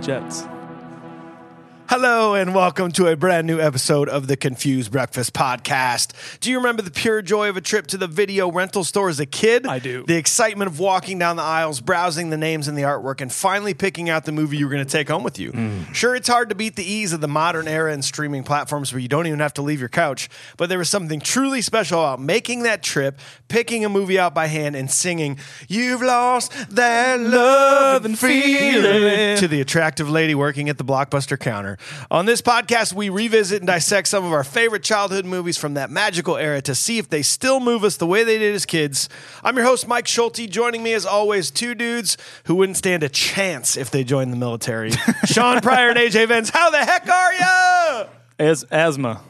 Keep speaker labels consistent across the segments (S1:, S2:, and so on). S1: Jets.
S2: Hello and welcome to a brand new episode of the Confused Breakfast Podcast. Do you remember the pure joy of a trip to the video rental store as a kid?
S1: I do.
S2: The excitement of walking down the aisles, browsing the names and the artwork, and finally picking out the movie you were going to take home with you. Sure, it's hard to beat the ease of the modern era and streaming platforms where you don't even have to leave your couch, but there was something truly special about making that trip, picking a movie out by hand, and singing, You've lost that love and feeling to the attractive lady working at the Blockbuster counter. On this podcast, we revisit and dissect some of our favorite childhood movies from that magical era to see if they still move us the way they did as kids. I'm your host, Mike Schulte. Joining me, as always, two dudes who wouldn't stand a chance if they joined the military Sean Pryor and AJ Vance. How the heck are you?
S1: As asthma.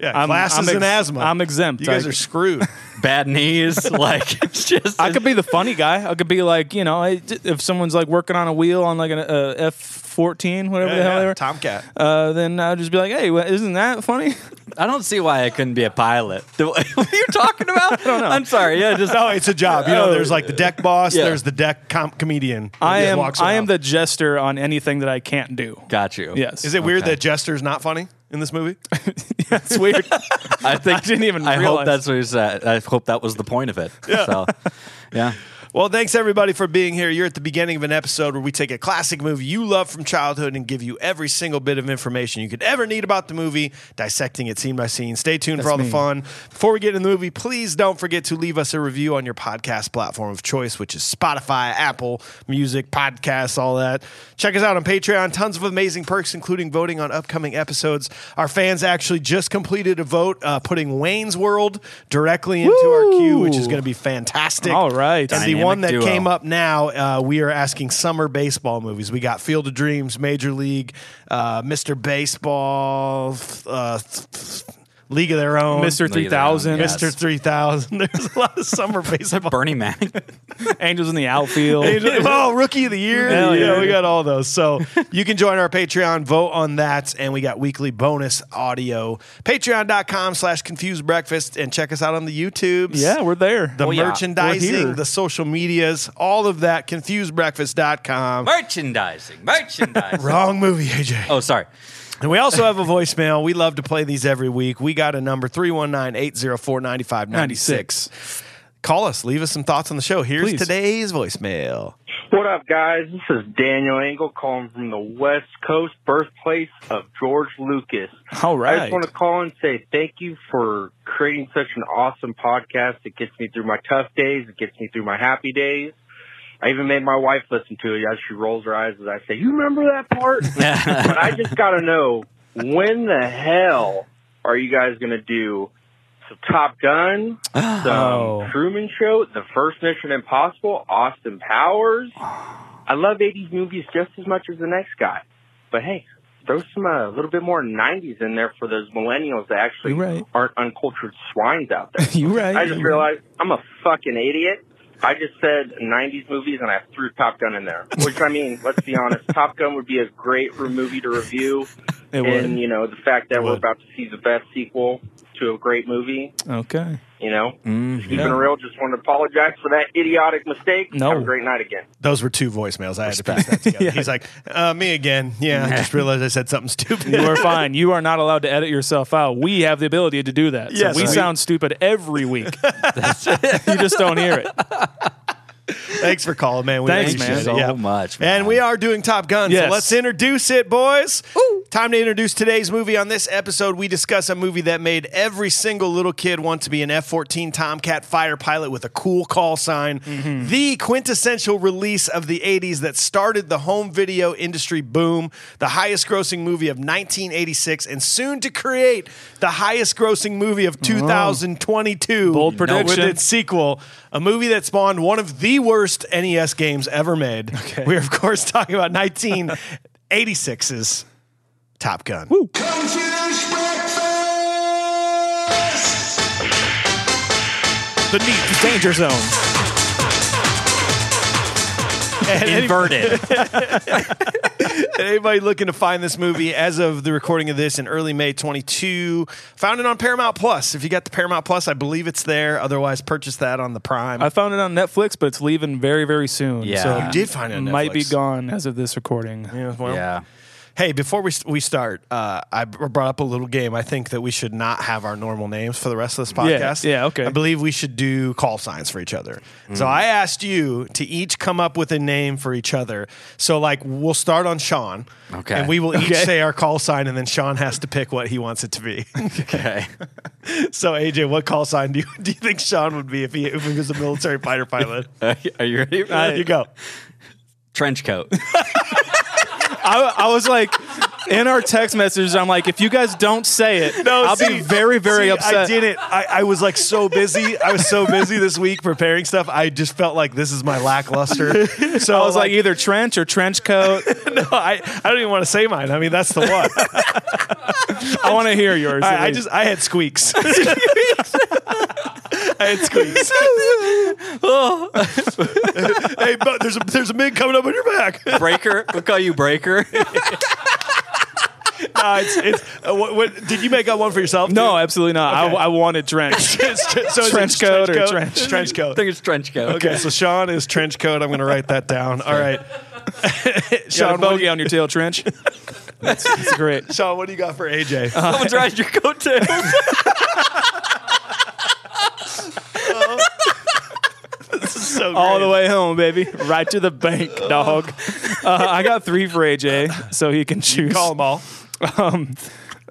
S2: Yeah,
S1: I'm-
S2: classes
S1: I'm
S2: in
S1: ex-
S2: asthma.
S1: I'm exempt.
S2: You guys
S1: I-
S2: are screwed.
S3: bad knees. Like it's just
S1: I could be the funny guy. I could be like, you know, I- if someone's like working on a wheel on like an uh, F fourteen, whatever the hell they were,
S2: Tomcat.
S1: uh, then I'll just be like, hey, wha- isn't that funny?
S3: I don't see why I couldn't be a pilot. The- what are you talking about? I don't know. I'm sorry. Yeah, just
S2: No, it's a job. You know, there's like the deck boss.
S3: Yeah.
S2: There's the deck com- comedian. who
S1: I
S2: just
S1: am.
S2: walks
S1: I am
S2: around.
S1: the jester on anything that I can't do.
S3: got you.
S1: Yes,
S2: Is it weird that Jester's not funny in this movie?
S1: It's weird.
S3: I think I
S1: didn't even
S3: I
S1: realize.
S3: hope that's what you said. I hope that was the point of it. Yeah. So, yeah.
S2: Well, thanks everybody for being here. You're at the beginning of an episode where we take a classic movie you love from childhood and give you every single bit of information you could ever need about the movie, dissecting it scene by scene. Stay tuned for all the fun. Before we get into the movie, please don't forget to leave us a review on your podcast platform of choice, which is Spotify, Apple Music, podcasts, all that. Check us out on Patreon. Tons of amazing perks, including voting on upcoming episodes. Our fans actually just completed a vote, uh, putting Wayne's World directly into our queue, which is
S1: Woo!
S2: going to be fantastic.
S1: All right.
S2: And the
S3: Dynamic
S2: one that
S3: duo.
S2: came up now, uh, we are asking summer baseball movies. We got Field of Dreams, Major League, uh, Mr. Baseball, uh, League of Their Own,
S1: Mister Three Thousand,
S3: Yes.
S2: Mr. 3000. There's a lot of summer baseball.
S3: Bernie Manning.
S1: Angels in the Outfield.
S2: well, Rookie of the Year.
S1: Hell
S2: yeah,
S1: yeah.
S2: we got all those. So you can join our Patreon, vote on that, and we got weekly bonus audio. Patreon.com slash Confused Breakfast, and check us out on the YouTubes.
S1: yeah, we're there.
S2: the
S3: Oh, yeah. We're
S2: merchandising,
S1: here.
S2: the social medias, all of that. ConfusedBreakfast.com.
S3: merchandising. Merchandising.
S2: Wrong movie, AJ.
S3: oh, sorry.
S2: And we also have a voicemail. We love to play these every week. We got a number 319 804 9596. Call us, leave us some thoughts on the show. Here's
S1: Please.
S2: today's voicemail.
S4: What up, guys? This is Daniel Engel calling from the West Coast, birthplace of George Lucas.
S1: All
S4: I
S1: right.
S4: just want to call and say thank you for creating such an awesome podcast. It gets me through my tough days. It gets me through my happy days. I even made my wife listen to it as she rolls her eyes as I say, "You remember that part?" but I just got to know when the hell are you guys going to do some Top Gun, some
S1: Oh.
S4: Truman Show, the first Mission Impossible, Austin Powers? I love 80s movies just as much as the next guy. But hey, throw some uh, a little bit more 90s in there for those millennials that actually
S1: You're right.
S4: aren't uncultured swines out there.
S1: you right.
S4: I just realized I'm a fucking idiot. I just said 90s movies and I threw Top Gun in there. Which, I mean, let's be honest, Top Gun would be a great re- movie to review.
S1: It
S4: and,
S1: would.
S4: you know, the fact that
S2: It
S4: we're
S2: would.
S4: about to see the best sequel to a great movie,
S1: Okay.
S4: you know,
S1: Mm-hmm.
S3: Mm.
S4: keeping it real, just want to apologize for that idiotic mistake.
S1: No.
S4: Have a great night again.
S2: Those were two voicemails. I had to piece that together. He's like, uh, me again. Yeah, I just realized I said something stupid.
S1: You are fine. You are not allowed to edit yourself out. We have the ability to do that.
S2: Yes,
S1: so we
S2: we-
S1: sound stupid every week. you just don't hear it.
S2: Thanks for calling, man. We
S1: Thanks,
S2: appreciate
S1: man.
S2: it.
S3: So
S2: Yeah.
S3: much.
S2: And we are doing Top Gun. So
S1: Yes.
S2: let's introduce it, boys. Time to introduce today's movie. On this episode, we discuss a movie that made every single little kid want to be an F 14 Tomcat fighter pilot with a cool call sign.
S1: Mm-hmm.
S2: The quintessential release of the 80s that started the home video industry boom, the highest grossing movie of 1986, and soon to create the highest grossing movie
S1: Oh.
S2: of 2022.
S1: Bold
S2: With
S1: prediction.
S2: its sequel, a movie that spawned one of the worst NES games ever made. We're, of course, talking about 1986's Top Gun.
S5: Confused breakfast.
S1: The Danger Zone.
S3: inverted.
S2: Anybody looking to find this movie as of the recording of this in early May 22, found it on Paramount Plus. If you got the Paramount Plus, I believe it's there. Otherwise, purchase that on the Prime.
S1: I found it on Netflix, but it's leaving very, very soon.
S3: Yeah.
S1: so
S3: You
S2: did find it on
S1: might be
S2: Netflix.
S1: gone as of this recording.
S2: Yeah, well,
S3: yeah.
S2: Hey, before we we start, uh, I b- brought up a little game. I think that we should not have our normal names for the rest of this
S1: Yeah,
S2: podcast.
S1: yeah, okay. Mm.
S2: I believe we should do call signs for each other. So I asked you to each come up with a name for each other. So like we'll start on Sean.
S3: Okay.
S2: And we will each
S1: Okay.
S2: say our call sign, and then Sean has to pick what he wants it to be.
S3: Okay.
S2: so AJ, what call sign do you do you think Sean would be if he if he was a military fighter pilot?
S3: Are you ready? For
S2: Uh,
S3: that?
S2: you go.
S3: Trench coat.
S1: I, I was like, in our text messages, I'm like, if you guys don't say it,
S2: No,
S1: I'll
S2: see-
S1: be very, very
S2: see,
S1: upset.
S2: I didn't. I, I was like so busy. I was so busy this week preparing stuff. I just felt like this is my lackluster. So
S1: I was like, either trench or trench coat.
S2: no, I, I don't even want to say mine. I mean, that's the one.
S1: I want to hear yours. at
S2: I, I
S1: least.
S2: just I had squeaks. I had squeaks. oh. hey, but there's a there's a mig coming up on your back.
S3: Breaker. We'll call you Breaker.
S2: Uh, it's, it's, uh, what, what, did you make up one for yourself?
S1: no,
S2: too?
S1: absolutely not.
S2: Okay.
S1: I, I wanted trench.
S2: It's tr- so it's
S1: Trench coat or trench-
S2: trench
S3: I
S2: coat.
S3: think it's trench coat.
S2: Okay, so Sean is trench coat. I'm going to write that down. All right.
S1: Sean
S2: Sean, what, do
S1: bogey
S2: you,
S1: on your tail trench. That's, that's great.
S2: Sean, what do you got for AJ?
S3: Someone's riding your coattails.
S2: so
S1: All
S2: great.
S1: the way home, baby. Right to the bank, dog. Uh, I got three for AJ, so he can choose.
S2: Call them all.
S1: um,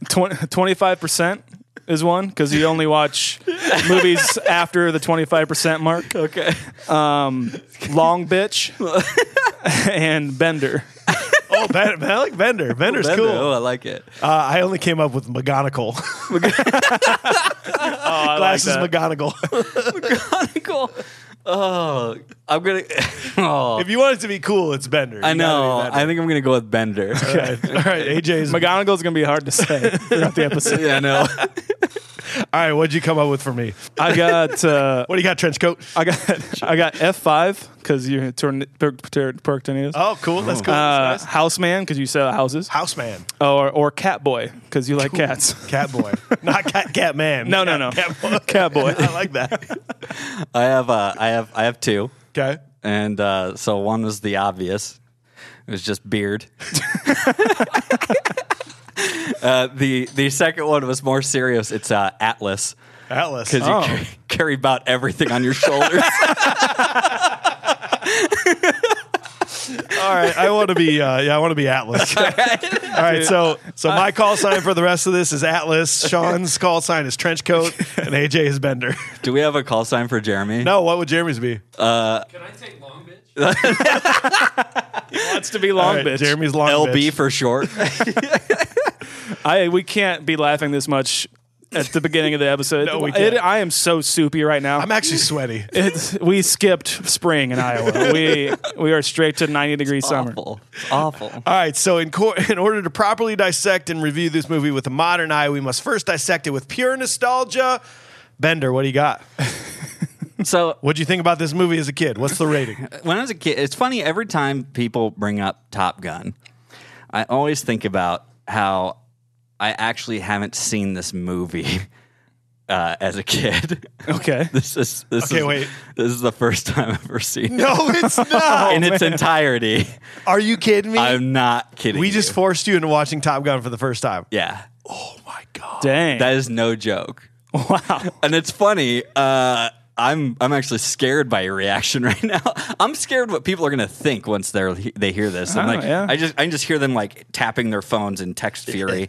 S1: 25 percent is one because you only watch movies after the twenty five percent mark.
S3: Okay.
S1: Long bitch and Bender.
S2: Oh, ben, I like Bender. Bender's
S3: Bender.
S2: cool.
S3: Oh,
S2: Uh,
S3: I like it.
S2: I only came up with McGonagall. Glasses McGonagall.
S3: Cool. Oh, I'm gonna. Oh,
S2: if you want it to be cool, it's Bender.
S3: I
S2: You gotta
S3: know.
S2: be
S3: I think I'm gonna go with Bender.
S2: Bender. All right, AJ's.
S1: McGonagall's gonna be hard to say throughout the episode.
S3: yeah, I know.
S2: All right, what'd you come up with for me?
S1: I got uh,
S2: What do you got, trench coat?
S1: I got I got F five because you're torn- per- per- perk tornadoes.
S2: Oh, cool. That's cool.
S1: Uh,
S2: That's nice.
S1: Houseman because you sell houses,
S2: Houseman,
S1: Oh, or or Catboy because you like cats.
S2: cat boy, not cat cat man.
S1: No, no, no,
S2: Cat boy.
S1: Catboy.
S2: I like that.
S3: I have. Uh, I have. I have two,
S2: Okay.
S3: and uh, so one was the obvious. It was just beard. uh, the the second one was more serious. It's uh, Atlas
S2: Atlas. Oh.
S3: because you carry, carry about everything on your shoulders.
S2: All right, I want to be uh, yeah, I want to be Atlas. All right, so so my call sign for the rest of this is Atlas. Sean's call sign is trench coat, and AJ is Bender.
S3: Do we have a call sign for Jeremy?
S2: No, what would Jeremy's be?
S5: Can I take long bitch?
S1: Wants to be long
S2: All right,
S1: bitch.
S2: Jeremy's long
S3: LB
S2: bitch.
S3: for short.
S1: I we can't be laughing this much at the beginning of the episode.
S2: No, we
S1: It-
S2: can't.
S1: I am so soupy right now.
S2: I'm actually sweaty.
S1: it's, we skipped spring in Iowa. we we are straight to 90 degree summer.
S3: awful. It's awful.
S2: All right, so in, cor- in order to properly dissect and review this movie with a modern eye, we must first dissect it with pure nostalgia. Bender, what do you got?
S3: So
S2: What'd you think about this movie as a kid? What's the rating?
S3: when I was a kid, it's funny every time people bring up Top Gun, I always think about how I actually haven't seen this movie uh, as a kid.
S1: Okay.
S3: this is this
S2: Okay,
S3: is,
S2: wait.
S3: This is the first time I've ever seen it
S2: No, it's not.
S3: in its entirety.
S2: Are you kidding me?
S3: I'm not kidding.
S2: we just
S3: you.
S2: forced you into watching Top Gun for the first time.
S3: yeah.
S1: Dang.
S3: That is no joke,
S1: wow.
S3: and it's funny. Uh, I'm I'm actually scared by your reaction right now. I'm scared what people are gonna think once they're they hear this. I'm
S1: Oh,
S3: like,
S1: yeah.
S3: I just I just hear them like tapping their phones in text fury,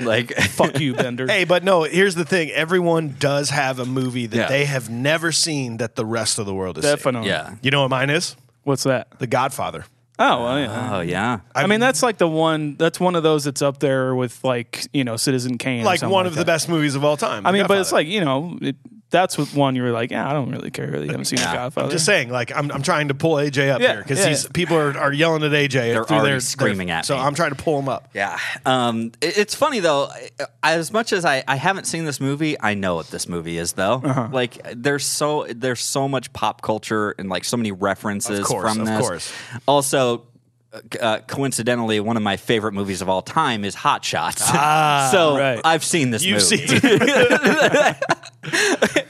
S3: like
S1: Fuck you, Bender.
S2: Hey, but no, here's the thing. Everyone does have a movie that
S3: Yeah.
S2: they have never seen that the rest of the world is
S1: Definitely.
S3: yeah.
S2: You know what mine is?
S1: What's that?
S2: The Godfather.
S1: Oh, well, yeah.
S3: Oh yeah.
S1: I mean, that's like the one. That's one of those that's up there with like you know Citizen Kane. or
S2: Like
S1: something
S2: one of the
S1: that.
S2: best movies of all time.
S1: I mean, but it's like you know, it, that's what one you were like, yeah, I don't really care. You haven't seen The Godfather.
S2: Just saying, like I'm, I'm trying to pull AJ up
S1: Yeah,
S2: here because
S1: yeah,
S2: these
S1: yeah.
S2: people are, are yelling at AJ.
S3: They're
S2: through
S3: already
S2: their-
S3: screaming at
S2: So
S3: me.
S2: I'm trying to pull him up.
S3: Yeah. Um, it- it's funny though. I- As much as I, I haven't seen this movie, I know what this movie is though.
S2: Uh-huh.
S3: Like there's so there's so much pop culture and like so many references
S2: Of course,
S3: from
S2: of
S3: this.
S2: course.
S3: Also. Uh, coincidentally, one of my favorite movies of all time is Hot Shots. so
S1: right.
S3: I've seen this
S2: Ah, You've
S3: movie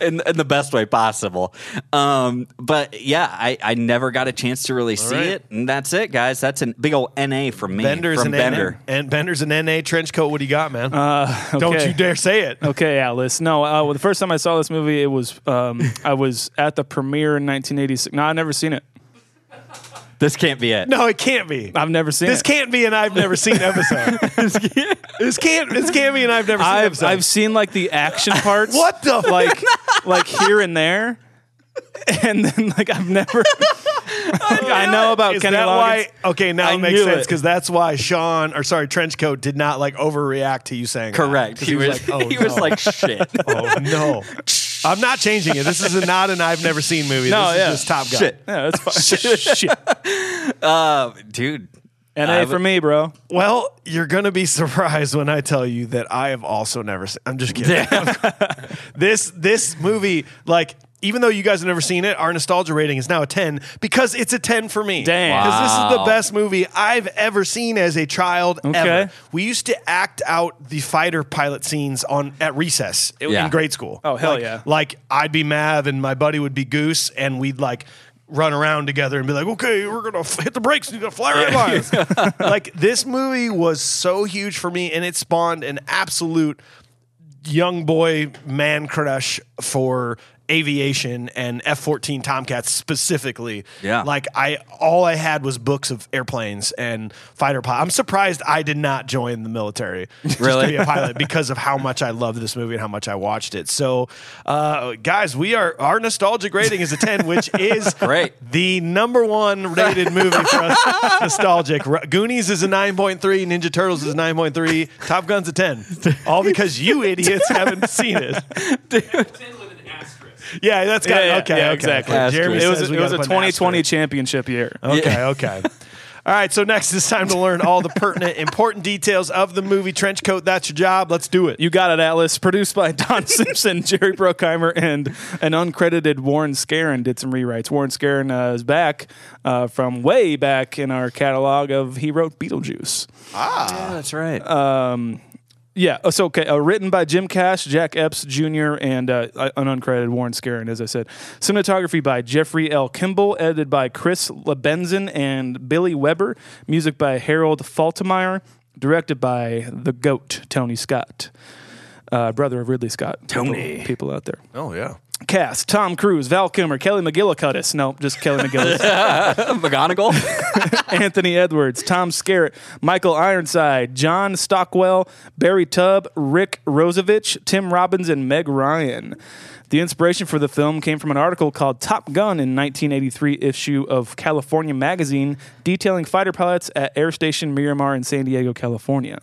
S3: in, in the best way possible. Um, but yeah, I, I never got a chance to really see
S2: right.
S3: it, and that's it, guys. That's a big old NA from me.
S2: Bender's
S3: from
S2: an
S3: Bender.
S2: NA, and Bender's an NA trench coat. What do you got, man? Don't
S1: Uh, okay.
S2: you dare say it.
S1: Okay, Alice. No, uh, well, the first time I saw this movie, it was um, I was at the premiere in 1986. No, I've never seen it.
S3: This can't be it.
S2: No, it can't be.
S1: I've never seen
S2: This
S1: it.
S2: can't be an I've never seen episode. this can't. This can't be an I've never seen
S1: I've
S2: episode.
S1: I've seen like the action parts.
S2: what the fuck?
S1: Like like here and there, and then like I've never. I know about
S2: Is
S1: Kenny
S2: that
S1: Loggins.
S2: why? Okay, now
S1: I
S2: it makes
S1: knew
S2: sense
S1: it.
S2: because that's why Sean or sorry Trenchcoat did not like overreact to you saying that.
S3: Correct.
S2: 'Cause
S3: He, was,
S2: like, oh,
S3: he was
S2: no.
S3: like, shit.
S2: oh no, I'm not changing it. This is a, not an I've never seen movie.
S1: No,
S2: this
S1: yeah.
S2: is just Top Gun.
S3: Shit.
S1: Yeah, that's fine. Shit.
S3: Dude.
S1: And A for me, bro.
S2: Well, you're gonna be surprised when I tell you that I have also never seen. I'm just kidding. this this movie, like, even though you guys have never seen it, our nostalgia rating is now a ten because it's a ten for me.
S1: Damn.
S2: because this is the
S3: Wow.
S2: best movie I've ever seen as a child. Ever.
S1: Okay.
S2: We used to act out the fighter pilot scenes on at recess in
S3: Yeah.
S2: grade school.
S1: Oh, hell
S2: Like-
S1: yeah.
S2: Like I'd be Mav and my buddy would be Goose, and we'd like. Run around together and be like, okay, we're gonna f- hit the brakes and you're gonna fly right by us like this movie was so huge for me and it spawned an absolute young boy man crush for aviation and F-14 Tomcats specifically.
S3: Yeah.
S2: Like I all I had was books of airplanes and fighter pilots. I'm surprised I did not join the military just
S3: Really?
S2: to be a pilot because of how much I loved this movie and how much I watched it. So uh, guys, we are our nostalgic rating is a 10 which is
S3: Great.
S2: the number one rated movie for us, nostalgic. Ru- Goonies is a 9.3, Ninja Turtles is a 9.3, Top Gun's a 10. All because you idiots haven't seen it.
S5: Ten with an asterisk.
S2: Yeah, that's got
S1: Yeah, yeah,
S2: okay,
S1: yeah,
S2: okay.
S1: exactly.
S2: Okay, Jeremy
S1: It was
S2: says
S1: a,
S2: we
S1: it was
S2: gotta
S1: a
S2: put an
S1: 2020
S2: asterisk.
S1: championship year.
S2: Okay, okay. All right, so next it's time to learn all the pertinent, important details of the movie Trench Coat. That's your job. Let's do it.
S1: You Got It Atlas, produced by Don Simpson, Jerry Bruckheimer, and an uncredited Warren Scarron did some rewrites. Warren Scarron uh, is back uh, from way back in our catalog of He Wrote Beetlejuice.
S3: Oh, that's right.
S1: Yeah, uh, so okay, uh, written by Jim Cash, Jack Epps Jr., and uh, an uncredited Warren Scarron, as I said. Cinematography by Jeffrey L. Kimball, edited by Chris LeBenson and Billy Weber. Music by Harold Faltermeyer, directed by the GOAT, Tony Scott, uh, brother of Ridley Scott. Tony. People, people out there.
S2: Oh yeah.
S1: Cast Tom Cruise, Val Kilmer, Kelly McGillicuddy. No, just Kelly McGillis.
S3: McGonagall.
S1: Anthony Edwards, Tom Skerritt, Michael Ironside, John Stockwell, Barry Tubb, Rick Rosevich, Tim Robbins, and Meg Ryan. The inspiration for the film came from an article called Top Gun in 1983 issue of California Magazine detailing fighter pilots at Air Station Miramar in San Diego, California.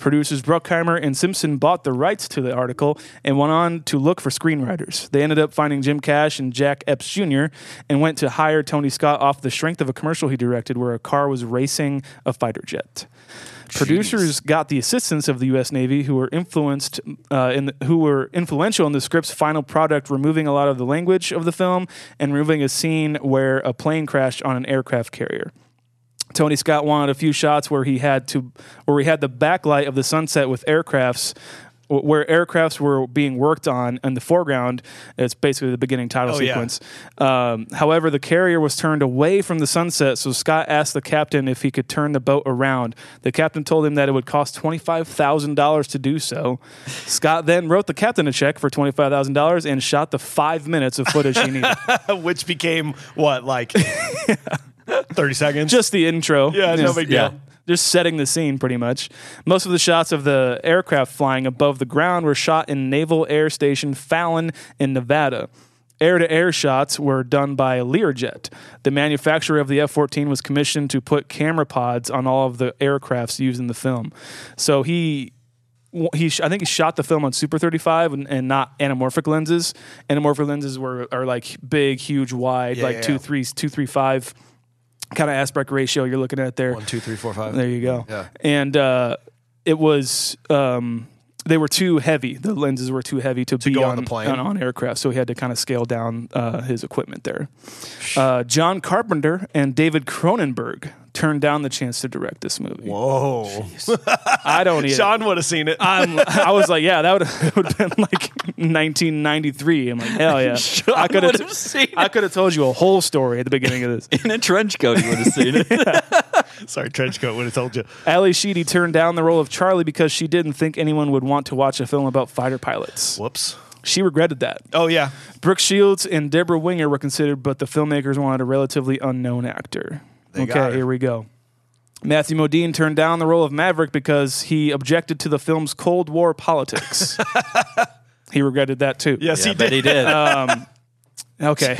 S1: Producers Bruckheimer and Simpson bought the rights to the article and went on to look for screenwriters. They ended up finding Jim Cash and Jack Epps Jr. and went to hire Tony Scott off the strength of a commercial he directed where a car was racing a fighter jet. Producers got the assistance of the U.S. Navy, who were influenced, uh, in the, who were influential in the script's final product, removing a lot of the language of the film and removing a scene where a plane crashed on an aircraft carrier. Tony Scott wanted a few shots where he had to where he had the backlight of the sunset with aircrafts wh- where aircrafts were being worked on in the foreground it's basically the beginning title
S2: Oh, yeah.
S1: sequence um, however the carrier was turned away from the sunset so scott asked the captain if he could turn the boat around the captain told him that it would cost $25000 to do so scott then wrote the captain a check for $25000 and shot the five minutes of footage he needed
S2: Which became what like 30 seconds.
S1: just the intro.
S2: Yeah, no big deal.
S1: yeah. Just setting the scene, pretty much. Most of the shots of the aircraft flying above the ground were shot in Naval Air Station Fallon in Nevada. Air to air shots were done by Learjet. The manufacturer of the F 14 was commissioned to put camera pods on all of the aircrafts used in the film. So he w- he sh- I think he shot the film on Super 35 and, and not anamorphic lenses. Anamorphic lenses were are like big, huge, wide,
S2: Yeah,
S1: like
S2: yeah,
S1: two
S2: yeah.
S1: threes, two three five kind of aspect ratio you're looking at there.
S2: One, two, three, four, five.
S1: There you go.
S2: Yeah.
S1: And uh, it was um, they were too heavy. The lenses were too heavy to, be
S2: go on
S1: on
S2: the plane.
S1: on, on aircraft, so he had to kind of scale down uh, his equipment there. Uh, John Carpenter and David Cronenberg turned down the chance to direct this movie.
S2: Whoa.
S1: I don't even.
S2: Oh. Sean would have seen it.
S1: I'm, I was like, yeah, that would have been like 1993. I'm like, hell yeah. I could
S3: would have seen it.
S1: I could have told you a whole story at the beginning of this.
S3: in a trench coat. You would have seen it.
S2: Sorry, Trenchcoat would have told you.
S1: Ali Sheedy turned down the role of Charlie because she didn't think anyone would want to watch a film about fighter pilots.
S2: Whoops.
S1: She regretted that.
S2: Oh, yeah.
S1: Brooke Shields and Deborah Winger were considered, but the filmmakers wanted a relatively unknown actor. okay,
S2: got her.
S1: here we go. Matthew Modine turned down the role of Maverick because he objected to the film's Cold War politics. he regretted that too.
S2: Yes,
S3: Yeah,
S2: he
S3: I bet
S2: did. Uh,
S3: he did.
S1: Okay.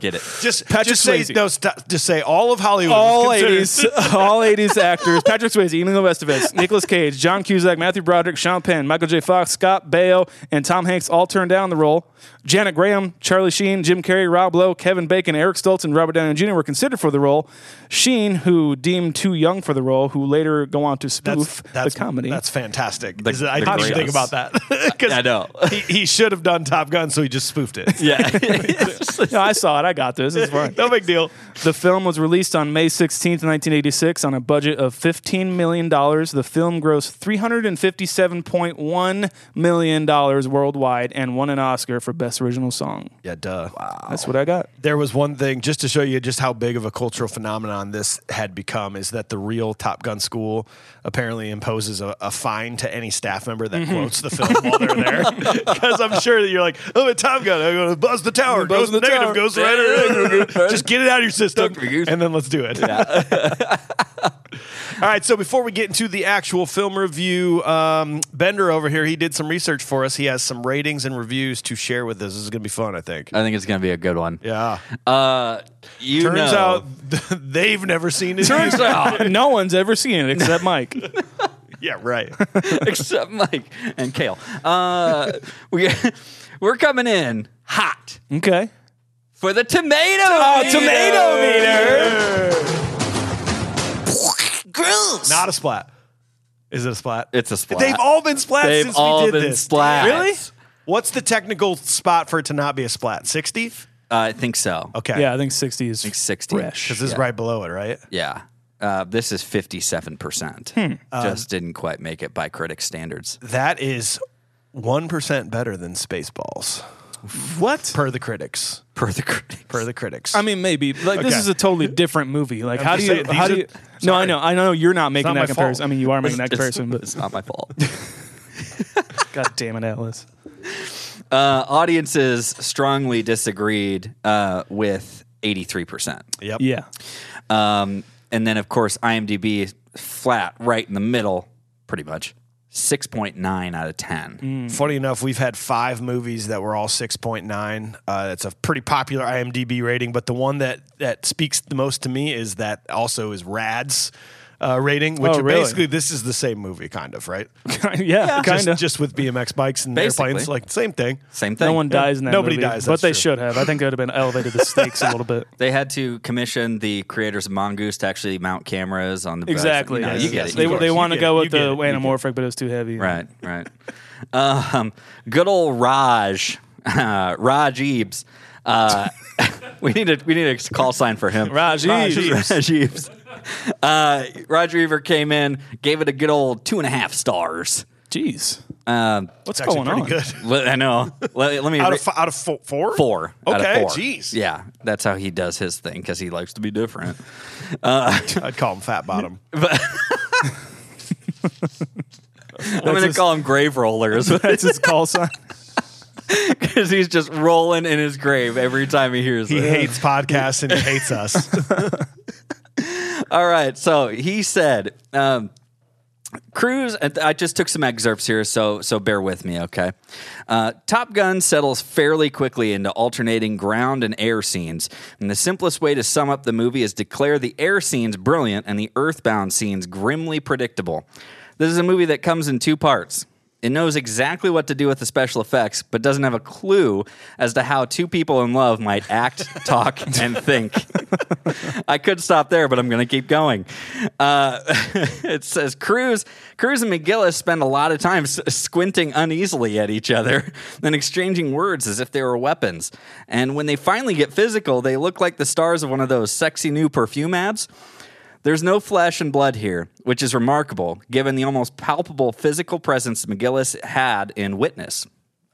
S3: Get it.
S2: Just,
S1: Patrick
S2: just say
S1: Swayze.
S2: no. Stop, just say all of Hollywood. was
S1: all
S2: considered-
S1: eighties, all eighties actors: Patrick Swayze, Emilio Estevez, Nicolas Cage, John Cusack, Matthew Broderick, Sean Penn, Michael J. Fox, Scott Baio, and Tom Hanks all turned down the role. Janet Graham, Charlie Sheen, Jim Carrey, Rob Lowe, Kevin Bacon, Eric Stoltz, and Robert Downey Jr. were considered for the role. Sheen, who deemed too young for the role, who later go on to spoof the comedy.
S2: That's fantastic. Is it- I
S3: the
S2: didn't even
S3: greatest.
S2: think about that. 'Cause
S3: I know.
S2: He, he should have done Top Gun, so he just spoofed it.
S3: Yeah.
S1: No, I saw it. I got this. It's fine.
S2: no big deal.
S1: The film was released on May 16th, 1986, on a budget of $15 million. The film grossed $357.1 million worldwide and won an Oscar for Best Original Song.
S2: Yeah, duh.
S1: That's what I got.
S2: There was one thing just to show you just how big of a cultural phenomenon this had become is that the real Top Gun school apparently imposes a, a fine to any staff member that quotes the film while they're there. Because I'm sure that you're like, I'm a Top Gun. I'm going to buzz the tower.
S1: Buzz
S2: Goes
S1: the
S2: the negative,
S1: tower.
S2: goes right. just get it out of your system.
S3: Don't reuse-
S2: And then let's do it. All right, so before we get into the actual film review, um, Bender over here, he did some research for us. He has some ratings and reviews to share with us. This is going to be fun, I think.
S3: I think it's gonna be a good one.
S2: Yeah.
S3: Uh, you
S2: Turns
S3: know-
S2: out th- they've never seen it.
S3: Turns out,
S1: No one's ever seen it except Mike.
S2: yeah, right.
S3: except Mike and Kale. Uh, we we're coming in hot
S1: Okay.
S3: for the tomato.
S2: Oh,
S3: meter.
S2: Not a splat. Is it a splat?
S3: It's a splat.
S2: They've all been splats
S3: They've
S2: since
S3: all
S2: we did
S3: been
S2: this.
S3: splats.
S2: Really? What's the technical spot for it to not be a splat? 60?
S3: Uh, I think so.
S2: Okay.
S1: Yeah, I think 60 is
S3: 60.
S1: fresh.
S2: This is right below it, right?
S3: Yeah. Uh, this is 57%.
S2: Hmm.
S3: Just didn't quite make it by critic standards.
S2: That is 1% better than Spaceballs,
S1: What?
S2: per the critics.
S3: Per the critic.
S2: Per the critics.
S1: I mean, maybe. Like, this
S2: Okay.
S1: is a totally different movie. Like, how do
S2: just
S1: you?
S2: saying, these
S1: How do
S2: are-
S1: you? No, I know. I know you're not making
S2: not my
S1: that comparison. I
S2: fault.
S1: mean, you are making that
S3: It's-
S1: comparison, but
S3: It's not my fault.
S1: God damn it, Atlas.
S3: Uh, audiences strongly disagreed uh, with 83%.
S2: yep.
S1: Yeah.
S3: Um, and then, of course, IMDb flat right in the middle, pretty much 6.9 out of 10.
S1: Mm.
S2: Mm-hmm. Funny enough, we've had five movies that were all 6.9. Uh, it's a pretty popular IMDb rating, but the one that, that speaks the most to me is that also is Rad's uh, rating, which
S1: Oh,
S2: are
S1: really?
S2: basically this is the same movie, kind of, right?
S1: yeah. Kind
S2: Just,
S1: of.
S2: just with BMX bikes and
S3: Basically.
S2: airplanes, like same thing.
S3: Same thing.
S1: No one dies in that
S2: Nobody
S1: movie,
S2: dies,
S1: but
S2: that's
S1: they
S2: true.
S1: should have. I think it would have been elevated the stakes a little bit.
S3: They had to commission the creators of Mongoose to actually mount cameras on the boats.
S1: Exactly.
S3: You, know,
S1: yes,
S3: you get
S1: yes.
S3: it.
S1: They,
S3: you get
S1: they
S3: it.
S1: want to
S2: get
S1: go
S2: it,
S1: with
S2: you get
S1: the
S2: it,
S1: anamorphic, but it was too heavy.
S3: Right, right. um, good old Raj, uh, Raj Ebes. Uh, we need a we need a call sign for him.
S1: Raj Ebes.
S3: Raj Ebes. Uh, Raj Reaver came in, gave it a good old two and a half stars.
S1: Jeez.
S3: Um,
S1: What's
S2: Actually,
S1: going
S2: pretty
S1: on?
S2: good.
S3: let- I know. Let, let me
S2: Out
S3: re-
S2: of fi- out of fo- four,
S3: four. out of
S2: Okay,
S3: four.
S2: jeez.
S3: Yeah, that's how he does his thing because he likes to be different.
S2: I'd call him Fat Bottom.
S3: I'm going to
S1: his-
S3: call him grave rollers.
S1: That's his call sign.
S3: because he's just rolling in his grave every time he hears
S2: He
S3: it.
S2: hates podcasts and he hates us.
S3: All right, so he said, um, Cruz. and I just took some excerpts here, so so bear with me, okay? Uh, Top Gun settles fairly quickly into alternating ground and air scenes, and the simplest way to sum up the movie is declare the air scenes brilliant and the earthbound scenes grimly predictable. This is a movie that comes in two parts. It knows exactly what to do with the special effects, but doesn't have a clue as to how two people in love might act, talk, and think. I could stop there, but I'm going to keep going. Uh, it says Cruz, Cruz and McGillis spend a lot of time s- squinting uneasily at each other and exchanging words as if they were weapons. And when they finally get physical, they look like the stars of one of those sexy new perfume ads. There's no flesh and blood here, which is remarkable given the almost palpable physical presence McGillis had in Witness.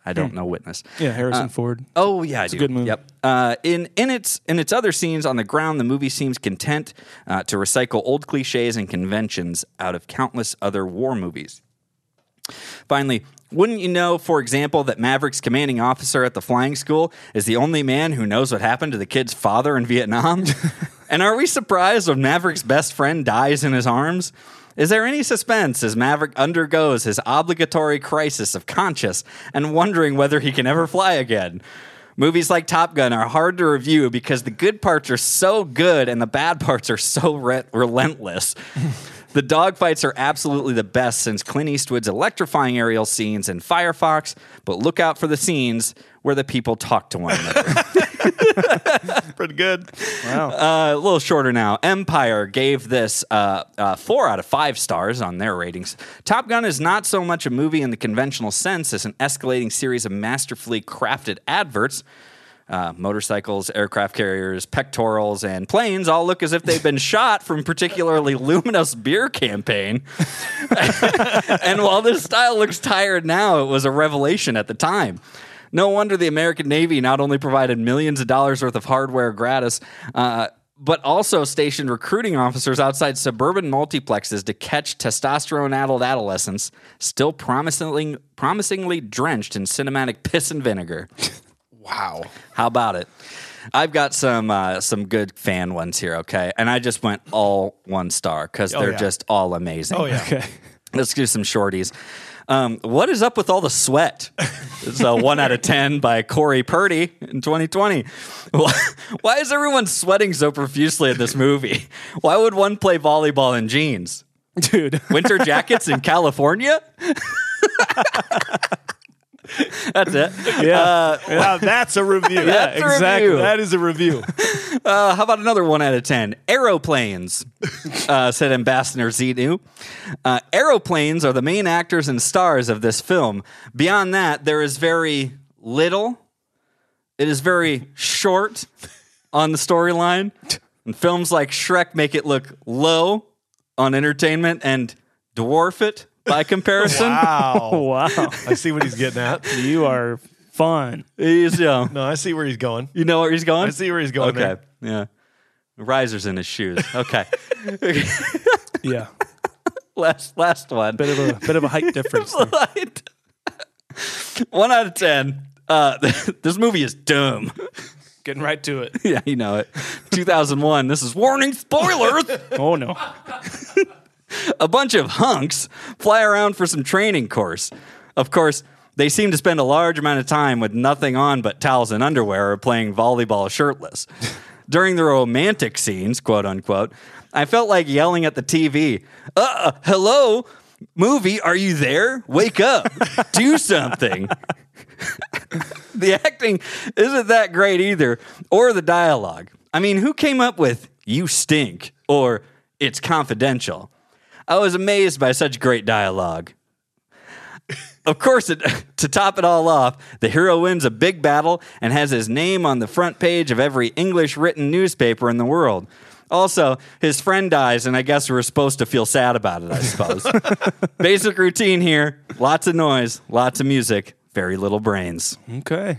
S3: I don't know Witness.
S1: Yeah,
S2: Uh,
S1: Harrison Ford.
S3: Oh yeah, I do.
S1: good movie.
S3: Yep. Uh, in in its in its other scenes on the ground, the movie seems content uh, to recycle old cliches and conventions out of countless other war movies. Finally, wouldn't you know, for example, that Maverick's commanding officer at the flying school is the only man who knows what happened to the kid's father in Vietnam? and are we surprised when Maverick's best friend dies in his arms? Is there any suspense as Maverick undergoes his obligatory crisis of conscience and wondering whether he can ever fly again? Movies like Top Gun are hard to review because the good parts are so good and the bad parts are so re- relentless. the dogfights are absolutely the best since Clint Eastwood's electrifying aerial scenes in Firefox, but look out for the scenes where the people talk to one another.
S2: Pretty good.
S3: Uh, a little shorter now. Empire gave this uh, uh, four out of five stars on their ratings. Top Gun is not so much a movie in the conventional sense as an escalating series of masterfully crafted adverts. Uh, motorcycles, aircraft carriers, pectorals, and planes all look as if they've been shot from particularly luminous beer campaign. and while this style looks tired now, it was a revelation at the time. No wonder the American Navy not only provided millions of dollars worth of hardware gratis, uh, but also stationed recruiting officers outside suburban multiplexes to catch testosterone-addled adolescents still promisingly, promisingly drenched in cinematic piss and vinegar.
S2: Wow.
S3: How about it? I've got some uh, some good fan ones here, okay? And I just went all one star because they're
S2: Oh, yeah.
S3: just all amazing.
S2: Oh yeah.
S1: Okay.
S3: Let's do some shorties. Um, what is up with all the sweat? It's a one out of 10 by Corey Purdy in 2020. Why, why is everyone sweating so profusely in this movie? Why would one play volleyball in jeans?
S1: Dude.
S3: Winter jackets in California? That's it.
S1: Yeah.
S2: Wow, that's a review.
S1: yeah,
S3: a
S1: exactly.
S3: review.
S1: That is a review.
S3: Uh, how about another one out of 10? Aeroplanes, uh, said Ambassador Zenu. Uh, aeroplanes are the main actors and stars of this film. Beyond that, there is very little. It is very short on the storyline. And films like Shrek make it look low on entertainment and dwarf it by comparison.
S2: Wow.
S1: wow.
S2: I see what he's getting at.
S1: You are fun.
S3: He's, you, know,
S2: No, I see where he's going.
S3: you know where he's going?
S2: I see where he's going.
S3: okay.
S2: there.
S3: Yeah. Risers in his shoes. Okay.
S1: Yeah.
S3: last last one.
S1: Bit of a bit of a height difference. there.
S3: Right. One out of ten. Uh, this movie is dumb.
S1: Getting right to it.
S3: yeah, you know it. 2001. This is warning spoilers.
S1: Oh no.
S3: a bunch of hunks fly around for some training course. Of course, they seem to spend a large amount of time with nothing on but towels and underwear or playing volleyball shirtless. During the romantic scenes, quote unquote, I felt like yelling at the TV, uh, hello, movie, are you there? Wake up, do something. the acting isn't that great either, or the dialogue. I mean, who came up with you stink or it's confidential? I was amazed by such great dialogue. Of course, it, to top it all off, the hero wins a big battle and has his name on the front page of every English written newspaper in the world. Also, his friend dies, and I guess we're supposed to feel sad about it, I suppose. Basic routine here lots of noise, lots of music, very little brains.
S1: Okay.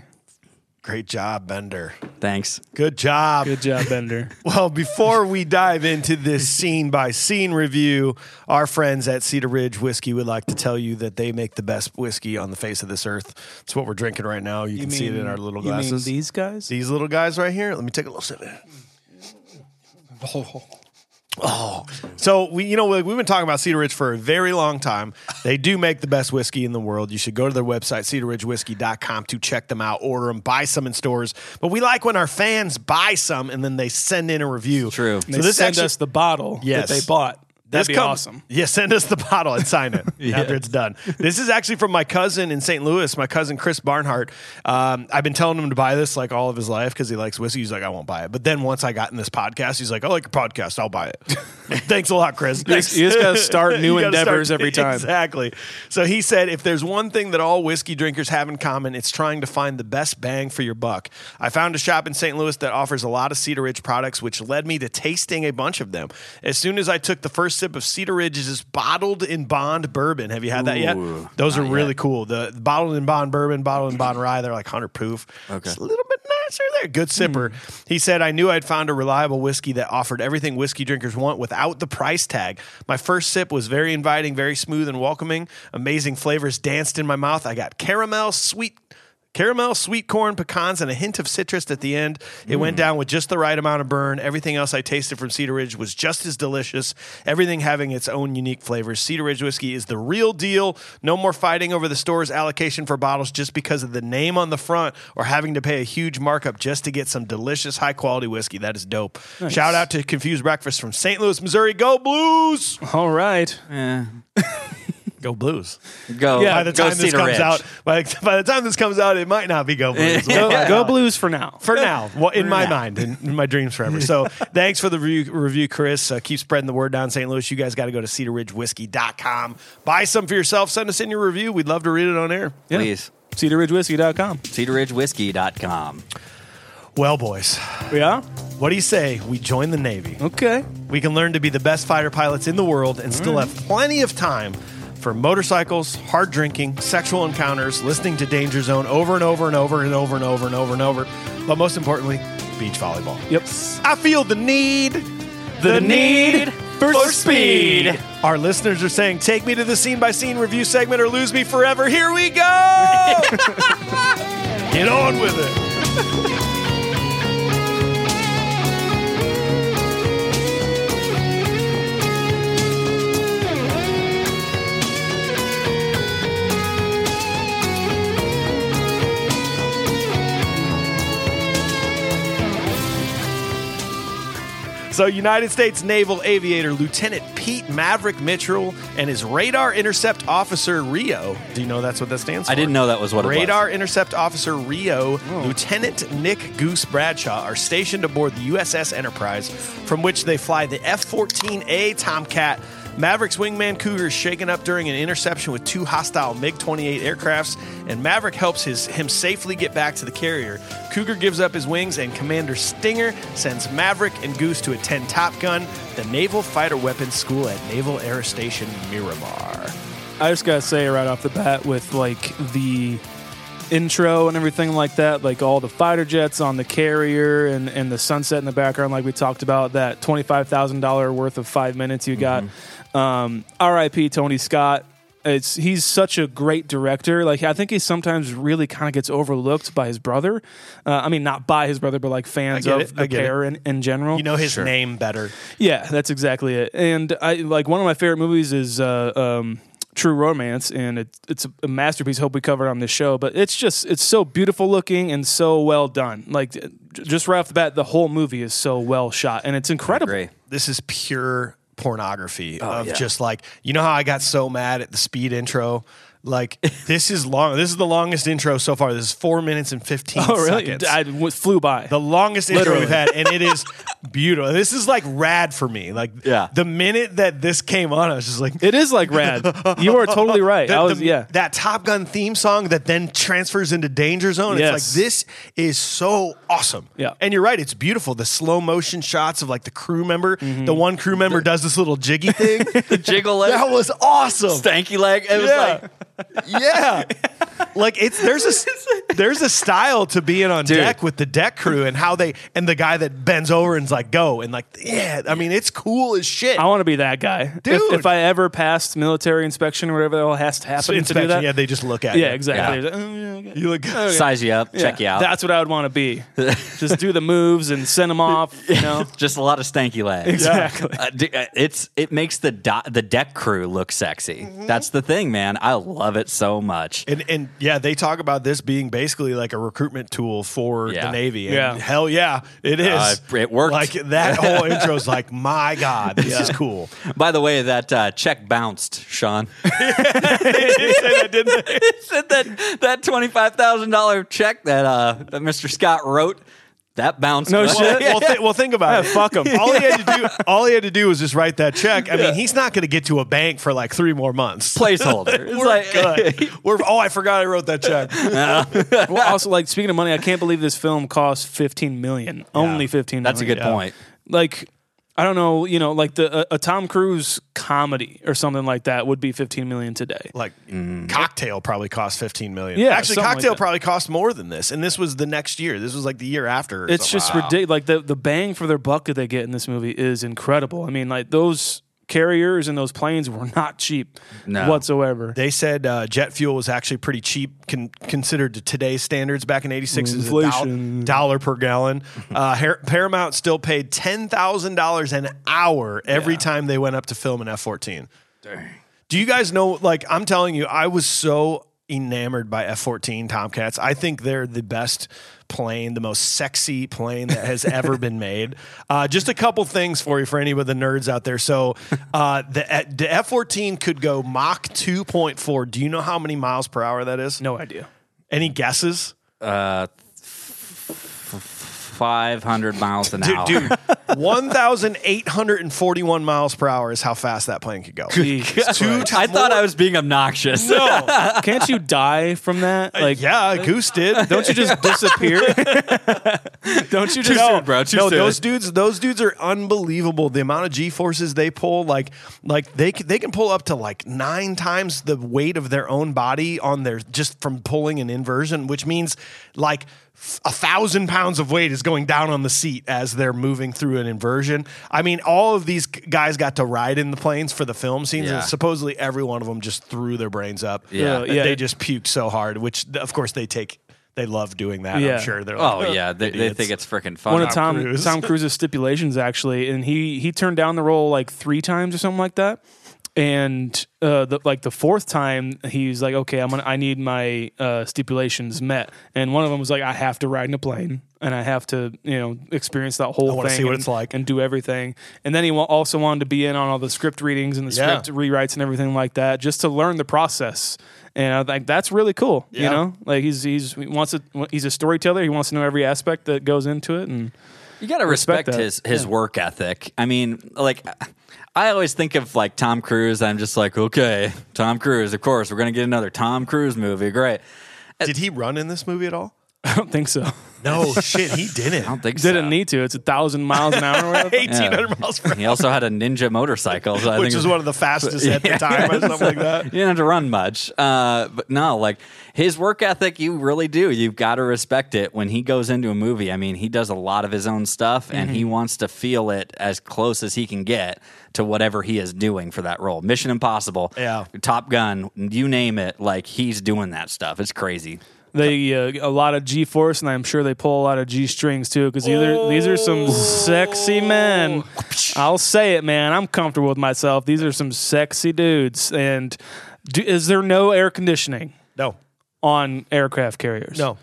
S2: Great job, Bender.
S3: Thanks.
S2: Good job.
S1: Good job, Bender.
S2: Well, before we dive into this scene by scene review, our friends at Cedar Ridge Whiskey would like to tell you that they make the best whiskey on the face of this earth. It's what we're drinking right now. You, can see it in our little glasses.
S1: You mean these guys?
S2: These little guys right here. Let me take a little sip. Oh, so we, you know, we- we've been talking about Cedar Ridge for a very long time. They do make the best whiskey in the world. You should go to their website, cedarridgewhiskey.com, to check them out, order them, buy some in stores. But we like when our fans buy some and then they send in a review.
S3: True.
S1: they send us the bottle
S2: Yes.
S1: that they bought. That'd
S2: This
S1: be
S2: comes-
S1: awesome.
S2: Yeah, send us the bottle and sign it after it's done. This is actually from my cousin in St. Louis, my cousin Chris Barnhart. Um, I've been telling him to buy this like all of his life because he likes whiskey. He's like, I won't buy it. But then once I got in this podcast, he's like, I like your podcast. I'll buy it. Thanks a lot, Chris.
S1: just- you just gotta start new
S2: You gotta
S1: endeavors every time.
S2: Exactly. So he said, if there's one thing that all whiskey drinkers have in common, it's trying to find the best bang for your buck. I found a shop in St. Louis that offers a lot of Cedar Ridge products, which led me to tasting a bunch of them. As soon as I took the first sip of Cedar Ridge's bottled in bond bourbon, have you had that yet?
S3: Ooh,
S2: Those are really cool. The bottled in bond bourbon, bottled in bond rye, they're like 100 proof. Okay. Hmm. It's a little bit nicer. They're a good sipper. He said, I knew I'd found a reliable whiskey that offered everything whiskey drinkers want without the price tag. My first sip was very inviting, very smooth and welcoming. Amazing flavors danced in my mouth. I got caramel, sweet. Caramel, sweet corn, pecans, and a hint of citrus at the end. It went down with just the right amount of burn. Everything else I tasted from Cedar Ridge was just as delicious, everything having its own unique flavors. Cedar Ridge whiskey is the real deal. No more fighting over the store's allocation for bottles just because of the name on the front or having to pay a huge markup just to get some delicious, high quality whiskey. That is dope. Shout out to Confused Breakfast from St. Louis, Missouri. Go Blues!
S1: All right.
S2: Go Blues.
S3: Go.
S1: Yeah,
S2: Eh. By the time this comes out, by, by the time this comes out, it might not be Go Blues.
S1: Go, go Blues for now.
S2: for now, well, in my mind, in, in my dreams forever. So thanks for the review, review Chris. Uh, keep spreading the word down in St. Louis. You guys got to go to cedarridgewhiskey.com. Buy some for yourself. Send us in your review. We'd love to read it on air.
S1: Yeah.
S3: Please.
S1: CedarRidgeWhiskey.com.
S3: CedarRidgeWhiskey.com.
S2: Well, boys,
S1: Yeah?
S2: what do you say we join the Navy?
S1: Okay.
S2: We can learn to be the best fighter pilots in the world and still have plenty of time for motorcycles, hard drinking, sexual encounters, listening to Danger Zone over and over and over and over and over and over and over. But most importantly, beach volleyball.
S1: Yep.
S2: I feel the need.
S1: The need for speed.
S2: Our listeners are saying, take me to the scene by scene review segment or lose me forever. Here we go. Get on with it. So, United States Naval Aviator Lieutenant Pete Maverick Mitchell and his Radar Intercept Officer Rio. Do you know that's what that stands for?
S3: I didn't know that was what it was.
S2: Radar Intercept Officer Rio, Lieutenant Nick Goose Bradshaw are stationed aboard the USS Enterprise, from which they fly the F 14A Tomcat. Maverick's wingman Cougar is shaken up during an interception with two hostile MiG 28 aircrafts, and Maverick helps his, him safely get back to the carrier. Cougar gives up his wings, and Commander Stinger sends Maverick and Goose to attend Top Gun, the Naval Fighter Weapons School at Naval Air Station Miramar.
S1: I just gotta say right off the bat with like the intro and everything like that, like all the fighter jets on the carrier and, and the sunset in the background, like we talked about, that twenty five thousand dollar worth of five minutes you got.
S2: Mm-hmm.
S1: Um, R.I.P. Tony Scott. It's he's such a great director. Like I think he sometimes really kind of gets overlooked by his brother. Uh, I mean, not by his brother, but like fans
S2: I get
S1: of
S2: it. I
S1: the
S2: get it.
S1: pair in, in general.
S2: You know his name better.
S1: Yeah, that's exactly it. And I like one of my favorite movies is uh, um, True Romance, and it, it's a masterpiece. Hope we covered on this show, but it's just it's so beautiful looking and so well done. Like j- just right off the bat, the whole movie is so well shot, and it's incredible.
S3: Great.
S2: this is pure pornography
S1: Oh,
S2: of
S3: yeah.
S2: just like you know how I got so mad at the speed intro. Like this is long. This is the longest intro so far. This is four minutes and fifteen
S1: Oh really?
S2: seconds.
S1: I w- flew by.
S2: the longest intro
S1: Literally.
S2: we've had, and it is beautiful. This is like rad for me. Like
S3: Yeah.
S2: the minute that this came on, I was just like,
S1: it is like rad. you are totally right.
S2: the-
S1: I was
S2: the-
S1: yeah.
S2: That Top Gun theme song that then transfers into Danger Zone.
S1: Yes.
S2: It's like this is so awesome.
S1: Yeah.
S2: and you're right. It's beautiful. The slow motion shots of like the crew member.
S1: Mm-hmm.
S2: The one crew member does this little jiggy thing.
S3: The jiggle leg.
S2: that was awesome.
S3: stanky leg. It was
S2: Yeah.
S3: like,
S2: yeah, like it's there's a there's a style to being on
S3: Dude.
S2: deck with the deck crew and how they and the guy that bends over and's like go and like yeah. I mean it's cool as shit.
S1: I want to be that guy, If-
S2: Dude.
S1: If, I ever passed military inspection or whatever the hell has to happen to do
S2: Inspection,
S1: that,
S2: yeah, they just look at
S1: yeah,
S2: you.
S1: exactly.
S3: Yeah.
S1: Oh, yeah, okay.
S2: You look
S3: size you up, check you
S1: Yeah,
S3: out.
S1: That's what I would want to be. Just do the moves and send them off. You know,
S3: just a lot of stanky legs.
S1: Exactly.
S3: Uh, d- uh, it's it
S2: Mm-hmm.
S3: makes the do- the deck crew look sexy. That's the thing, man. I love it so much.
S2: And and and yeah, they talk about this being basically like a recruitment tool for
S3: Yeah.
S2: the Navy. And
S1: Yeah.
S2: hell yeah, it is.
S3: Uh, it worked.
S2: Like that whole intro's like, my God, this is cool.
S3: By the way, that uh, check bounced, Sean. said that that twenty five thousand dollar check that uh, that Mr. Scott wrote that bounced.
S1: No
S3: us.
S1: shit.
S2: Well, well, thi- well, think about it.
S1: Yeah, fuck 'em.
S2: All he had to do, all he had to do was just write that check. I mean, he's not going to get to a bank for like three more months.
S3: placeholder. It's like eh,
S2: Good. We're oh, I forgot I wrote that check.
S1: well, also, like speaking of money, I can't believe this film cost fifteen million. Only fifteen.
S3: that's a
S1: million.
S3: good
S2: Oh,
S3: point.
S1: Like, I don't know. You know, like the a, a Tom Cruise comedy or something like that would be fifteen million today.
S2: Like cocktail probably cost fifteen million.
S1: Mm-hmm. Yeah,
S2: actually,
S1: something like
S2: cocktail
S1: that.
S2: probably cost more than this, and this was the next year. This was like the year after. or
S1: It's
S2: something.
S1: just ridiculous. Like the the bang for their buck that they get in this movie is incredible. I mean, like those carriers and those planes were not cheap
S3: No.
S1: whatsoever.
S2: They said uh, jet fuel was actually pretty cheap con- considered to today's standards back in 86 is a dol-
S1: Inflation.
S2: dollar per gallon. Uh, Har- Paramount still paid $10,000 an hour every time they went up to film an F 14. Do you guys know? Like, I'm telling you, I was so enamored by F 14 Tomcats. I think they're the best plane, the most sexy plane that has ever been made. Uh, just a couple things for you, for any of the nerds out there. So, uh, the, the F 14 could go Mach 2.4. Do you know how many miles per hour that is?
S1: no idea.
S2: Any guesses?
S3: Five hundred miles an hour.
S2: Dude, 1,841 miles per hour is how fast that plane could go.
S1: Jeez.
S2: Two times.
S3: I thought I was being obnoxious.
S1: Can't you die from that?
S3: Uh,
S1: Like,
S2: yeah, Goose did.
S1: Don't you just disappear? Don't you just
S3: soon, bro. Too
S2: no,
S3: soon.
S2: those dudes, those dudes are unbelievable. The amount of G forces they pull, like, like they c- they can pull up to like nine times the weight of their own body on their just from pulling an inversion, which means like f- a thousand pounds of weight is going down on the seat as they're moving through an inversion. I mean, all of these g- guys got to ride in the planes for the film scenes,
S3: Yeah.
S2: and supposedly every one of them just threw their brains up.
S1: Yeah.
S2: That
S1: Yeah.
S2: they just puked so hard, which of course they take. They love doing that.
S1: Yeah.
S2: I'm sure they're like,
S3: Oh yeah, they, they think it's freaking fun. Um,
S1: one of Tom
S2: Cruise.
S1: Tom Cruise's stipulations actually, and he he turned down the role like three times or something like that. And uh, the, like the fourth time, he's like, "Okay, I'm gonna, I need my uh, stipulations met." And one of them was like, "I have to ride in a plane, and I have to, you know, experience that whole
S2: wanna
S1: thing,
S2: see what
S1: and,
S2: it's like."
S1: and do everything." And then he wa- also wanted to be in on all the script readings and the
S2: Yeah.
S1: script rewrites and everything like that, just to learn the process. And I think that's really cool. You
S2: Yeah.
S1: know, like he's he's he wants to, he's a storyteller. He wants to know every aspect that goes into it, and
S3: You got to respect,
S1: that.
S3: his his work ethic. I mean, like I always think of like Tom Cruise. I'm just like, okay, Tom Cruise. Of course, we're gonna get another Tom Cruise movie. Great.
S2: Did he run in this movie at all?
S1: I don't think so.
S2: No shit, he didn't.
S3: I don't think
S1: Didn't
S3: so.
S1: need to. It's a thousand miles an hour. or whatever.
S2: 1800 miles per hour,
S3: He also had a ninja motorcycle, so I
S2: which
S3: think
S2: was one of the fastest at the time or something like that.
S3: you didn't have to run much. Uh, but no, like his work ethic, you really do. You've got to respect it when he goes into a movie. I mean, he does a lot of his own stuff and he wants to feel it as close as he can get to whatever he is doing for that role. Mission Impossible,
S2: Yeah.
S3: Top Gun, you name it. Like he's doing that stuff. It's crazy.
S1: They uh, a lot of G force, and I'm sure they pull a lot of G strings too. Because these are these are some sexy
S2: Oh.
S1: men. I'll say it, man. I'm comfortable with myself. These are some sexy dudes. And do, is there no air conditioning
S2: No,
S1: on aircraft carriers?
S2: no.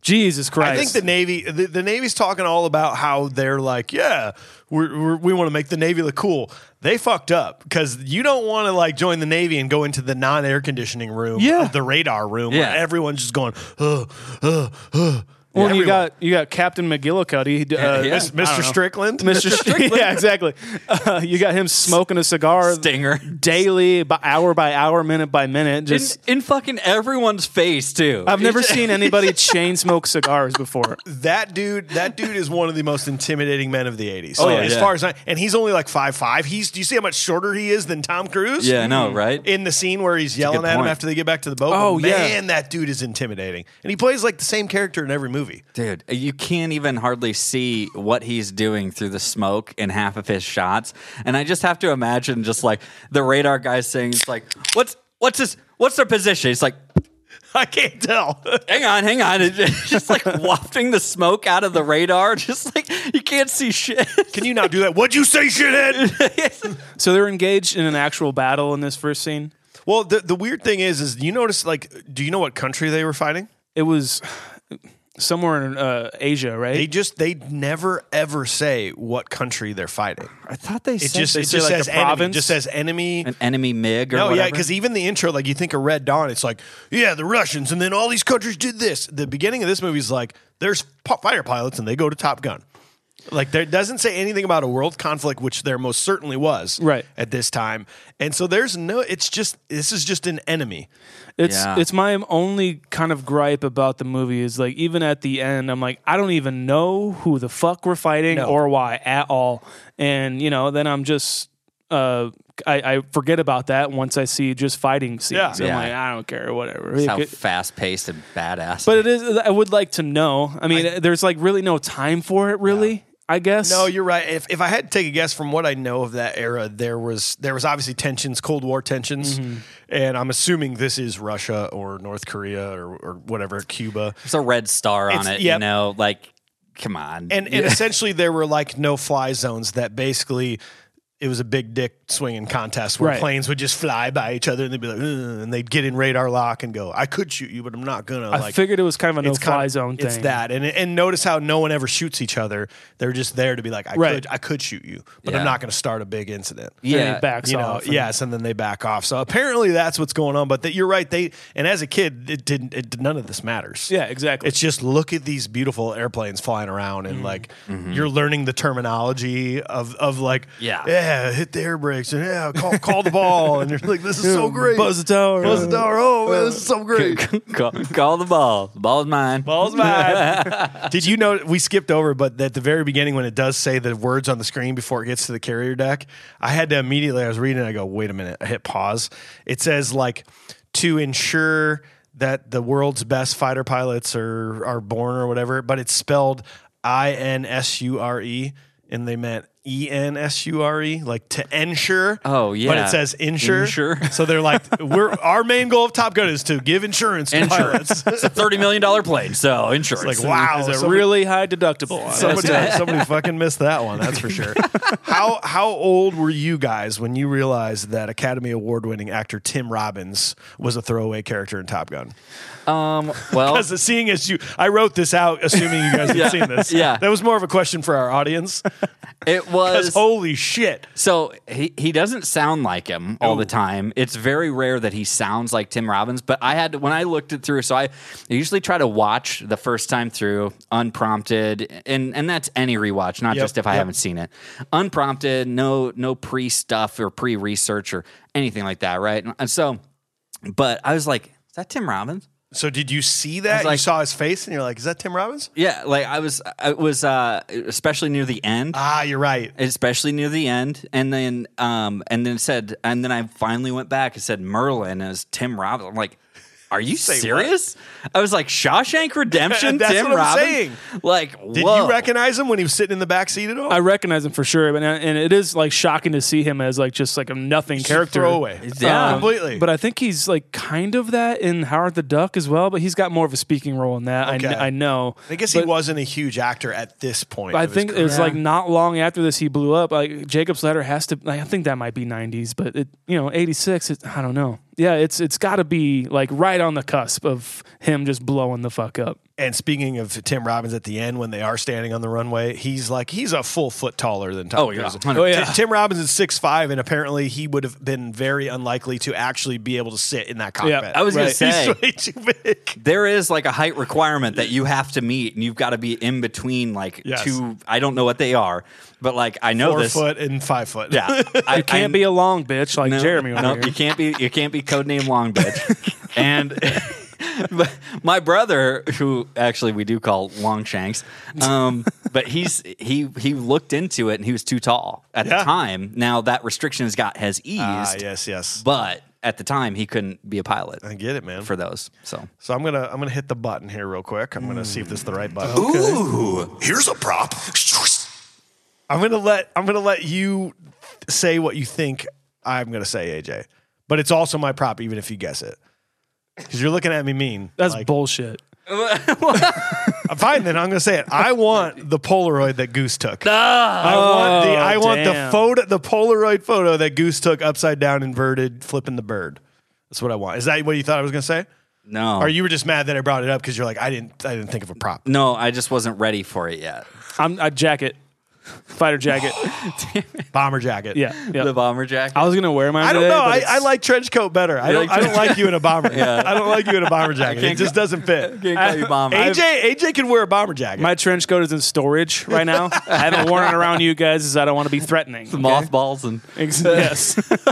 S1: Jesus Christ.
S2: I think the Navy, the, the Navy's talking all about how they're like, yeah, we're, we're, we want to make the Navy look cool. They fucked up because you don't want to like join the Navy and go into the non air conditioning room,
S1: Yeah.
S2: the radar room,
S3: Yeah.
S2: where everyone's just going, uh, uh, uh.
S1: Well,
S2: Yeah,
S1: you
S2: everyone.
S1: got you got Captain McGillicuddy, uh,
S3: yeah.
S1: Mis- I don't
S2: Mr.
S1: know.
S2: Strickland.
S1: Mr. Strickland. yeah, exactly. Uh, you got him smoking a cigar
S3: Stinger.
S1: daily, by hour by hour, minute by minute.
S3: In,
S1: Just
S3: in fucking everyone's face, too.
S1: I've never seen anybody chain smoke cigars before.
S2: That dude, that dude is one of the most intimidating men of the '80s.
S3: Oh, yeah,
S2: as
S3: yeah.
S2: far as I, and he's only like five five. He's do you see how much shorter he is than Tom Cruise?
S3: Yeah, I know, right?
S2: In the scene where he's yelling
S3: good
S2: at him
S3: point.
S2: after they get back to the boat.
S1: Oh,
S2: man,
S1: yeah.
S2: that dude is intimidating, and he plays like the same character in every movie.
S3: Dude, you can't even hardly see what he's doing through the smoke in half of his shots. And I just have to imagine just like the radar guy saying, it's like, what's what's his what's their position? He's like,
S2: I can't tell.
S3: hang on, hang on. And just like wafting the smoke out of the radar. Just like you can't see shit.
S2: Can you not do that? What'd you say, shithead?
S1: So they're engaged in an actual battle in this first scene.
S2: Well, the the weird thing is, is you notice like, do you know what country they were fighting?
S1: It was somewhere in uh, Asia, right?
S2: They just they never ever say what country they're fighting.
S3: I thought they
S2: It
S3: said
S2: just
S1: they
S2: it
S1: say,
S2: just
S1: like,
S2: says
S1: the
S2: enemy.
S1: province?
S2: Just says enemy.
S3: an enemy MiG or
S2: No, yeah,
S3: whatever.
S2: because even the intro, like you think of Red Dawn, it's like, yeah, the Russians, and then all these countries did this. The beginning of this movie is like, there's po- fighter pilots, and they go to Top Gun. Like, there doesn't say anything about a world conflict, which there most certainly was,
S1: Right.
S2: at this time. And so there's no, it's just this is just an enemy.
S1: It's
S3: Yeah.
S1: it's my only kind of gripe about the movie is like even at the end I'm like I don't even know who the fuck we're fighting
S2: No.
S1: or why at all, and you know then I'm just uh I, I forget about that once I see just fighting scenes.
S2: Yeah.
S1: I'm
S3: Yeah.
S1: like I don't care whatever.
S3: That's
S1: It
S3: how
S1: could-
S3: fast paced and badass.
S1: but it is I would like to know. I mean there's like really no time for it really. I guess
S2: No, you're right. If if I had to take a guess from what I know of that era, there was there was obviously tensions, Cold War tensions,
S3: Mm-hmm.
S2: and I'm assuming this is Russia or North Korea or, or whatever, Cuba.
S3: it's a red star on
S2: It's-
S3: it.
S2: yep.
S3: You know, like come on.
S2: and and essentially there were like no fly zones that basically it was a big dick swinging contest where
S1: Right.
S2: planes would just fly by each other and they'd be like "Ugh," and they'd get in radar lock and go I could shoot you but I'm not gonna
S1: I
S2: like
S1: figured it was kind of a no
S2: it's
S1: fly
S2: kinda-
S1: zone thing.
S2: it's that and and notice how no one ever shoots each other they're just there to be like I
S1: Right.
S2: could I could shoot you but
S3: Yeah.
S2: I'm not gonna start a big incident
S1: And he
S3: yeah,
S1: backs
S2: you know,
S1: off. and-
S2: yes, and then they back off. So apparently that's what's going on. But that you're right. They and as a kid, it didn't. It, none of this matters.
S1: Yeah, exactly.
S2: It's just look at these beautiful airplanes flying around, and like you're learning the terminology of of like
S3: Yeah.
S2: hit the air brakes, and yeah, call call the ball, and you're like, this is so great.
S1: Buzz the tower.
S2: Buzz the tower. Oh man, this is so great.
S3: call, call the ball. Ball's mine.
S1: Ball's mine.
S2: Did you know we skipped over, but at the very beginning when it does say the words on the screen before it gets to the carrier deck, I had to immediately I was reading, I go, wait a minute, I hit pause. It says like to ensure that the world's best fighter pilots are are born or whatever, but it's spelled I N S U R E and they meant E N S U R E, like to ensure.
S3: Oh,
S2: But
S3: yeah.
S2: it says insure.
S3: Insure.
S2: So they're like, we're our main goal of Top Gun is to give insurance to
S3: Insurance.
S2: pilots.
S3: it's a thirty million dollar plane, so insurance.
S2: Like wow,
S1: It's a
S2: somebody-
S1: really high deductible. on it.
S2: Somebody, somebody fucking missed that one. That's for sure. How how old were you guys when you realized that Academy Award winning actor Tim Robbins was a throwaway character in Top Gun?
S3: Um, well,
S2: Because seeing as you, I wrote this out assuming you guys had
S3: Yeah,
S2: seen this.
S3: yeah.
S2: that was more of a question for our audience.
S3: it
S2: 'Cause
S3: was.
S2: holy shit,
S3: So he, he doesn't sound like him all the time. It's very rare that he sounds like Tim Robbins. But I had when I looked it through, so I, I usually try to watch the first time through unprompted, and and that's any rewatch, not
S2: Yep,
S3: just if I
S2: yep.
S3: haven't seen it, unprompted, no no pre stuff or pre research or anything like that, right? And, and so, but I was like, is that Tim Robbins?
S2: so did you see that? you
S3: like-
S2: saw his face and you're like, is that Tim Robbins?
S3: Yeah, like I was I was uh, especially near the end.
S2: Ah, you're right.
S3: especially near the end and then um and then it said and then i finally went back and said merlin as tim robbins i'm like are you
S2: Say what?
S3: serious i was like shawshank redemption
S2: That's
S3: tim
S2: what I'm
S3: robbins
S2: saying.
S3: like
S2: Did
S3: whoa.
S2: you recognize him when he was sitting in the back seat at all?
S1: I recognize him for sure, and and it is like shocking to see him as like just like a nothing character.
S2: throwaway.
S3: Yeah.
S1: Um,
S2: completely.
S1: But I think he's like kind of that in Howard the Duck as well. But he's got more of a speaking role in that. I kn-
S2: Okay.
S1: I, know.
S2: I guess he
S1: But
S2: wasn't a huge actor at this point.
S1: I
S2: of his
S1: think it
S2: career.
S1: was like not long after this he blew up. Like Jacob's Ladder has to. Like, I think that might be '90s, but it you know '86. It, I don't know. Yeah, it's it's got to be like right on the cusp of him just blowing the fuck up.
S2: And speaking of Tim Robbins at the end, when they are standing on the runway, he's like he's a full foot taller than Tom.
S3: oh yeah,
S2: Cruise.
S3: 100%.
S1: Oh, yeah.
S2: T- Tim Robbins is six five, and apparently he would have been very unlikely to actually be able to sit in that cockpit.
S1: Yeah,
S3: i was gonna
S1: Right.
S2: he's
S3: say
S2: way too big.
S3: there is like a height requirement that you have to meet and you've got to be in between like
S2: Yes.
S3: two i don't know what they are but like i know
S2: Four
S3: this
S2: foot and five foot.
S3: yeah i
S1: You can't
S3: I-
S1: be a long bitch like Jeremy. Over
S3: no,
S1: here.
S3: you can't be. You can't be codename Long Bitch. and but my brother, who actually we do call Long Shanks, um, but he's he he looked into it and he was too tall at
S2: Yeah.
S3: the time. Now that restriction has got has eased,
S2: Ah, yes, yes.
S3: but at the time he couldn't be a pilot
S2: I get it, man.
S3: for those. So
S2: so I'm gonna I'm gonna hit the button here real quick. I'm gonna see if this is the right button.
S3: ooh,
S6: Here's a prop.
S2: I'm gonna let I'm gonna let you say what you think I'm gonna say, AJ. But it's also my prop, even if you guess it, because you're looking at me mean.
S1: That's
S2: like,
S1: bullshit.
S2: I'm Fine, then I'm gonna say it. I want the Polaroid that Goose took. I want the I want
S1: Ah, oh, damn.
S2: the photo, the Polaroid photo that Goose took upside down, inverted, flipping the bird. That's what I want. Is that what you thought I was going to say?
S3: No.
S2: Or you were just mad that I brought it up because you're like, I didn't, I didn't think of a prop.
S3: No, I just wasn't ready for it yet.
S1: I'm a jacket, fighter jacket.
S2: Bomber jacket.
S1: Yeah, yeah.
S3: The bomber jacket.
S1: I was gonna wear mine.
S2: I don't
S1: today,
S2: know.
S1: but
S2: I,
S1: it's-
S2: I like trench coat better. I don't.
S3: like
S2: I don't like you in a bomber. I don't like you in a bomber jacket. It
S3: can't
S2: just doesn't fit.
S3: Can't call you bomber.
S2: AJ AJ can wear a bomber jacket.
S1: my trench coat is in storage right now. I haven't worn it around you guys because I don't want to be threatening. okay?
S3: mothballs and
S1: Ex- yes.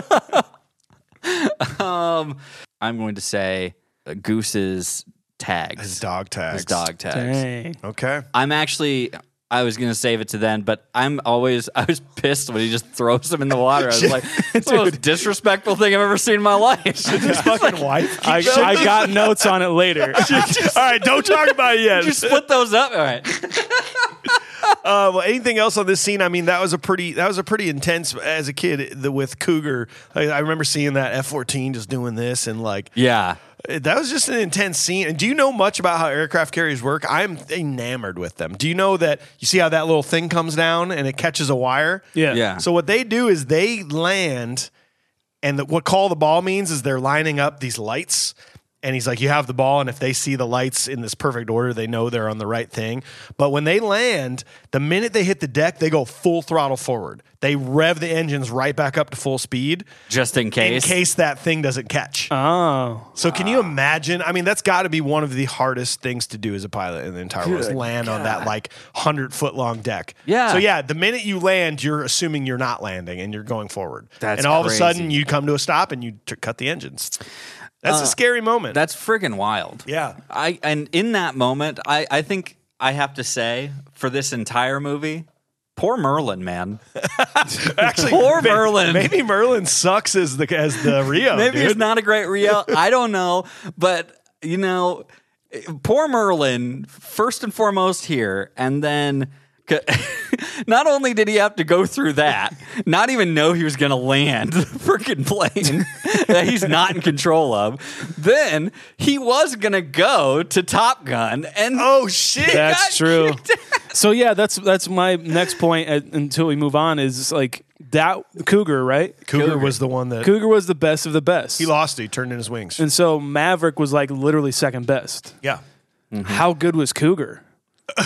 S3: I'm going to say uh, Goose's tags.
S2: His dog tags.
S3: His dog tags.
S1: Dang.
S2: Okay.
S3: I'm actually I was gonna save it to then, but I'm always I was pissed when he just throws them in the water. I was like, it's the most disrespectful thing I've ever seen in my life.
S2: His fucking wife.
S1: I, I got notes on it later.
S2: All right. Don't talk about it yet.
S3: you split those up. All right.
S2: Uh, well, anything else on this scene? I mean, that was a pretty that was a pretty intense as a kid the, with Cougar. I, I remember seeing that F fourteen just doing this and like
S3: Yeah.
S2: that was just an intense scene. And do you know much about how aircraft carriers work? I'm enamored with them. Do you know that you see how that little thing comes down and it catches a wire?
S1: Yeah.
S3: Yeah.
S2: So what they do is they land, and the, what call the ball means is they're lining up these lights. And he's like, you have the ball, and if they see the lights in this perfect order, they know they're on the right thing. But when they land, the minute they hit the deck, they go full throttle forward. They rev the engines right back up to full speed
S3: Just in
S2: in
S3: case.
S2: case that thing doesn't catch.
S1: Oh.
S2: so can you
S3: Ah.
S2: imagine? I mean, that's got to be one of the hardest things to do as a pilot in the entire world. is Land on that like hundred foot long deck.
S3: Yeah.
S2: So yeah, the minute you land, you're assuming you're not landing and you're going forward.
S3: That's
S2: and all
S3: crazy. Uh,
S2: of a sudden you come to a stop and you t- cut the engines. That's a scary moment.
S3: That's friggin' wild.
S2: Yeah.
S3: I and in that moment, I I think I have to say for this entire movie, poor Merlin, man.
S2: actually
S3: poor
S2: may-
S3: Merlin.
S2: Maybe Merlin sucks as the as the Rio.
S3: Maybe
S2: dude.
S3: he's not a great Rio. I don't know, but you know, poor Merlin. First and foremost here, and then. Not only did he have to go through that, not even know he was going to land the freaking plane that he's not in control of, then he was going to go to Top Gun, and
S2: Oh shit.
S1: That's
S3: got
S1: true. So yeah, that's that's my next point uh, until we move on is like that Cougar, right?
S2: Cougar, was the one that
S1: Cougar was the best of the best.
S2: he lost. He turned in his wings.
S1: And so Maverick was like literally second best.
S2: yeah. Mm-hmm.
S1: How good was Cougar?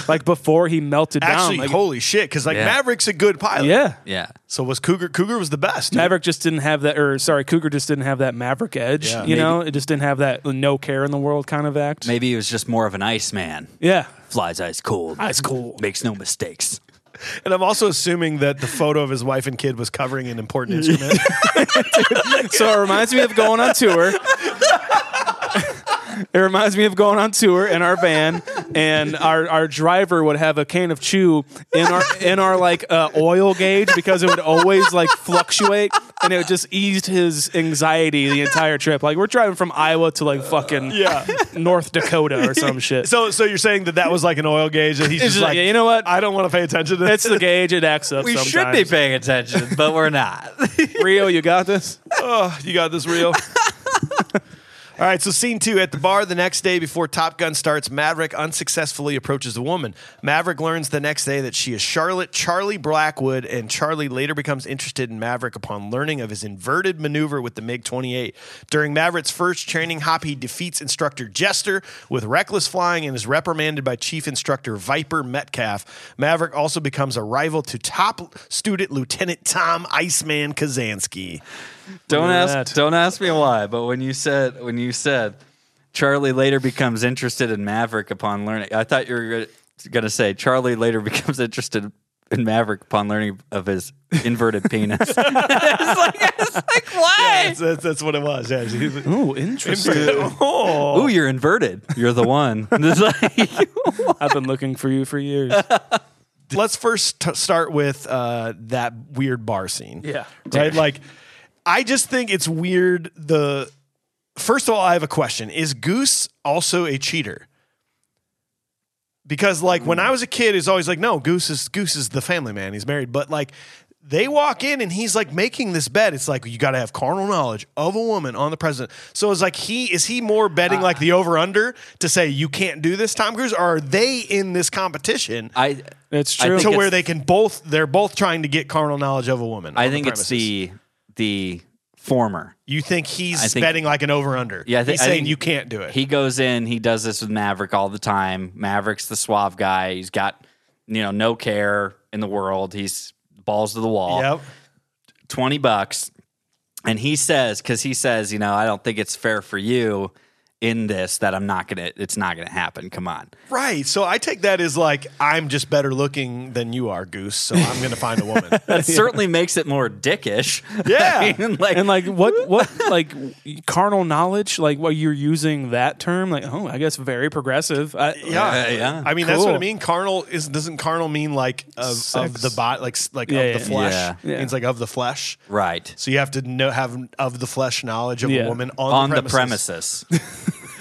S1: Like before he melted
S2: Actually,
S1: down. Like,
S2: holy shit! Because like
S3: Yeah.
S2: Maverick's a good pilot.
S1: yeah.
S3: yeah,
S2: So was Cougar? Cougar was the best. dude.
S1: Maverick just didn't have that, or sorry, Cougar just didn't have that Maverick edge.
S2: Yeah.
S1: you know, it just didn't have that no care in the world kind of act.
S3: maybe he was just more of an ice man.
S1: Yeah,
S3: Flies ice cold,
S1: that's cool.
S3: makes no mistakes.
S2: And I'm also assuming that the photo of his wife and kid was covering an important instrument.
S1: so it reminds me of going on tour. It reminds me of going on tour in our van, and our, our driver would have a can of chew in our in our like uh, oil gauge because it would always like fluctuate, and it would just eased his anxiety the entire trip. Like we're driving from Iowa to like fucking
S2: yeah.
S1: North Dakota or some shit.
S2: So, so you're saying that that was like an oil gauge, and he's
S1: It's
S2: just,
S1: just
S2: like,
S1: like, you know what?
S2: I don't want to pay attention to this.
S1: It's the gauge. It acts up.
S3: We
S1: sometimes.
S3: should be paying attention, but we're not.
S1: Rio, you got this.
S2: oh, you got this real. All right, so scene two at the bar the next day before Top Gun starts, Maverick unsuccessfully approaches a woman. Maverick learns the next day that she is Charlotte Charlie Blackwood, and Charlie later becomes interested in Maverick upon learning of his inverted maneuver with the MiG 28. During Maverick's first training hop, he defeats instructor Jester with reckless flying and is reprimanded by chief instructor Viper Metcalf. Maverick also becomes a rival to top student Lieutenant Tom Iceman Kazansky.
S3: Don't
S1: at
S3: ask.
S1: that.
S3: Don't ask me why. But when you said when you said Charlie later becomes interested in Maverick upon learning, I thought you were going to say Charlie later becomes interested in Maverick upon learning of his inverted penis. it's like, it's like why?
S2: That's, that's, that's what it was. Yeah.
S1: Ooh, interesting.
S2: oh.
S3: Ooh, you're inverted. You're the one. It's like-
S1: I've been looking for you for years.
S2: Let's first t- start with uh, that weird bar scene.
S1: Yeah.
S2: Right? Like, I just think it's weird. The First of all, I have a question Is Goose also a cheater? Because, like, when I was a kid, it's always like, no, Goose is Goose is the family man. He's married. But, like, they walk in and he's like making this bet. It's like you got to have carnal knowledge of a woman on the president. So it's like he is he more betting like the over under to say you can't do this, Tom Cruise, or are they in this competition
S3: I.
S1: That's
S3: I
S1: true.
S2: to
S3: think
S2: where
S3: it's-
S2: they can both they're both trying to get carnal knowledge of a woman.
S3: I
S2: on
S3: think
S2: premises.
S3: it's the the Former.
S2: You think he's
S3: I think-
S2: betting like an over under?
S3: Yeah, I thi-
S2: he's
S3: I
S2: saying
S3: think
S2: you can't do it.
S3: He goes in, he does this with Maverick all the time. Maverick's the suave guy. He's got, you know, no care in the world. He's balls to the wall.
S2: yep.
S3: 20 bucks. And he says, because he says, you know, I don't think it's fair for you in this that I'm not going to, it's not going to happen. Come on.
S2: Right. So I take that as like I'm just better looking than you are, Goose. So I'm going to find a woman.
S3: That certainly makes it more dickish.
S2: Yeah.
S3: I mean, like,
S1: And like what what like carnal knowledge? Like what you're using that term? Like oh, I guess very progressive. I,
S2: Yeah,
S3: Yeah, yeah.
S2: I mean, that's what I
S1: Cool.
S2: mean. Carnal is doesn't carnal mean like of, of
S1: Sex.
S2: the bot, like s- like
S1: Yeah,
S2: of
S1: yeah.
S2: the flesh.
S3: Yeah.
S1: Yeah.
S2: means like of the flesh.
S3: right.
S2: So you have to know have of the flesh knowledge of a
S1: Yeah.
S2: woman on,
S3: On
S2: the,
S3: the
S2: premises.
S3: premises.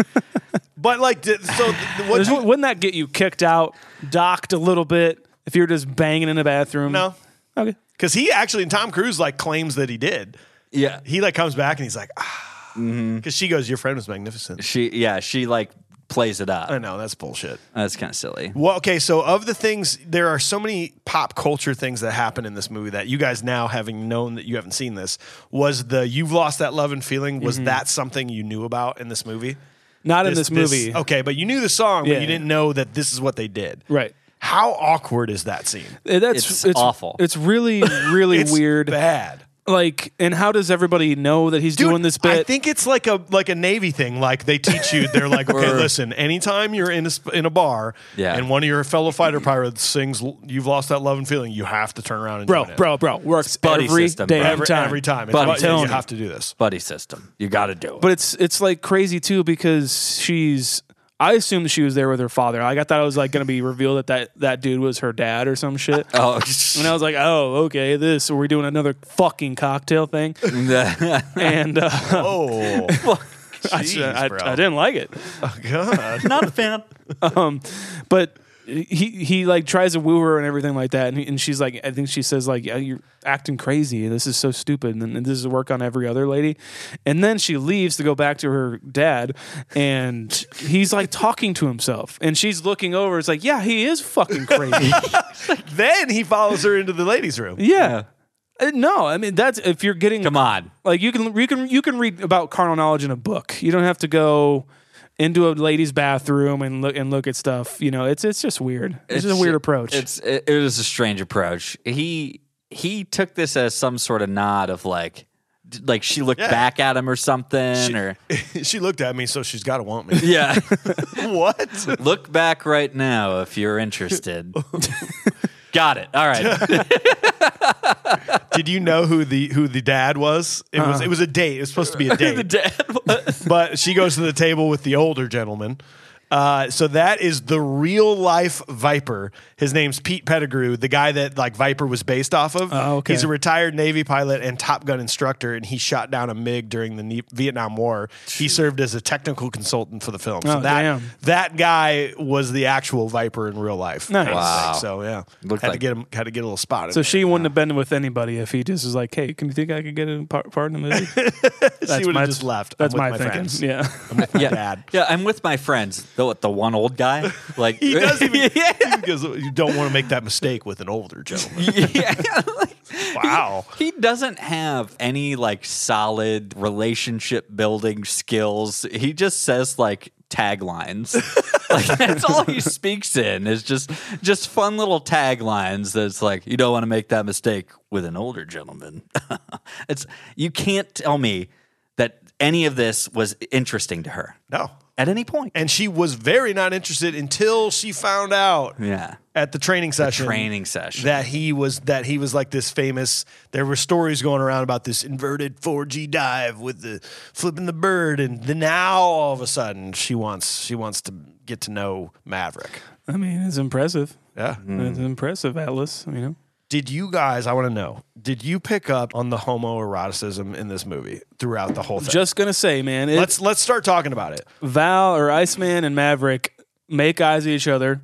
S2: But like, d- so th- what?
S1: There's- wouldn't that get you kicked out, docked a little bit if you're just banging in the bathroom?
S2: no,
S1: Okay.
S2: because he actually and Tom Cruise like claims that he did.
S3: yeah.
S2: He like comes back and he's like, ah,
S1: Mm-hmm.
S2: because she goes, "Your friend was magnificent."
S3: She, yeah, she like plays it
S2: I
S3: up.
S2: know that's bullshit.
S3: That's kind of silly.
S2: Well, okay, so of the things, there are so many pop culture things that happen in this movie that you guys now, having known that you haven't seen this, was the you've lost that love and feeling. Was that something you knew about in this movie?
S1: Not Mm-hmm. in this oh. movie.
S2: okay, but you knew the song,
S1: Yeah.
S2: but you didn't know that this is what they did.
S1: Right.
S2: How awkward is that scene?
S1: Eh, That's
S3: It's awful.
S1: It's really really
S2: It's
S1: weird.
S2: bad.
S1: Like, and how does everybody know that he's
S2: Dude,
S1: doing this bit?
S2: I think it's like a like a Navy thing. Like they teach you, they're like, okay,
S3: Or-
S2: listen. Anytime you're in a sp- in a bar,
S3: Yeah.
S2: and one of your fellow fighter pirates sings, "You've lost that love and feeling," you have to turn around and
S1: bro,
S2: join it.
S1: bro, bro, works
S3: buddy
S1: every
S3: system,
S1: damn
S3: bro.
S2: every
S1: time.
S2: every time. It's
S3: But I'm
S2: about-
S1: telling
S2: you
S1: you.
S2: have to do this.
S3: Buddy system. You got to do it.
S1: But it's it's like crazy too because she's. I assumed she was there with her father. Like, I thought it was like going to be revealed that, that that dude was her dad or some shit.
S3: oh,
S1: And I was like, oh, okay, this. So we're doing another fucking cocktail thing. and uh,
S2: Oh,
S1: I,
S2: jeez,
S1: I-
S2: bro.
S1: I didn't like it.
S2: God.
S3: not a fan.
S1: But he he like tries to woo her and everything like that. And, he- and she's like, I think she says like, "Yeah, you're acting crazy. This is so stupid. And, and this is work on every other lady. And then she leaves to go back to her dad. And he's like talking to himself. And she's looking over. It's like, yeah, he is fucking crazy.
S2: then he follows her into the ladies' room.
S1: yeah. Uh, No, I mean that's if you're getting
S3: Come on.
S1: Like you can you can you can read about carnal knowledge in a book. You don't have to go into a lady's bathroom and look and look at stuff. You know, it's it's just weird. It's, just a weird approach.
S3: It's it, it was a strange approach. He he took this as some sort of nod of like d- like she looked
S2: Yeah.
S3: back at him or something or
S2: she looked at me, so she's got to want me.
S3: yeah.
S2: what?
S3: Look back right now if you're interested. Got it. All right.
S2: Did you know who the who the dad was? It
S1: Uh-huh.
S2: was it was a date. It was supposed to be a date.
S3: the dad was
S2: but she goes to the table with the older gentleman. Uh, so that is the real life Viper. His name's Pete Pettigrew, the guy that like Viper was based off of.
S1: Oh, okay.
S2: He's a retired Navy pilot and Top Gun instructor, and he shot down a MiG during the Ne- Vietnam War. He served as a technical consultant for the film. So
S1: Oh,
S2: that
S1: damn.
S2: that guy was the actual Viper in real life.
S1: Nice.
S3: Wow.
S2: So yeah,
S3: Looked
S2: had to
S3: like-
S2: get him had to get a little spot. in
S1: so
S2: there.
S1: she wouldn't have been with anybody if he just was like, "Hey, can you think I could get a part, part in the movie?"
S2: she
S1: That's
S2: would
S1: my-
S2: have just left.
S1: That's
S2: I'm
S1: my,
S2: with
S1: thinking.
S2: friends.
S1: Yeah,
S2: I'm with my
S3: yeah.
S2: dad.
S3: Yeah, I'm with my friends. The what, the one old guy? Like
S2: He does even
S3: yeah.
S2: he goes, you don't want to make that mistake with an older gentleman.
S3: yeah. Like,
S2: Wow.
S3: He doesn't have any like solid relationship building skills. He just says like taglines. like that's all he speaks in is just just fun little taglines that's like you don't want to make that mistake with an older gentleman. it's you can't tell me that any of this was interesting to her
S2: No.
S3: at any point.
S2: And she was very not interested until she found out
S3: yeah.
S2: at the training session.
S3: Training session.
S2: That he was that he was like this famous. There were stories going around about this inverted 4G dive with the flipping the bird, and the now all of a sudden she wants she wants to get to know Maverick.
S1: I mean, it's impressive.
S2: Yeah.
S1: It's impressive, Atlas. You know,
S2: Did you guys? I want to know. Did you pick up on the homoeroticism in this movie throughout the whole thing?
S1: just gonna say, man, it,
S2: let's let's start talking about it.
S1: Val or Iceman and Maverick make eyes at each other.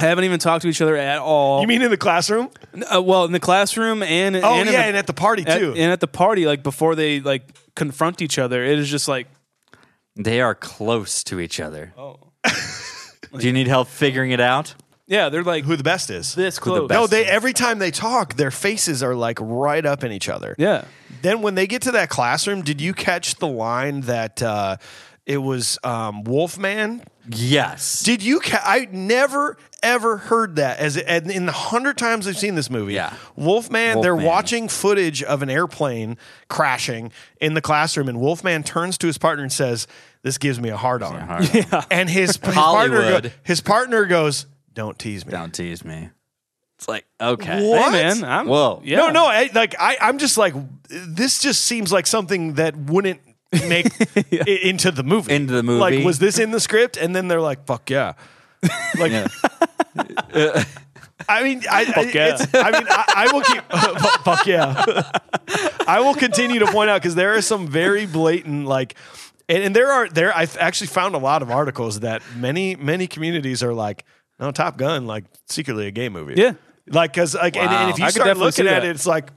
S1: Haven't even talked to each other at all.
S2: You mean in the classroom?
S1: Uh, well, in the classroom and
S2: Oh
S1: and in
S2: yeah,
S1: the-
S2: and at the party
S1: at-
S2: too.
S1: and at the party, like before they like confront each other, it is just like
S3: They are close to each other. Oh. Do you need help figuring it out?
S1: yeah, they're like
S2: Who the best is? Oh,
S1: this
S3: the
S1: close.
S3: best-
S2: No, they every time they talk, their faces are like right up in each other.
S1: yeah,
S2: Then when they get to that classroom, did you catch the line that uh, it was um, Wolfman?
S3: Yes.
S2: Did you? Ca- I never ever heard that as and in the hundred times I've seen this movie.
S3: Yeah.
S2: Wolfman, They're
S3: Wolfman.
S2: watching footage of an airplane crashing in the classroom, and Wolfman turns to his partner and says, "This gives me a hard on." And his, his partner go-
S3: Hollywood.
S2: his partner goes, "Don't tease me."
S3: Don't tease me. It's like, okay.
S2: What?
S1: Hey, man. I'm,
S3: Whoa.
S1: Yeah.
S2: No, no. I, like I, I'm just like this. Just seems like something that wouldn't make it into the movie.
S3: Into the movie.
S2: Like, was this in the script? And then they're like, "Fuck yeah." Like,
S3: Yeah.
S2: I mean, I, I,
S1: yeah.
S2: it's, I mean, I, I will keep. fuck yeah. I will continue to point out because there are some very blatant like. And, and there are there I've actually found a lot of articles that many many communities are like no Top Gun like secretly a gay movie
S1: Yeah.
S2: like because like and, and if
S1: I
S2: you
S1: could
S2: start
S1: definitely
S2: looking
S1: see
S2: at
S1: that.
S2: it it's like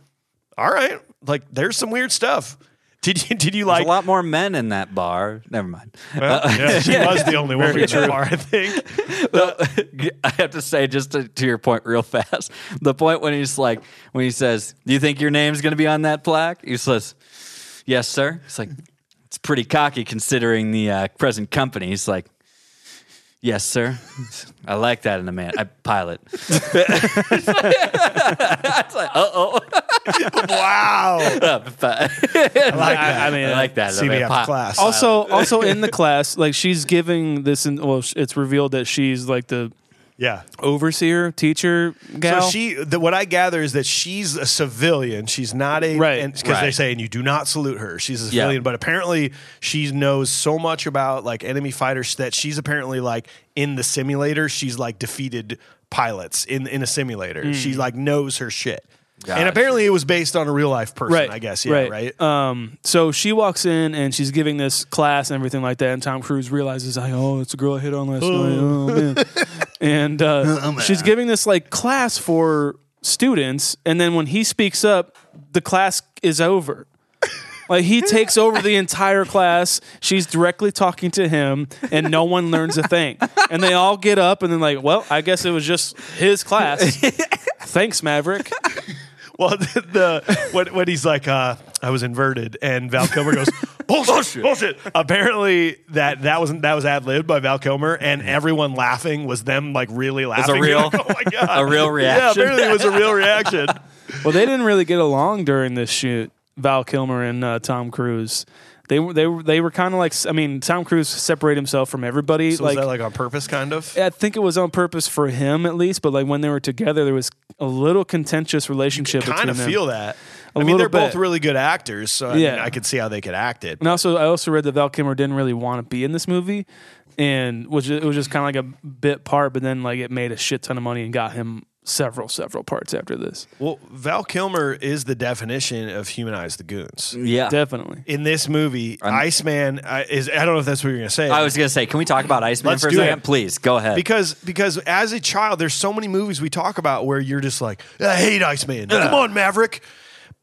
S2: all right, like there's some weird stuff. Did you did you
S3: There's
S2: like?
S3: a lot more men in that bar. Never mind.
S2: Well, yeah, she was the only one we bar, I think.
S3: I have to say, just to, to your point, real fast. The point when he's like, when he says, "Do you think your name's going to be on that plaque?" He says, "Yes, sir." It's like it's pretty cocky considering the uh, present company. He's like, "Yes, sir." I like that in a man. I pilot. it's like, uh oh.
S2: Wow,
S1: I, I mean,
S3: I like that. in a man.
S2: CBF
S3: Pi-
S2: class.
S1: Also, also in the class, like she's giving this, in, well, sh- it's revealed that she's like the
S2: yeah.
S1: overseer, teacher gal.
S2: So she, the, what I gather is that she's a civilian. She's not a
S1: Right,
S2: because they
S3: right.
S2: say and you do not salute her. She's a civilian, but apparently she knows so much about like enemy fighters that she's apparently like in the simulator. She's like defeated pilots in in a simulator. She like knows her shit. And
S3: Gotcha.
S2: apparently it was based on a real life person.
S1: Right,
S2: I guess. Yeah. Right.
S1: right. Um, so she walks in and she's giving this class and everything like that, and Tom Cruise realizes, like, oh, it's a girl I hit on last night. Oh man! and uh, she's giving this like class for students, and then when he speaks up, the class is over. Like he takes over the entire class. She's directly talking to him, and no one learns a thing. And they all get up, and then like, well, I guess it was just his class. Thanks, Maverick.
S2: Well, the, the when, when he's like, uh, I was inverted, and Val Kilmer goes, bullshit, bullshit. Apparently, that that wasn't that was ad libbed by Val Kilmer, and everyone laughing was them like really laughing. You're
S3: real-
S2: like, oh my god,
S3: a real reaction.
S2: Yeah, apparently it was a real reaction.
S1: Well, they didn't really get along during this shoot. Val Kilmer and uh, Tom Cruise. They were they were they were kind of like I mean Tom Cruise separated himself from everybody.
S2: So was
S1: like,
S2: that like on purpose, kind of?
S1: I think it was on purpose for him at least, but like when they were together, there was a little contentious relationship.
S2: Kind
S1: between
S2: of
S1: them.
S2: feel that. I
S1: A
S2: mean, they're
S1: little
S2: both
S1: bit.
S2: really good actors, so I, mean,
S1: Yeah.
S2: I could see how they could act it.
S1: And also, I also read that Val Kilmer didn't really want to be in this movie, and which it was just kind of like a bit part. But then like it made a shit ton of money and got him several several parts after this.
S2: Well, Val Kilmer is the definition of humanize the goons.
S3: yeah.
S1: Definitely.
S2: In this movie, Iceman uh, is, I don't know if that's what you're going to say.
S3: I was gonna say, can we talk about Iceman
S2: Let's
S3: for a
S2: do it.
S3: second? Please go ahead.
S2: because because as a child, there's so many movies we talk about where you're just like, I hate Iceman. Come on, Maverick.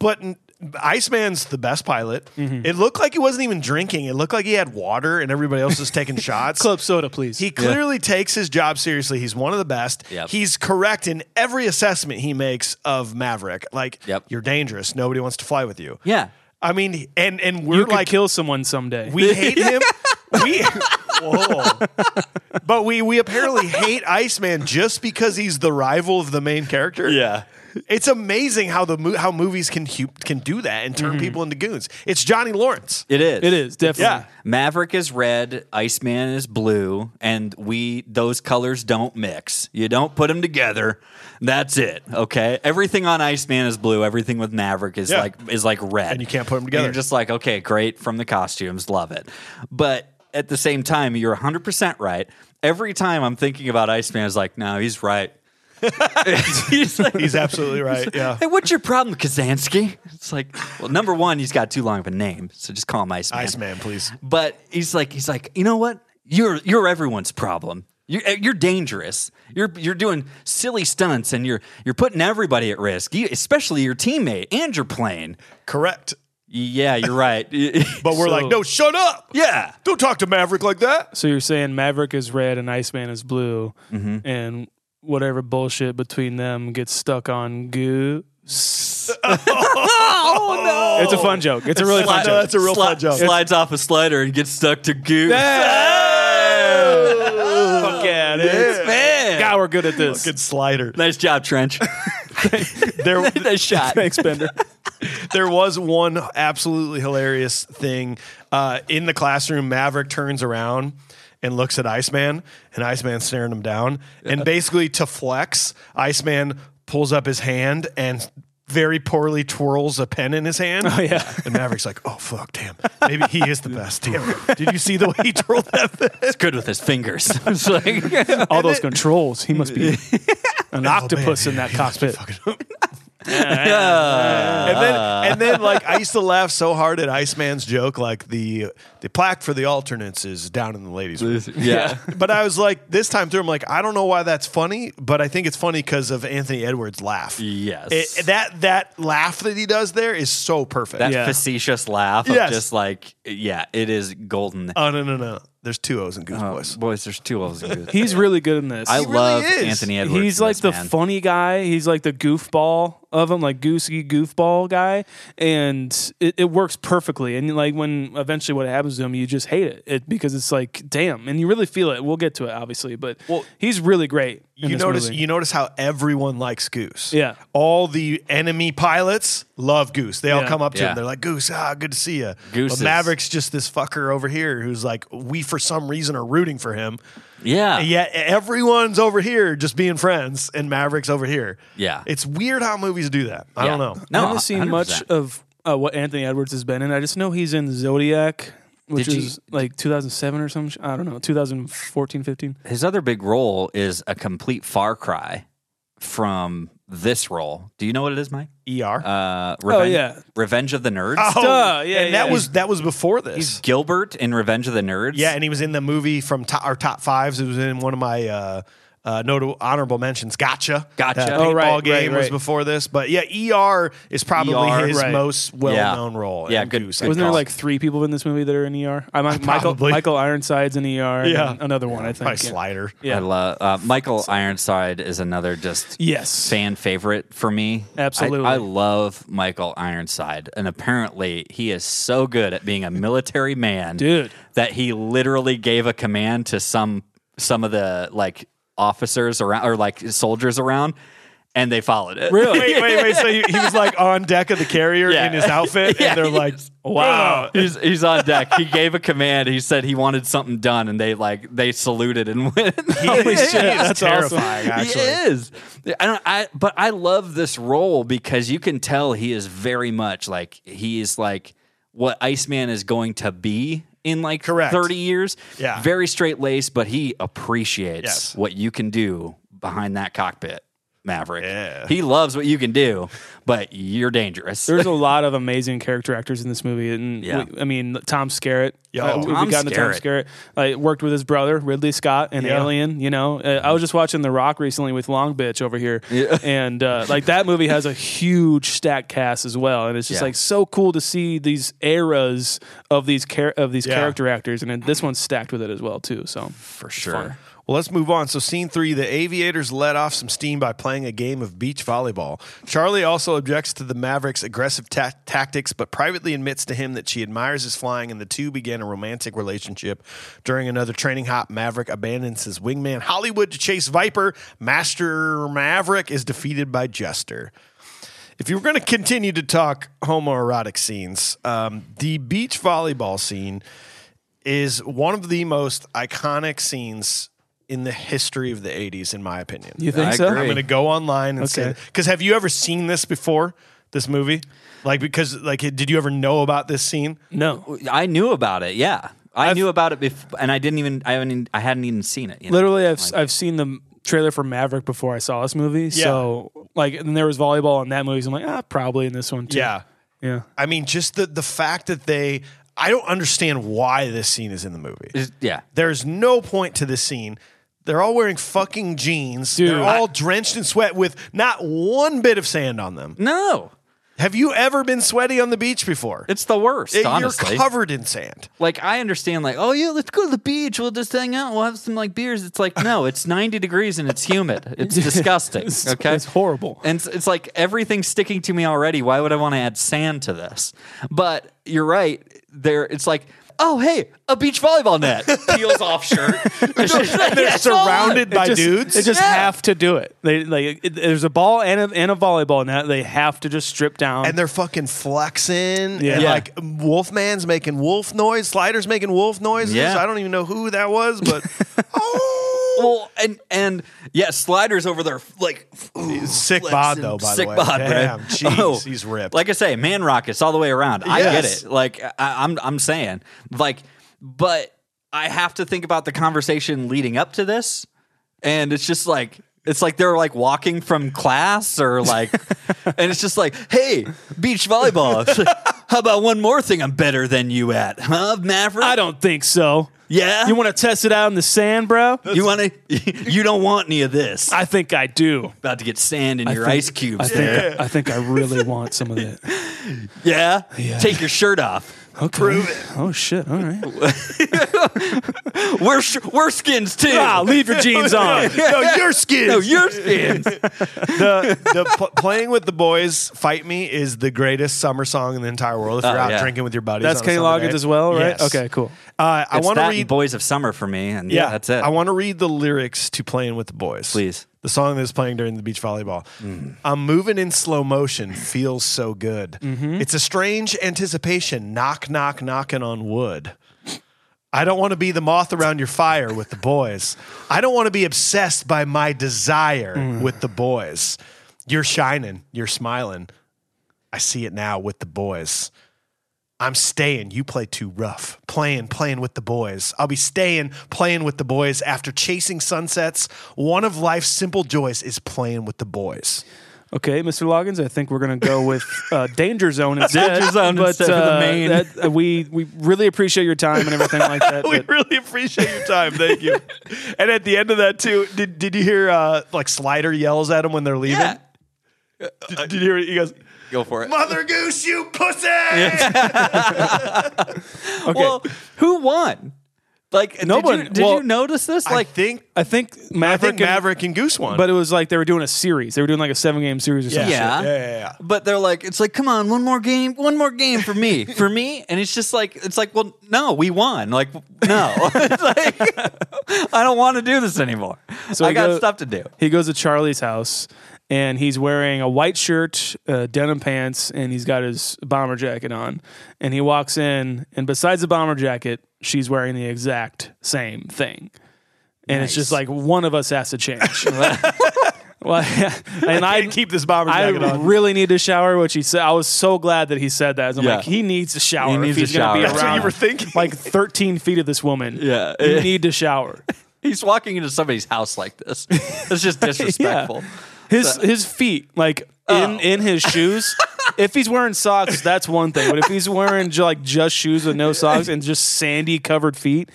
S2: But n- Iceman's the best pilot.
S3: Mm-hmm.
S2: It looked like he wasn't even drinking. It looked like he had water, and everybody else was taking shots.
S1: Club soda, please.
S2: He clearly takes his job seriously. He's one of the best.
S3: Yep.
S2: He's correct in every assessment he makes of Maverick. Like,
S3: Yep.
S2: you're dangerous. Nobody wants to fly with you.
S3: yeah.
S2: I mean, and and we're
S1: you could
S2: like
S1: kill someone someday.
S2: we hate him. We, whoa. But we we apparently hate Iceman just because he's the rival of the main character.
S3: Yeah.
S2: It's amazing how the mo- how movies can hu- can do that and turn
S3: Mm-hmm.
S2: people into goons. It's Johnny Lawrence.
S3: It is.
S1: it is definitely.
S2: Yeah.
S3: Maverick is red, Iceman is blue, and we those colors don't mix. You don't put them together. That's it. Okay. Everything on Iceman is blue. Everything with Maverick is
S2: Yeah.
S3: like is like red,
S2: And you can't put 'em together.
S3: you're just like, okay, great from the costumes, love it. But at the same time, you're 100 percent right. Every time I'm thinking about Iceman, is like, no, he's right. he's like,
S2: He's absolutely right. Yeah.
S3: Hey, what's your problem, Kazansky? It's like, well, number one, he's got too long of a name, so just call him Iceman.
S2: Iceman, please.
S3: But he's like, he's like, you know what? You're you're everyone's problem. You're, you're dangerous. You're you're doing silly stunts, and you're you're putting everybody at risk, you, especially your teammate and your plane.
S2: Correct.
S3: Yeah, you're right.
S2: But we're like, no, shut up.
S3: yeah,
S2: Don't talk to Maverick like that.
S1: So you're saying Maverick is red and Iceman is blue, and whatever bullshit between them gets stuck on Goose.
S3: Yes. oh
S1: It's a fun joke. It's a really fun
S2: Slide- No,
S1: joke.
S2: that's a real fun joke.
S3: Slides off a slider and gets stuck to Oh. goo.
S1: Yeah. Fuck yeah, dude.
S3: Man.
S1: God, we're good at this.
S2: Good slider.
S3: Nice job, Trench.
S2: There,
S3: nice shot.
S1: Thanks, Bender.
S2: there was one absolutely hilarious thing uh, in the classroom. Maverick turns around and looks at Iceman, and Iceman's staring him down. And basically, to flex, Iceman pulls up his hand and very poorly twirls a pen in his hand. Oh,
S1: yeah.
S2: And Maverick's like, oh, fuck, damn. Maybe he is the best. Damn. it. Did you see the way he twirled that pen?
S3: He's good with his fingers. It's like-
S1: All those controls. He must be an octopus
S2: Oh, man.
S1: in that cockpit.
S2: and then and then like I used to laugh so hard at Iceman's joke, like the the plaque for the alternates is down in the ladies' room.
S3: yeah.
S2: But I was like, this time through, I'm like, I don't know why that's funny, but I think it's funny because of Anthony Edwards' laugh.
S3: Yes.
S2: It- that that laugh that he does there is so perfect.
S3: That
S1: Yeah.
S3: facetious laugh
S2: Yes.
S3: of just like, yeah, it is golden.
S1: Uh,
S2: Oh no no no! There's two O's in Goose
S3: Uh,
S2: Boys.
S3: Boys, there's two L's. in this.
S1: He's really good in this.
S3: I
S2: really
S3: love
S2: is.
S3: Anthony Edwards.
S1: He's
S3: in
S1: like
S3: this,
S1: the
S3: man.
S1: funny guy. He's like the goofball of him, like goosey goofball guy, and it, it works perfectly. And like when eventually what happens to him, you just hate it, it because it's like damn, and you really feel it. We'll get to it, obviously, but
S2: Well,
S1: he's really great. in
S2: You
S1: this
S2: notice
S1: movie.
S2: you notice how everyone likes Goose.
S1: Yeah.
S2: All the enemy pilots love Goose. They all
S1: Yeah.
S2: come up to
S3: Yeah.
S2: him. They're like, Goose, ah, good to see you.
S3: Goose
S2: But
S3: is-
S2: Maverick's just this fucker over here who's like, we for some reason are rooting for him.
S3: Yeah.
S2: And yet everyone's over here just being friends, and Maverick's over here.
S3: Yeah.
S2: It's weird how movies do that. I
S3: Yeah.
S2: don't know.
S1: I
S3: No,
S1: haven't seen much
S3: 100%.
S1: of uh, what Anthony Edwards has been in. I just know he's in Zodiac, which
S3: Did you-
S1: is like 2007 or some. Sh- I don't know, 2014, 15.
S3: His other big role is a complete far cry from this role. Do you know what it is, Mike?
S2: ER.
S3: Uh, Reven-
S1: Oh, yeah. Oh.
S3: Revenge of the Nerds.
S1: duh, yeah,
S2: Oh, and that
S1: yeah.
S2: was that was before this.
S3: Gilbert in Revenge of the Nerds.
S2: Yeah, and he was in the movie from to- our top fives. It was in one of my uh, uh, notable honorable mentions. Gotcha,
S3: Gotcha.
S2: That
S3: Oh,
S1: right,
S2: paintball
S1: right,
S2: game was
S1: right. E
S2: before this, but yeah, ER is probably
S3: ER,
S2: his
S1: right.
S2: most well-known
S3: Yeah.
S2: role.
S3: Yeah,
S2: in
S3: good-
S2: Goose,
S3: good
S2: I
S1: Wasn't there
S3: call.
S1: like three people in this movie that are in ER? I, Mi- Michael
S2: Probably.
S1: Michael Ironside's in ER. Yeah,
S2: Yeah.
S1: another one I think.
S2: Probably
S1: yeah.
S2: Slider.
S1: Yeah.
S3: I love uh, Michael Ironside is another just
S1: Yes.
S3: fan favorite for me. I-
S1: Absolutely.
S3: I, love Michael Ironside, and apparently he is so good at being a military man,
S1: Dude.
S3: that he literally gave a command to some some of the like officers around or like soldiers around, and they followed it.
S1: Really?
S2: Wait, wait, wait. So he, he was like on deck of the carrier
S3: Yeah.
S2: in his outfit,
S3: Yeah,
S2: and they're
S3: he
S2: like,
S3: is.
S2: "Wow,
S3: He's, he's on deck. He gave a command. He said he wanted something done, and they like they saluted and went.
S2: holy shit, that's
S1: awesome.
S2: terrifying." Actually,
S3: He is. I don't. I but I love this role because you can tell he is very much like he is like what Iceman is going to be in like
S2: Correct.
S3: thirty years.
S2: Yeah.
S3: very straight laced, but he appreciates
S2: Yes.
S3: what you can do behind that cockpit. Maverick.
S2: Yeah.
S3: He loves what you can do, but you're dangerous.
S1: There's a lot of amazing character actors in this movie, and
S3: Yeah.
S1: we- I mean Tom Skerritt.
S2: Yo.
S1: Uh,
S3: Tom
S1: we got into Tom
S3: Skerritt.
S1: Skerritt. I worked with his brother Ridley Scott and
S2: Yeah.
S1: Alien. You know, uh, I was just watching The Rock recently with Long Bitch over here, and uh, like that movie has a huge stack cast as well, and it's just
S3: Yeah.
S1: like so cool to see these eras of these char- of these
S2: Yeah.
S1: character actors, and then this one's stacked with it as well too. So
S3: for sure.
S2: Well, let's move on. So, scene three the aviators let off some steam by playing a game of beach volleyball. Charlie also objects to the Mavericks' aggressive ta- tactics, but privately admits to him that she admires his flying, and the two begin a romantic relationship. During another training hop, Maverick abandons his wingman Hollywood to chase Viper. Master Maverick is defeated by Jester. If you were going to continue to talk homoerotic scenes, um, the beach volleyball scene is one of the most iconic scenes in the history of the 80s, in my opinion.
S1: you think
S3: I
S1: so?
S3: agree.
S2: I'm going to go online and say,
S1: Okay.
S2: because have you ever seen this before, this movie? Like, because, like, did you ever know about this scene?
S1: No,
S3: I knew about it. Yeah, I knew about it before, and I didn't even. I haven't. even- I hadn't even seen it. you know?
S1: Literally, I've I've seen the trailer for Maverick before I saw this movie. So like, and there was volleyball in that movie. So I'm like, ah, probably in this one too.
S2: Yeah.
S1: yeah.
S2: I mean, just the, the fact that they, I don't understand why this scene is in the movie.
S3: Is- Yeah.
S2: There's no point to this scene. They're all wearing fucking jeans.
S1: Dude.
S2: They're all drenched in sweat with not one bit of sand on them.
S3: No.
S2: Have you ever been sweaty on the beach before?
S3: It's the worst,
S2: It-
S3: honestly.
S2: You're covered in sand.
S3: like I understand, like, oh yeah, let's go to the beach. We'll just hang out. We'll have some like beers. It's like no, it's ninety degrees and it's humid. It's disgusting.
S1: It's-
S3: okay,
S1: it's horrible.
S3: And it's, it's like everything's sticking to me already. Why would I want to add sand to this? But you're right. There, it's like. Oh hey, a beach volleyball net peels off shirt.
S2: They're surrounded by
S1: just,
S2: dudes.
S1: They just
S3: Yeah.
S1: have to do it. They like it, there's a ball and a, and a volleyball net. They have to just strip down.
S2: and they're fucking flexing.
S1: Yeah.
S2: And
S1: Yeah.
S2: like Wolfman's making wolf noise. Slider's making wolf noises.
S3: Yeah.
S2: I don't even know who that was, but oh,
S3: Well, and and yeah, sliders over there, like ooh,
S2: sick
S3: flexing,
S2: bod though. By
S3: sick
S2: the way,
S3: bod, bro.
S2: damn, jeez,
S3: Oh,
S2: he's ripped.
S3: Like I say, man rockets all the way around. I get
S2: Yes.
S3: it. Like I, I'm, I'm saying, like, but I have to think about the conversation leading up to this, and it's just like. It's like they're like walking from class or like, and it's just like, hey, beach volleyball. It's like, How about one more thing I'm better than you at, huh, Maverick?
S1: I don't think so.
S3: Yeah?
S1: You want to test it out in the sand, bro?
S3: you want to, you don't want any of this.
S1: I think I do.
S3: about to get sand in your
S1: think-
S3: ice
S1: I
S3: cubes
S1: think,
S3: there.
S1: I think I really want some of that.
S3: Yeah?
S1: Yeah.
S3: Take your shirt off.
S1: Okay. Oh shit! All right.
S3: We're, sh- we're skins too.
S1: ah, leave your jeans on.
S2: no, your skin.
S3: no, you're skins.
S2: the, the pl- playing with the boys fight me is the greatest summer song in the entire world. If you're
S3: Oh,
S2: out
S3: yeah.
S2: drinking with your buddies,
S1: That's
S2: on a
S1: Kenny
S2: summer
S1: Loggins
S2: day.
S1: as well, right?
S2: Yes.
S1: Okay, cool.
S2: Uh, I
S3: It's
S2: want
S3: that
S2: to
S3: and
S2: read.
S3: Boys of Summer for me, and yeah,
S2: yeah,
S3: that's it.
S2: I want to read the lyrics to "Playing with the Boys."
S3: Please. Mm.
S2: the song that's playing during the beach volleyball. I'm moving in slow motion. Feels so good.
S3: Mm-hmm.
S2: It's a strange anticipation. Knock, knock, knocking on wood. I don't want to be the moth around your fire with the boys. I don't want to be obsessed by my desire
S3: Mm.
S2: with the boys. You're shining. You're smiling. I see it now with the boys. I'm staying. You play too rough. Playing, playing with the boys. I'll be staying, playing with the boys after chasing sunsets. One of life's simple joys is playing with the boys.
S1: Okay, Mr. Loggins, I think we're gonna go with uh, Danger Zone instead.
S3: Danger Zone
S1: but,
S3: instead of the main.
S1: that- uh, we we really appreciate your time and everything like that.
S2: We
S1: but-
S2: really appreciate your time. Thank you. and at the end of that too, did did you hear uh, like Slider yells at him when they're leaving?
S3: Yeah,
S2: Did, did you hear? He goes,
S3: go for it.
S2: "Mother Goose, you pussy!"
S3: Well, who won? Like, no did,
S1: Nobody-
S3: you, did
S1: well,
S3: you notice this?
S2: I
S3: Like,
S2: think
S1: I think
S2: I
S1: Maverick.
S2: think
S1: and-
S2: Maverick and Goose won.
S1: but it was like they were doing a series. They were doing like a seven game series or something.
S3: yeah.
S2: yeah, yeah, yeah.
S3: But they're like, it's like, come on, one more game, one more game for me, for me. And it's just like, it's like, well, no, we won. Like, no, It's like, I don't want to do this anymore.
S1: So
S3: I
S1: we
S3: got
S1: go-
S3: stuff to do.
S1: He goes to Charlie's house and he's wearing a white shirt, uh, denim pants, and he's got his bomber jacket on. And he walks in, and besides the bomber jacket, she's wearing the exact same thing. And it's just like one of us has to change. well, and I,
S2: Can't keep this bomber
S1: I
S2: jacket on.
S1: really need to shower, which he said. I was so glad that he said that. I'm
S3: Yeah.
S1: like, he needs to shower.
S3: He
S1: if
S3: needs to
S1: he's gonna Be
S3: shower.
S1: around
S3: That's what you were
S2: thinking.
S1: Like 13 feet of this woman.
S3: Yeah.
S1: You need to shower.
S3: He's walking into somebody's house like this. It's just disrespectful.
S1: His his feet, like
S3: Oh.
S1: in in his shoes. if he's wearing socks, that's one thing. But if he's wearing ju- like just shoes with no socks and just sandy covered feet,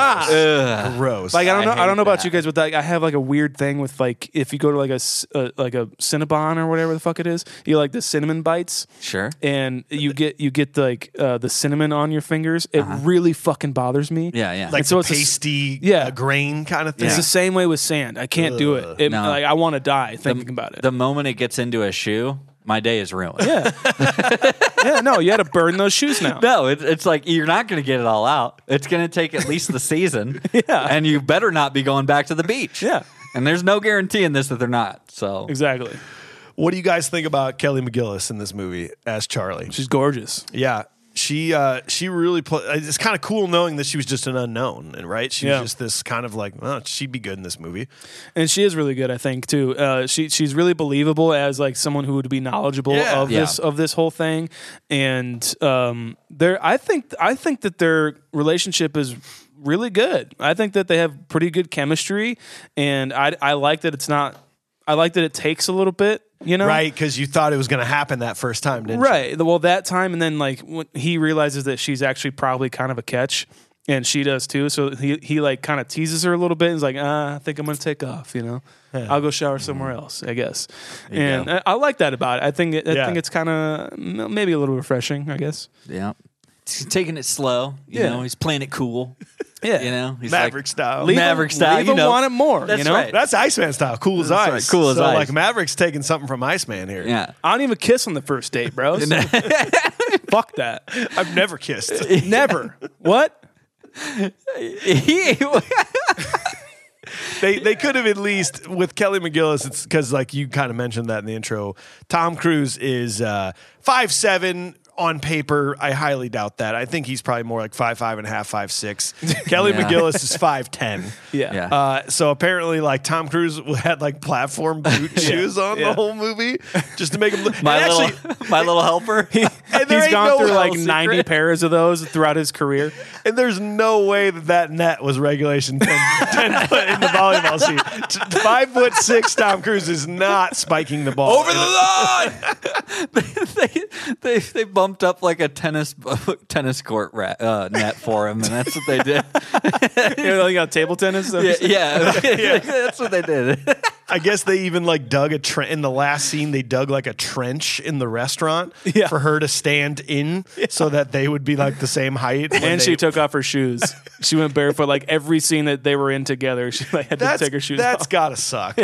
S2: Gross.
S1: like I don't
S3: I
S1: know, I,
S3: hate
S1: don't know about
S3: that.
S1: you guys, but like I have like a weird thing with like if you go to like a s- uh, like a Cinnabon or whatever the fuck it is, you like the cinnamon bites.
S3: Sure.
S1: And you get you get like uh, the cinnamon on your fingers. It really fucking bothers me.
S3: Uh-huh. Yeah, yeah.
S2: like
S1: And so
S2: the
S1: it's a s-
S2: pasty,
S1: yeah.
S2: uh, grain kind of thing.
S1: It's the same way with sand. I can't do it. It-
S3: No.
S1: Like I want to die thinking about it.
S3: the moment it gets into a shoe, my day is ruined.
S1: yeah, yeah. No, you had to burn those shoes now.
S3: No, it, it's like you're not going to get it all out. It's going to take at least the season. yeah. And you better not be going back to the beach.
S1: Yeah.
S3: And there's no guarantee in this that they're not. So
S1: Exactly.
S2: What do you guys think about Kelly McGillis in this movie as Charlie?
S1: She's gorgeous.
S2: Yeah. She uh she really pl- it's kind of cool knowing that she was just an unknown and right she
S1: Yeah.
S2: was just this kind of like oh she'd be good in this movie
S1: And she is really good, I think, too. Uh, she she's really believable as like someone who would be knowledgeable
S2: Yeah.
S1: of
S3: Yeah.
S1: this of this whole thing. And um there I think I think that their relationship is really good. I think that they have pretty good chemistry and I I like that it's not I like that it takes a little bit, you
S3: Um,
S1: know.
S2: right because you thought it was going to happen that first time didn't you?
S1: Right. Well, that time, and then like when he realizes that she's actually probably kind of a catch, and she does too. So he he like kind of teases her a little bit. And he's like, uh, I think I'm gonna take off. You know, I'll go shower somewhere else, I guess. And I, I like that about it. I think it, I
S2: Yeah.
S1: think it's kind of maybe a little refreshing, I guess.
S3: Yeah. He's taking it slow. You
S1: Yeah.
S3: know, he's playing it cool.
S1: Yeah,
S3: You know, he's
S2: Maverick
S3: like,
S2: style.
S3: Leave Maverick style,
S1: Leave
S3: you
S1: him
S3: know.
S1: want it more.
S3: That's
S1: you know,
S3: right.
S2: That's Iceman style. Cool as
S3: That's
S2: ice.
S3: right, cool as
S2: so,
S3: ice.
S2: Like Maverick's taking something from Iceman here.
S3: Yeah.
S1: I don't even kiss on the first date, bro. So fuck that.
S2: I've never kissed.
S1: Never. what?
S2: they they could have at least with Kelly McGillis. It's because like you kind of mentioned that in the intro. Tom Cruise is uh, five seven. On paper, I highly doubt that. I think he's probably more like five, five and a half, five, six. Kelly
S3: Yeah.
S2: McGillis is five ten.
S1: Yeah.
S3: Yeah.
S2: Uh, so apparently, like Tom Cruise had like platform boot shoes on
S1: Yeah.
S2: the whole movie just to make him look.
S3: my
S2: and
S3: little,
S2: actually,
S3: my little helper.
S2: and there
S1: He's
S2: ain't
S1: gone
S2: no
S1: through like
S2: secret.
S1: 90 pairs of those throughout his career.
S2: And there's no way that that net was regulation 10, 10 foot in the volleyball scene. T- Five foot six Tom Cruise is not spiking the ball.
S3: Over the line. they, they they bumped up like a tennis tennis court ra- uh, net for him, and that's what they did.
S1: You know, like on table tennis.
S3: yeah, yeah. that's what they did.
S2: I guess they even like dug a trench in the last scene. They dug like a trench in the restaurant
S1: Yeah.
S2: for her to stand in so that they would be like the same height. when
S1: And
S2: they-
S1: she took off her shoes. She went barefoot. Like every scene that they were in together, she like had to
S2: that's,
S1: take her shoes
S2: That's
S1: off.
S2: gotta suck.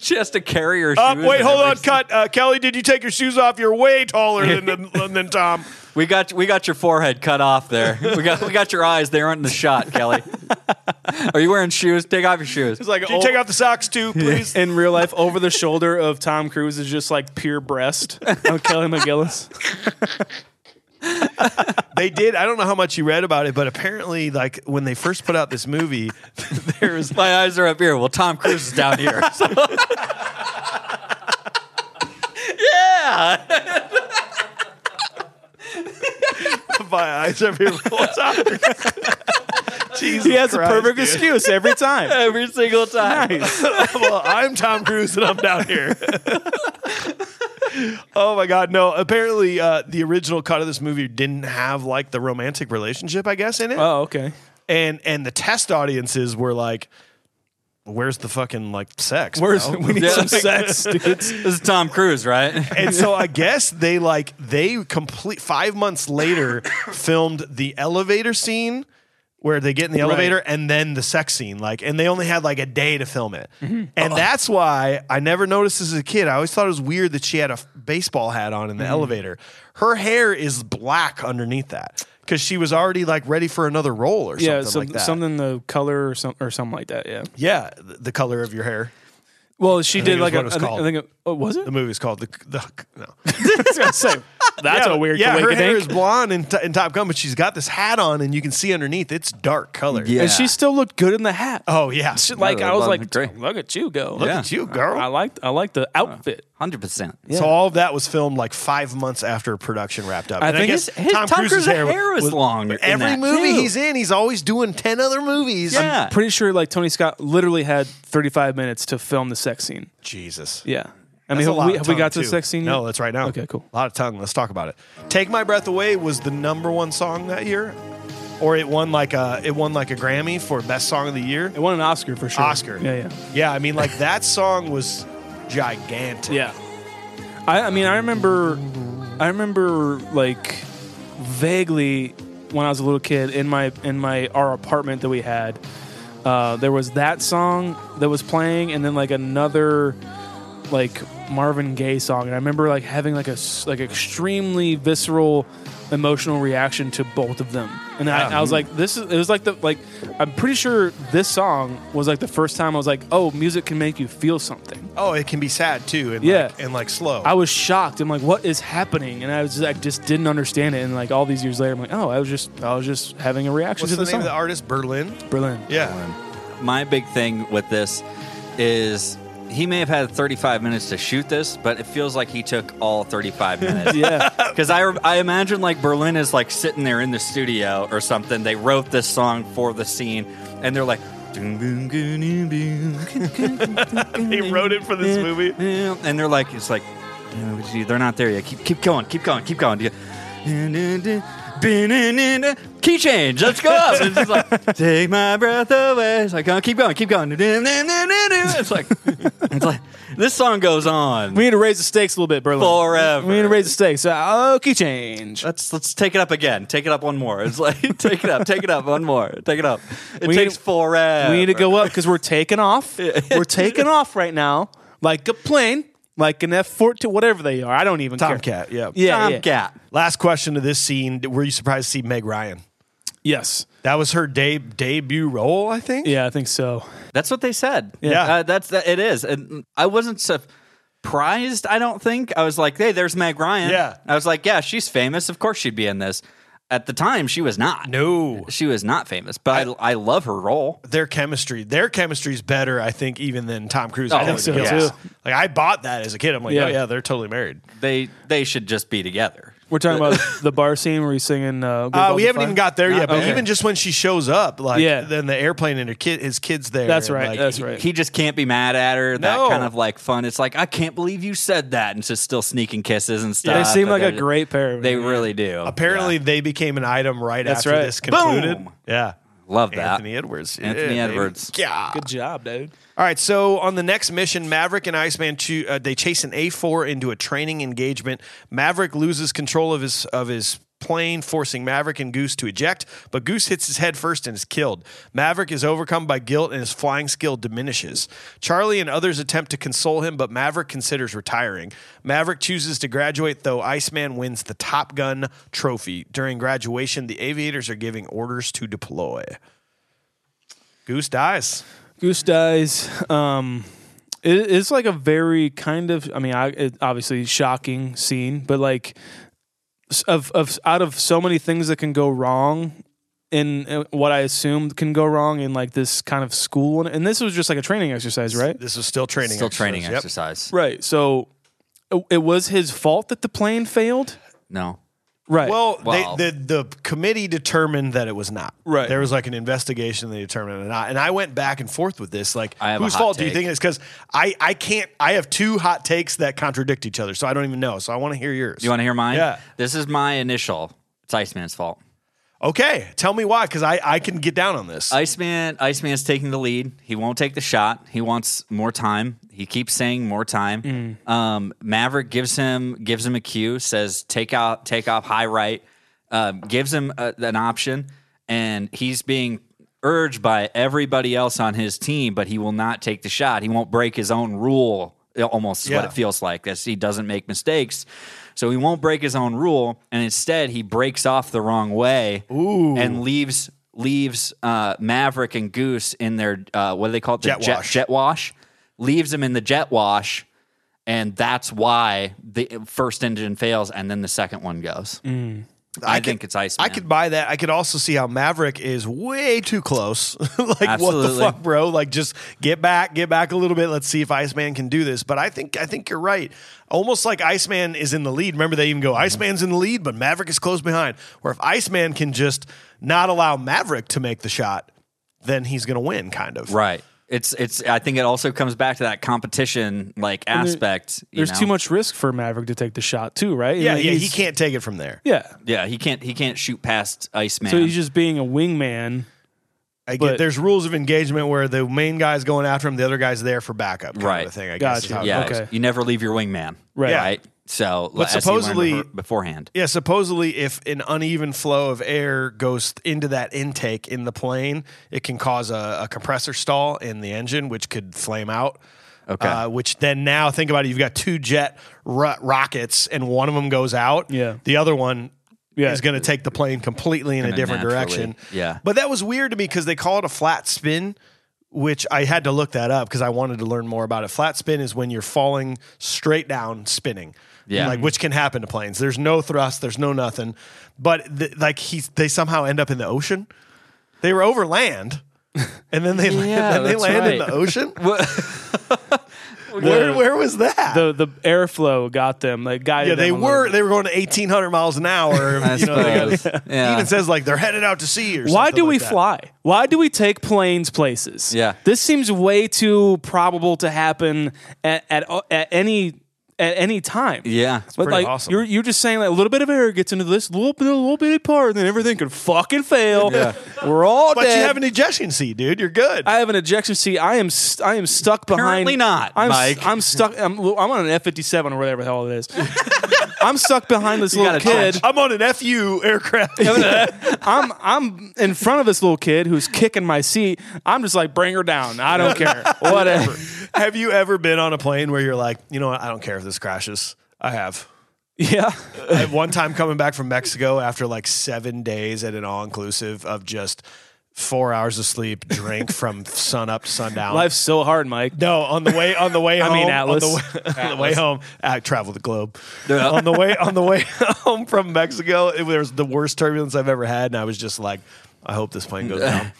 S3: She has to carry her.
S2: Uh,
S3: shoes
S2: wait,
S3: and
S2: hold on,
S3: everything.
S2: cut. Uh, Kelly, did you take your shoes off? You're way taller than than, than Tom.
S3: We got we got your forehead cut off there. We got we got your eyes. They aren't in the shot, Kelly. Are you wearing shoes? Take off your shoes.
S1: like oh.
S2: Can you take off the socks too, please?
S1: in real life, over the shoulder of Tom Cruise is just like pure breast on Kelly McGillis.
S2: they did. I don't know how much you read about it, but apparently, like when they first put out this movie, there was
S3: My eyes are up here. Well, Tom Cruise is down here. So- yeah.
S2: my eyes up here the whole time. Jesus
S1: He has
S2: Christ,
S1: a perfect
S2: dude.
S1: excuse every time.
S3: Every single time.
S2: well, I'm Tom Cruise and I'm down here. oh my God! No, apparently uh, the original cut of this movie didn't have like the romantic relationship, I guess, in it,
S1: Oh, okay.
S2: and and the test audiences were like, "Where's the fucking like sex?
S1: Where's
S2: bro?"
S1: we need
S3: Yeah.
S1: some sex, dudes?
S3: This is Tom Cruise, right?
S2: and so I guess they like they complete five months later filmed the elevator scene where they get in the elevator and then the sex scene like and they only had like a day to film it
S1: Mm-hmm.
S2: and that's why i never noticed this as a kid i always thought it was weird that she had a f- baseball hat on in
S1: Mm.
S2: the elevator her hair is black underneath that because she was already like ready for another role or
S1: Yeah,
S2: something
S1: some,
S2: like that
S1: something the color or, some, or something like that. Yeah.
S2: yeah th- the color of your hair
S1: Well, she
S2: think
S1: did
S2: it was
S1: like a.
S2: what it was
S1: I think-
S2: called.
S1: I think it, oh, was it?
S2: the movie's called the, the no
S1: that's
S2: yeah,
S1: a weird.
S2: Yeah, her hair
S1: coinkydink.
S2: is blonde in, t- in Top Gun, but she's got this hat on, and you can see underneath it's dark colored.
S3: Yeah.
S1: and she still looked good in the hat.
S2: Oh yeah.
S1: She- like
S3: I
S1: I was
S3: love
S1: like,
S3: it. Great.
S1: look at you go.
S2: Look
S3: Yeah.
S2: at you, girl.
S1: I liked I liked the outfit.
S3: Hundred percent.
S2: So all of that was filmed like five months after production wrapped up.
S1: I think
S2: guess
S3: His, his Tom, Cruise's hair, was, long. in
S2: Every
S3: that,
S2: movie
S3: too.
S2: he's in, he's always doing ten other movies.
S3: Yeah.
S1: Pretty sure like Tony Scott literally had 35 minutes to film the sex scene.
S2: Jesus.
S1: Yeah. I
S2: That's
S1: mean,
S2: a lot
S1: have we,
S2: of
S1: have we
S2: tongue,
S1: got to
S2: too.
S1: the sex scene?
S2: No,
S1: yet?
S2: that's right now.
S1: Okay, cool.
S2: A lot of tongue. Let's talk about it. "Take My Breath Away" was the number one song that year, or it won like a it won like a Grammy for best song of the year.
S1: It won an Oscar for sure.
S2: Oscar.
S1: Yeah,
S2: Yeah, I mean, like that song was gigantic.
S1: yeah, yeah. I, I mean, I remember, I remember like vaguely when I was a little kid in my in my our apartment that we had. Uh, there was that song that was playing, and then like another like Marvin Gaye song, and I remember like having like a s- like extremely visceral emotional reaction to both of them, and I, I was like, this is it was like the like I'm pretty sure this song was like the first time I was like, oh, music can make you feel something.
S2: Oh, it can be sad too, and
S1: Yeah.
S2: like, and like slow.
S1: I was shocked. I'm like, what is happening? And I was just, I just didn't understand it. And like all these years later, I'm like, oh, I was just I was just having a reaction
S2: What's
S1: to
S2: the,
S1: the, song.
S2: name of the artist? Berlin.
S1: Berlin.
S2: Yeah,
S3: my big thing with this is he may have had 35 minutes to shoot this, but it feels like he took all 35 minutes.
S1: Yeah.
S3: Because I, I imagine like Berlin is like sitting there in the studio or something. They wrote this song for the scene, and they're like,
S2: he wrote it for this movie.
S3: and they're like, it's like, they're not there yet. Keep keep going, keep going, keep going. Key change. Let's go up. It's just like take my breath away. It's like oh, keep going, keep going. It's like it's like this song goes on
S1: We need to raise the stakes a little bit, Berlin. We need to
S3: forever.
S1: raise the stakes. Uh, okay, change.
S3: Let's let's take it up again. Take it up one more. It's like take it up, take it up one more, take it up. It
S1: We need-
S3: takes forever.
S1: We need to go up because we're taking off. we're taking off right now, like a plane, like an F fourteen, whatever they are. I don't even care.
S2: Tomcat, yeah.
S1: Yeah,
S3: Tom
S1: yeah.
S3: Cat.
S2: Last question to this scene: Were you surprised to see Meg Ryan?
S1: Yes.
S2: That was her de- debut role, I think.
S1: Yeah, I think so.
S3: That's what they said.
S2: Yeah.
S3: uh, that's that. It is, and I wasn't surprised. I don't think I was like, "Hey, there's Meg Ryan."
S2: Yeah.
S3: I was like, "Yeah, she's famous. Of course she'd be in this." At the time, she was not.
S2: No,
S3: she was not famous, but I, I, love her role.
S2: their chemistry, their chemistry's better, I think, even than Tom Cruise.
S3: I think
S2: Hollywood
S1: Oh, so,
S2: is.
S1: too.
S2: Like I bought that as a kid. I'm like,
S1: Yeah.
S2: oh yeah, they're totally married.
S3: They they should just be together.
S1: We're talking about the bar scene where he's singing. Uh, Great
S2: Uh,
S1: Balls
S2: we
S1: of
S2: haven't
S1: Fire.
S2: even got there yet, but
S1: okay.
S2: even just when she shows up, like
S1: Yeah.
S2: then the airplane and her kid, his kids there.
S1: That's
S2: and,
S1: right.
S2: like,
S1: that's right.
S3: He just can't be mad at
S2: No.
S3: her. That kind of like fun. It's like I can't believe you said that, and just still sneaking kisses and stuff.
S1: they seem
S3: And
S1: like a
S3: they're just-
S1: great pair.
S3: They really do.
S2: Apparently, they became an item right
S1: That's
S2: after
S1: right.
S2: this concluded.
S3: Boom.
S2: Yeah,
S3: love that.
S2: Anthony Edwards.
S3: Anthony
S2: Yeah, baby.
S3: Edwards.
S2: Yeah.
S1: good job, dude.
S2: All right. So on the next mission, Maverick and Iceman choo- uh, they chase an A4 into a training engagement. Maverick loses control of his of his plane, forcing Maverick and Goose to eject. But Goose hits his head first and is killed. Maverick is overcome by guilt and his flying skill diminishes. Charlie and others attempt to console him, but Maverick considers retiring. Maverick chooses to graduate, though Iceman wins the Top Gun trophy. During graduation, the aviators are giving orders to deploy. Goose dies.
S1: Goose dies. Um, it, it's like a very kind of. I mean, I, it, obviously shocking scene, but like s- of of out of so many things that can go wrong. In uh, what I assumed can go wrong in like this kind of school one, and this was just like a training exercise, right?
S2: This is still training.
S3: Still training
S2: exercise. Yep.
S3: exercise.
S1: Right. So it, it was his fault that the plane failed.
S3: No.
S1: Right.
S2: Well,
S3: Wow.
S2: they, the the committee determined that it was not.
S1: Right.
S2: There was like an investigation. They determined it not, and I went back and forth with this. Like,
S3: I have a
S2: whose
S3: hot
S2: fault do you
S3: take.
S2: think it's? Because I I can't. I have two hot takes that contradict each other, so I don't even know. So I want to hear yours.
S3: You want to hear mine?
S2: Yeah.
S3: This is my initial. It's Iceman's fault.
S2: okay, tell me why, because I I can get down on this.
S3: Iceman Iceman's taking the lead. He won't take the shot. He wants more time. He keeps saying more time. Um, Maverick gives him gives him a cue, says take out take off high right, um, gives him a, an option, and he's being urged by everybody else on his team, but he will not take the shot. He won't break his own rule. Almost is what
S2: Yeah.
S3: it feels like as he doesn't make mistakes. So he won't break his own rule, and instead he breaks off the wrong way and leaves leaves uh, Maverick and Goose in their uh, what do they call it? The
S2: Jet wash.
S3: jet wash. Leaves them in the jet wash, and that's why the first engine fails, and then the second one goes. I,
S2: could-
S3: think it's Iceman.
S2: I could buy that. I could also see how Maverick is way too close. like what the
S3: Absolutely.
S2: fuck, bro? Like just get back, get back a little bit. Let's see if Iceman can do this. But I think I think you're right. Almost like Iceman is in the lead. Remember they even go Iceman's in the lead, but Maverick is close behind. Where if Iceman can just not allow Maverick to make the shot, then he's going to win kind of.
S3: right. It's it's. I think it also comes back to that competition like
S1: there-
S3: aspect. you
S1: There's
S3: know?
S1: too much risk for Maverick to take the shot too, right?
S2: Yeah,
S1: Like,
S2: yeah, he
S1: he's-
S2: can't take it from there.
S1: Yeah.
S3: Yeah, he can't he can't shoot past Iceman.
S1: So he's just being a wingman.
S2: I get,
S1: But-
S2: there's rules of engagement where the main guy's going after him, the other guy's there for backup kind
S3: Right.
S2: of a thing, I guess. is
S1: Gotcha.
S2: how it
S3: yeah,
S1: Okay.
S3: you never leave your wingman.
S1: Right.
S2: Yeah.
S3: Right. So
S2: But
S3: as you
S2: supposedly-
S3: learned beforehand.
S2: Yeah, supposedly, if an uneven flow of air goes into that intake in the plane, it can cause a, a compressor stall in the engine, which could flame out.
S3: Okay.
S2: Uh, which then now think about it, you've got two jet ro- rockets, and one of them goes out.
S1: Yeah.
S2: The other one
S1: Yeah.
S2: is going to take the plane completely in a
S3: Kinda
S2: different
S3: naturally,
S2: direction.
S3: yeah.
S2: But that was weird to me because they call it a flat spin, which I had to look that up because I wanted to learn more about it. Flat spin is when you're falling straight down, spinning.
S3: Yeah.
S2: Like which can happen to planes. There's no thrust. There's no nothing. But th- like he, they somehow end up in the ocean. They were over land, and then they
S3: Yeah,
S2: then they
S3: that's
S2: land in
S3: right.
S2: the ocean. where where was that?
S1: The the airflow got them. Like guided
S2: yeah, they
S1: them a
S2: were
S1: little
S2: they were going to 1800 miles an hour.
S3: I
S2: you know, they got-
S3: suppose. yeah.
S2: even says like they're headed out to sea. Or
S1: bit. Why
S2: something
S1: do
S2: like
S1: we
S2: that.
S1: fly? Why do we take planes places?
S3: Yeah.
S1: This seems way too probable to happen at at, at any at any time.
S3: Yeah.
S1: But
S2: pretty
S1: like
S2: awesome.
S1: you're you're just saying like a little bit of error gets into this little bit, little bitty part, and then everything could fucking fail. We're all
S2: But
S1: dead.
S2: you have an ejection seat, dude. You're good.
S1: I have an ejection seat. I am st- I am stuck behind.
S3: Apparently not,
S1: I'm, s-
S3: Mike.
S1: I'm stuck. I'm, I'm on an F fifty seven or whatever the hell it is. I'm stuck behind this little
S3: gotta
S1: kid.
S3: touch.
S2: I'm on an FU aircraft.
S1: I'm I'm in front of this little kid who's kicking my seat. I'm just like, bring her down. I don't care. Whatever.
S2: have you ever been on a plane where you're like, you know what? I don't care if this crashes. I have.
S1: yeah.
S2: I had one time coming back from Mexico after like seven days at an all inclusive of just four hours of sleep, drink from sun up to sundown.
S1: Life's so hard, Mike.
S2: no, on the way on the way home.
S1: mean,
S2: on the
S1: Atlas.
S2: way- On the, way home, I traveled the globe. on the way on the way home from Mexico, it was the worst turbulence I've ever had, and I was just like, I hope this plane goes down.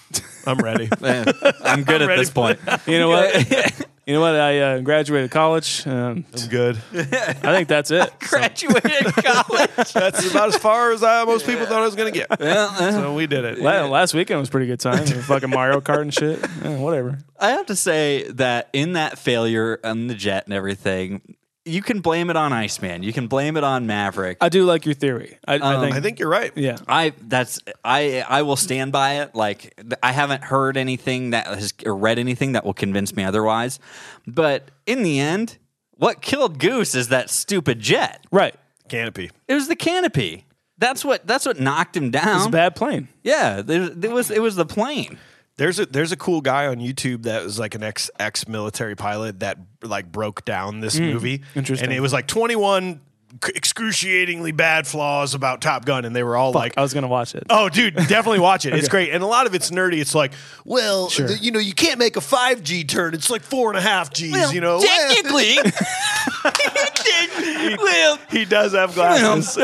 S2: I'm ready.
S3: Man, I'm good at
S2: ready
S3: this point.
S1: You know what? you know what? I uh, graduated college. Um,
S2: I'm good.
S1: I think that's it.
S3: Graduated college.
S2: That's about as far as I, most people thought I was going to get.
S1: uh-huh.
S2: So we did it.
S1: La- Last weekend was a pretty good time. Fucking Mario Kart and shit. Yeah, whatever.
S3: I have to say that in that failure on the jet and everything, you can blame it on Iceman. You can blame it on Maverick.
S1: I do like your theory. I, I think.
S2: I think you're right.
S1: Yeah.
S3: I that's I I will stand by it. Like th- I haven't heard anything that has or read anything that will convince me otherwise. But in the end, what killed Goose is that stupid jet.
S1: Right.
S2: Canopy.
S3: It was the canopy. That's what that's what knocked him
S1: It's a
S3: down.
S1: bad plane.
S3: Yeah, there, it was it was the plane.
S2: There's a there's a cool guy on YouTube that was like an ex ex military pilot that like broke down this movie.
S1: Hmm. interesting.
S2: And it was like 21 c- excruciatingly bad flaws about Top Gun, and they were all like.
S1: I was gonna watch it.
S2: Oh, dude, definitely watch it. It's great. And a lot of it's nerdy. It's like, well, the- you know, you can't make a 5G turn. It's like four and a half Gs, you know?
S3: technically, well,
S2: he does have glasses.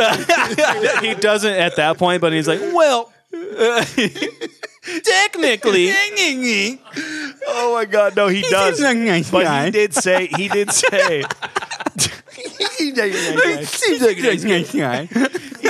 S1: he doesn't at that point, but he's like, well, uh, technically,
S2: Oh my god, no, he does.
S3: a nice
S2: but
S3: guy.
S2: he did say he did say he
S3: seems like a nice guy.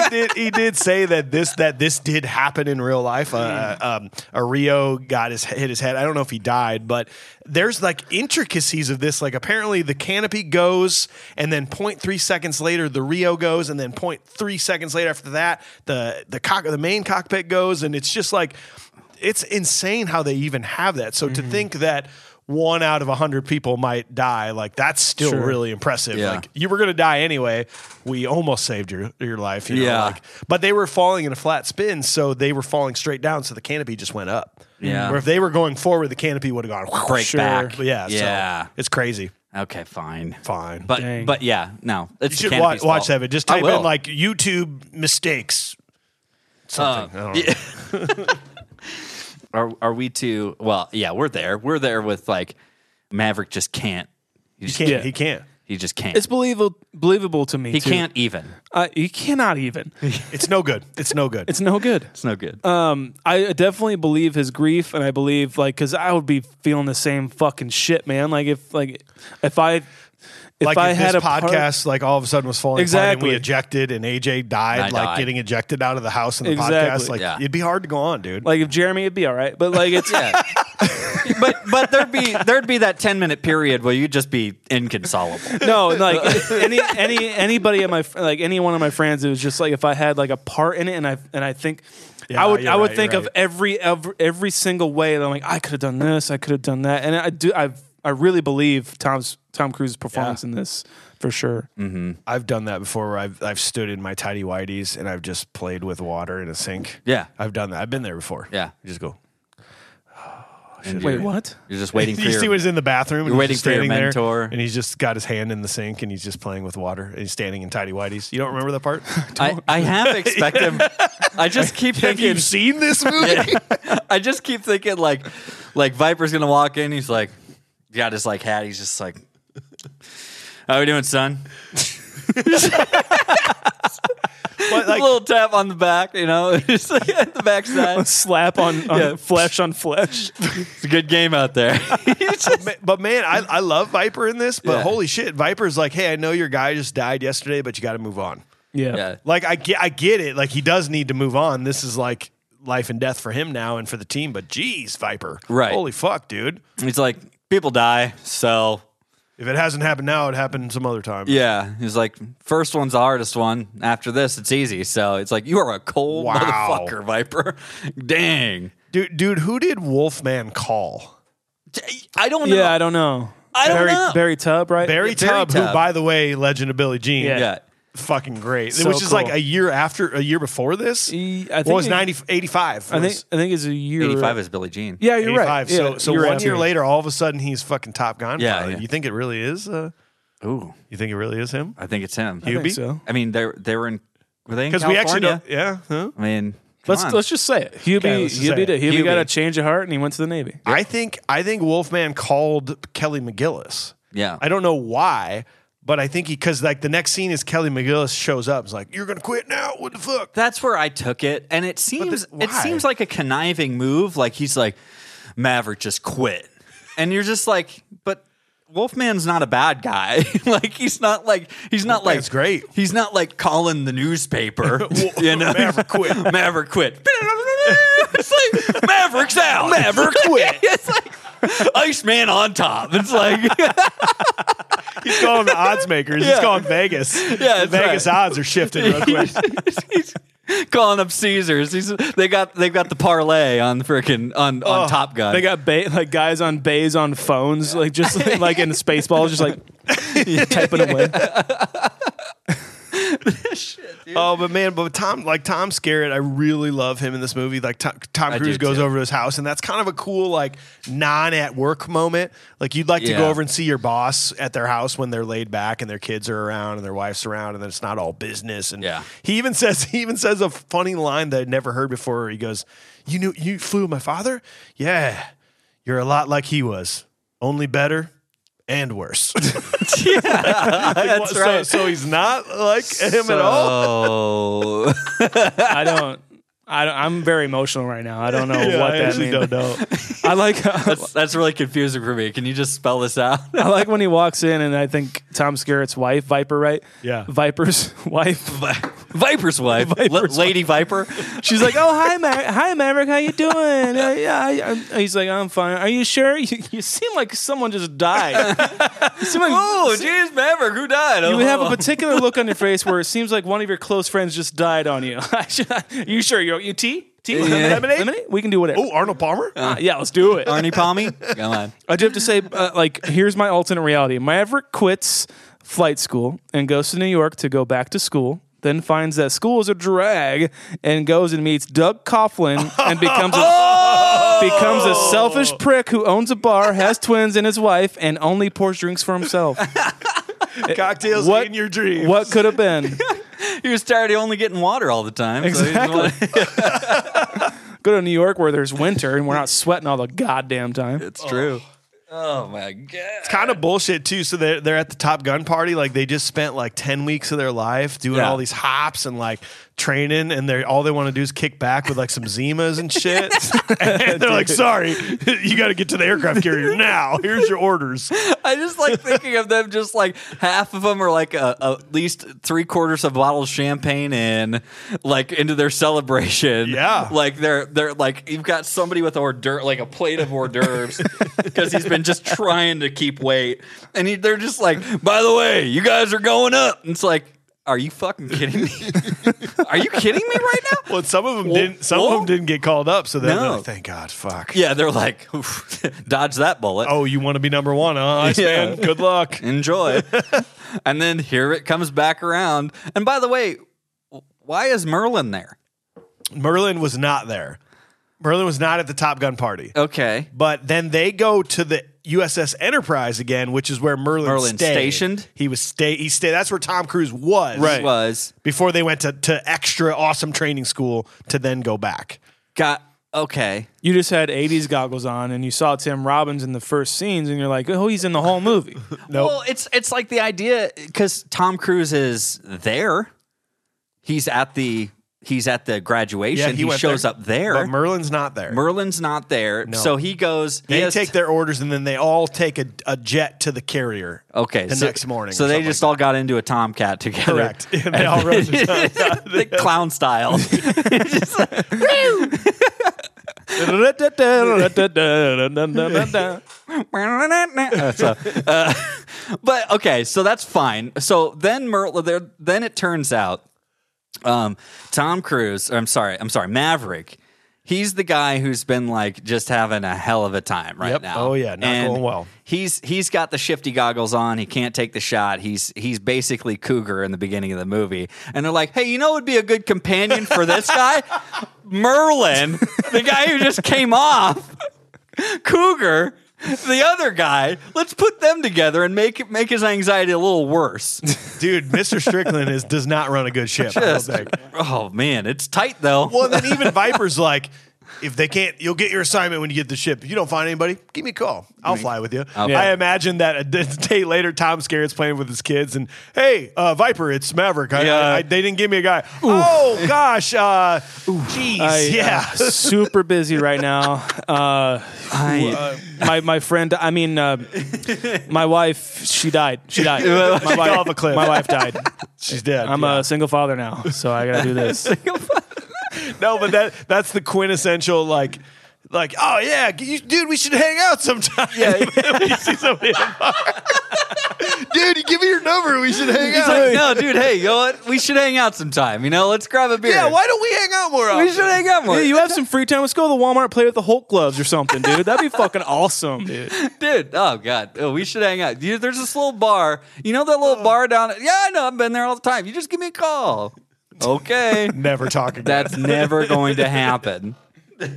S2: did he did say that this that this did happen in real life. Uh, um, a Rio got his hit his head. I don't know if he died, but there's like intricacies of this. Like apparently the canopy goes, and then 0.3 seconds later the Rio goes, and then 0.3 seconds later after that the the cock the main cockpit goes, and it's just like it's insane how they even have that. So to think that. One out of a hundred people might die. Like that's still
S1: Sure.
S2: really impressive.
S3: Yeah.
S2: Like you were gonna die anyway. We almost saved your your life. You know,
S3: Yeah.
S2: like- but they were falling in a flat spin, so they were falling straight down, so the canopy just went up.
S3: Yeah.
S2: Where if they were going forward, the canopy would have gone
S3: Break
S1: Sure.
S3: back.
S2: But yeah,
S3: yeah.
S2: So it's crazy.
S3: okay, fine,
S2: Fine.
S3: But
S1: Dang.
S3: but yeah, no, it's
S2: you
S3: the
S2: should watch,
S3: canopy's
S2: watch
S3: fault.
S2: that. But just
S3: I
S2: type
S3: will.
S2: in like YouTube mistakes.
S3: Uh,
S2: Something. I don't know.
S3: yeah. are are we too? Well, yeah, we're there. We're there with like Maverick just can't. He just
S2: Can't,
S1: Yeah.
S2: He can't.
S3: He just can't.
S1: it's believable, believable to me.
S3: he can't even.
S1: Uh, he cannot even.
S2: It's no good. It's no good.
S1: It's no good.
S3: It's no good.
S1: Um, I definitely believe his grief, and I believe like because I would be feeling the same fucking shit, man. Like if like if I if
S2: like
S1: I
S2: if
S1: had
S2: this
S1: a part-
S2: podcast, like all of a sudden was falling
S1: Exactly.
S2: apart, and we ejected, and AJ died,
S3: I
S2: like
S3: died.
S2: getting ejected out of the house in the
S1: Exactly.
S2: podcast. Like
S3: Yeah.
S2: it'd be hard to go on, dude.
S1: like if Jeremy, it'd be all right, but like it's
S3: yeah. but but there'd be there'd be that ten minute period where you'd just be inconsolable.
S1: no, like any any anybody of my fr- like any one of my friends, it was just like if I had like a part in it, and I and I think. I would
S2: you're
S1: I would
S2: right,
S1: think
S2: you're
S1: of
S2: right.
S1: every, every every single way that I'm like I could have done this I could have done that and I do I I really believe Tom's Tom Cruise's performance in this for sure
S2: I've done that before where I've I've stood in my tidy whities and I've just played with water in a sink.
S3: Yeah.
S2: I've done that. I've been there before.
S3: Yeah.
S2: You just go.
S1: wait what
S3: You're just waiting for
S2: You
S3: your,
S2: see what's in the bathroom.
S3: You're
S2: and he's
S3: waiting
S2: just
S3: for your
S2: standing there,
S3: mentor.
S2: and he's just got his hand in the sink, and he's just playing with water, and he's standing in tidy whities. You don't remember that part?
S3: I, I have expected. I just keep
S2: Have you
S3: thinking.
S2: seen this movie?
S3: I just keep thinking like like Viper's gonna walk in. He's like got his like hat. He's just like, "How we doing, son?"
S2: But, like,
S3: a little tap on the back, you know, just like at the backside.
S1: slap on, on
S3: Yeah.
S1: flesh on flesh
S3: It's a good game out there.
S2: ma- but man, I, I love Viper in this. But
S3: Yeah.
S2: holy shit, Viper's like, hey, I know your guy just died yesterday, but you got to move on.
S3: yeah,
S2: Like I get, I get it. Like he does need to move on. This is like life and death for him now and for the team. But geez, Viper,
S3: Right.
S2: Holy fuck, dude.
S3: he's like, people die, so
S2: If it hasn't happened now, it happened some other time.
S3: Yeah, he's like, first one's the hardest one. After this, it's easy. So it's like you are a cold
S2: Wow.
S3: motherfucker, Viper. Dang.
S2: Dude, dude, who did Wolfman call?
S3: I don't know.
S1: Yeah, I don't know.
S3: I don't
S1: Barry,
S3: know.
S1: Barry Tubb, right?
S2: Barry,
S3: Yeah, Barry
S2: Tubb, who,
S3: Tubb.
S2: by the way, Legend of Billie Jean.
S1: Yeah.
S3: yeah.
S2: Fucking great.
S1: So
S2: Which is like
S1: cool.
S2: a year after, a year before this.
S1: He- I think
S2: what was
S1: it-
S2: 90, 85?
S1: I think I think it's a year.
S3: 85 is Billie Jean.
S1: Yeah, you're right.
S2: 85. So,
S1: Yeah,
S2: so
S1: you're
S2: one
S1: right.
S2: year later, all of a sudden, he's fucking Top Gun.
S3: Yeah,
S2: pilot.
S3: yeah.
S2: You think it really is? Uh,
S3: Ooh,
S2: you think it really is him?
S3: I think it's him.
S1: I think
S2: Hubie?
S1: so.
S3: I mean, they they were in. Were they in
S2: Because we actually
S3: California?
S2: don't. Yeah. huh?
S3: I mean, come
S1: Let's
S3: on.
S1: let's just say it. Hubie
S2: Okay, let's just say
S1: Hubie,
S2: it.
S1: did- Hubie
S3: Hubie.
S1: got a change of heart and he went to the Navy.
S2: I think I think Wolfman called Kelly McGillis.
S3: Yeah.
S2: I don't know why, but I think he because like the next scene is Kelly McGillis shows up. It's like you're gonna quit now. What the fuck?
S3: That's where I took it, and it seems
S2: why?
S3: it seems like a conniving move. Like he's like, Maverick just quit, and you're just like, but Wolfman's not a bad guy. like he's not like he's not
S2: Wolfman's
S3: like
S2: great.
S3: He's not like calling the newspaper. you know,
S2: Maverick quit.
S3: Maverick quit. it's like Maverick's out. Maverick quit. it's like Iceman on top. It's like
S2: He's calling the odds makers. He's
S3: Yeah.
S2: calling Vegas.
S3: that's
S2: Vegas
S3: right.
S2: odds are shifting real quick.
S3: he's calling up Caesars. He's, they got they got the parlay on freaking on,
S2: Oh,
S3: on Top Gun.
S1: They got ba- like guys on bays on phones, like just like in Spaceballs, just like typing away.
S2: Oh, but man, but Tom, like Tom Skerritt, I really love him in this movie. Like Tom, Tom
S3: I
S2: Cruise
S3: do,
S2: goes
S3: too.
S2: over to his house, and that's kind of a cool, like non at work moment. Like you'd like to go
S3: Yeah.
S2: over and see your boss at their house when they're laid back and their kids are around and their wife's around, and then it's not all business. And
S3: Yeah.
S2: he even says he even says a funny line that I'd never heard before. He goes, "You knew you flew with my father? Yeah, you're a lot like he was, only better." And worse.
S3: that's
S2: so,
S3: right.
S2: so he's not like him at all.
S3: all.
S1: I don't. I don't, I'm very emotional right now. I don't know
S2: Yeah,
S1: what
S2: I
S1: that
S2: actually
S1: means.
S2: don't know.
S1: I like
S3: that's, that's really confusing for me. Can you just spell this out?
S1: I like when he walks in and I think Tom Skerritt's wife, Viper, right?
S2: Yeah.
S1: Viper's wife.
S3: Vi- Viper's wife,
S1: Viper's
S3: La- Lady Viper.
S1: She's like, "Oh, hi, Mar- hi, Maverick. How you doing?" Uh, yeah, I, I'm, he's like, "I'm fine. Are you sure? You, you seem like someone just died. You seem like
S3: Oh, jeez, Maverick, who died?
S1: you
S3: oh.
S1: have a particular look on your face where it seems like one of your close friends just died on you. you sure? You you tea? Tea? Lemonade? Lemonade? We can do whatever.
S2: Oh, Arnold Palmer?
S1: Uh, yeah, let's do it.
S3: Arnie Palmy. Come on.
S1: I do have to say, uh, like, here's my alternate reality. Maverick quits flight school and goes to New York to go back to school. Then finds that school is a drag and goes and meets Doug Coughlin and becomes a, becomes a selfish prick who owns a bar, has twins and his wife, and only pours drinks for himself.
S2: Cocktails
S1: What-
S2: in your dreams.
S1: What could have been?
S3: He was tired of only getting water all the time. so he just
S1: Exactly.
S3: wanted-
S1: Go to New York where there's winter and we're not sweating all the goddamn time.
S3: it's true. Oh my god.
S2: kind of bullshit too. So they're they're at the Top Gun party. Like they just spent like ten weeks of their life doing
S3: Yeah.
S2: all these hops and like training, and they are all they want to do is kick back with like some Zimas and shit. and they're like, "Sorry, you got to get to the aircraft carrier now. Here's your orders."
S3: I just like thinking of them. Just like half of them are like a, a- at least three quarters of a bottle of champagne in, like into their celebration.
S2: Yeah.
S3: like they're they're like you've got somebody with hors d'oeuvre, like a plate of hors d'oeuvres, because he's been just trying to keep weight, and he, they're just like, by the way, you guys are going up. And it's like, are you fucking kidding me? are you kidding me right now?
S2: Well, some of them didn't. Some of
S3: well-
S2: them didn't get called up. So then,
S3: No.
S2: they're like, thank God, fuck.
S3: Yeah, they're like, "Oof, dodge that bullet.
S2: Oh, you want to be number one, huh? Ice
S3: Yeah.
S2: Man? Good luck.
S3: enjoy. and then here it comes back around. And by the way, why is Merlin there?
S2: Merlin was not there. Merlin was not at the Top Gun party.
S3: Okay.
S2: But then they go to the USS Enterprise again, which is where Merlin,
S3: Merlin
S2: stayed.
S3: stationed?
S2: He was stay. He stayed. That's where Tom Cruise was.
S1: Right.
S3: Was
S2: Before they went to, to extra awesome training school to then go back.
S3: got okay.
S1: You just had 80s goggles on and you saw Tim Robbins in the first scenes and you're like, oh, he's in the whole movie.
S2: Nope.
S3: Well, it's it's like the idea because Tom Cruise is there. He's at the he's at the graduation.
S2: Yeah, he
S3: he
S2: went
S3: shows
S2: there.
S3: up there.
S2: But Merlin's not there.
S3: Merlin's not there, so he goes. he
S2: they
S3: has
S2: take
S3: t-
S2: their orders and then they all take a, a jet to the carrier.
S3: okay
S2: The
S3: so-
S2: next morning.
S3: So
S2: or
S3: they
S2: something
S3: just
S2: like
S3: all got into a tomcat together.
S2: Correct. And they all rode the
S3: the clown style. Just like,
S2: that.
S3: That's a- uh, but okay, so that's fine. So then Merle, there, then it turns out, um, Tom Cruise. I'm sorry, I'm sorry, Maverick. He's the guy who's been like just having a hell of a time right
S2: Yep.
S3: now.
S2: Oh, yeah, not
S3: And
S2: going well.
S3: He's he's got the shifty goggles on. He can't take the shot. He's he's basically Cougar in the beginning of the movie. And they're like, hey, you know, what would be a good companion for this guy, Merlin, the guy who just came off. Cougar, the other guy. Let's put them together and make make his anxiety a little worse.
S2: Dude, Mr. Strickland is does not run a good ship. I don't
S3: Just-
S2: think.
S3: oh man, it's tight though.
S2: Well, and then even Viper's like, if they can't, you'll get your assignment when you get the ship. If you don't find anybody, give me a call. I'll fly with you.
S3: Okay.
S2: I imagine that a d- day later, Tom Skerritt's playing with his kids, and hey, uh, Viper, it's Maverick. I,
S3: Yeah.
S2: I- I- they didn't give me a guy. Oh gosh, uh, jeez,
S1: I, uh,
S2: yeah.
S1: super busy right now. Uh,
S3: I-
S1: my my friend, I mean, uh, my wife, she died. She died. my, wife,
S2: off a cliff.
S1: my wife died.
S2: She's dead.
S1: I'm
S2: yeah.
S1: a single father now, so I gotta do this.
S2: no, but that that's the quintessential like. Like, oh yeah, g- you, dude, we should hang out sometime. Yeah, you see somebody at a bar. dude, you give me your number. We should hang
S3: He's
S2: out.
S3: like, no, dude. Hey, you know what? We should hang out sometime. You know, let's grab a beer. Oh,
S2: yeah, why don't we hang out more often?
S3: We should hang out more,
S1: Hey, you have some free time? Let's go to the Walmart, play with the Hulk gloves or something, dude. That'd be fucking awesome, dude.
S3: dude. Oh god, oh, we should hang out. Dude, there's this little bar. You know that little bar down? Yeah, I know. I've been there all the time. You just give me a call. Okay,
S2: Never talking.
S3: that's never going to happen.
S2: All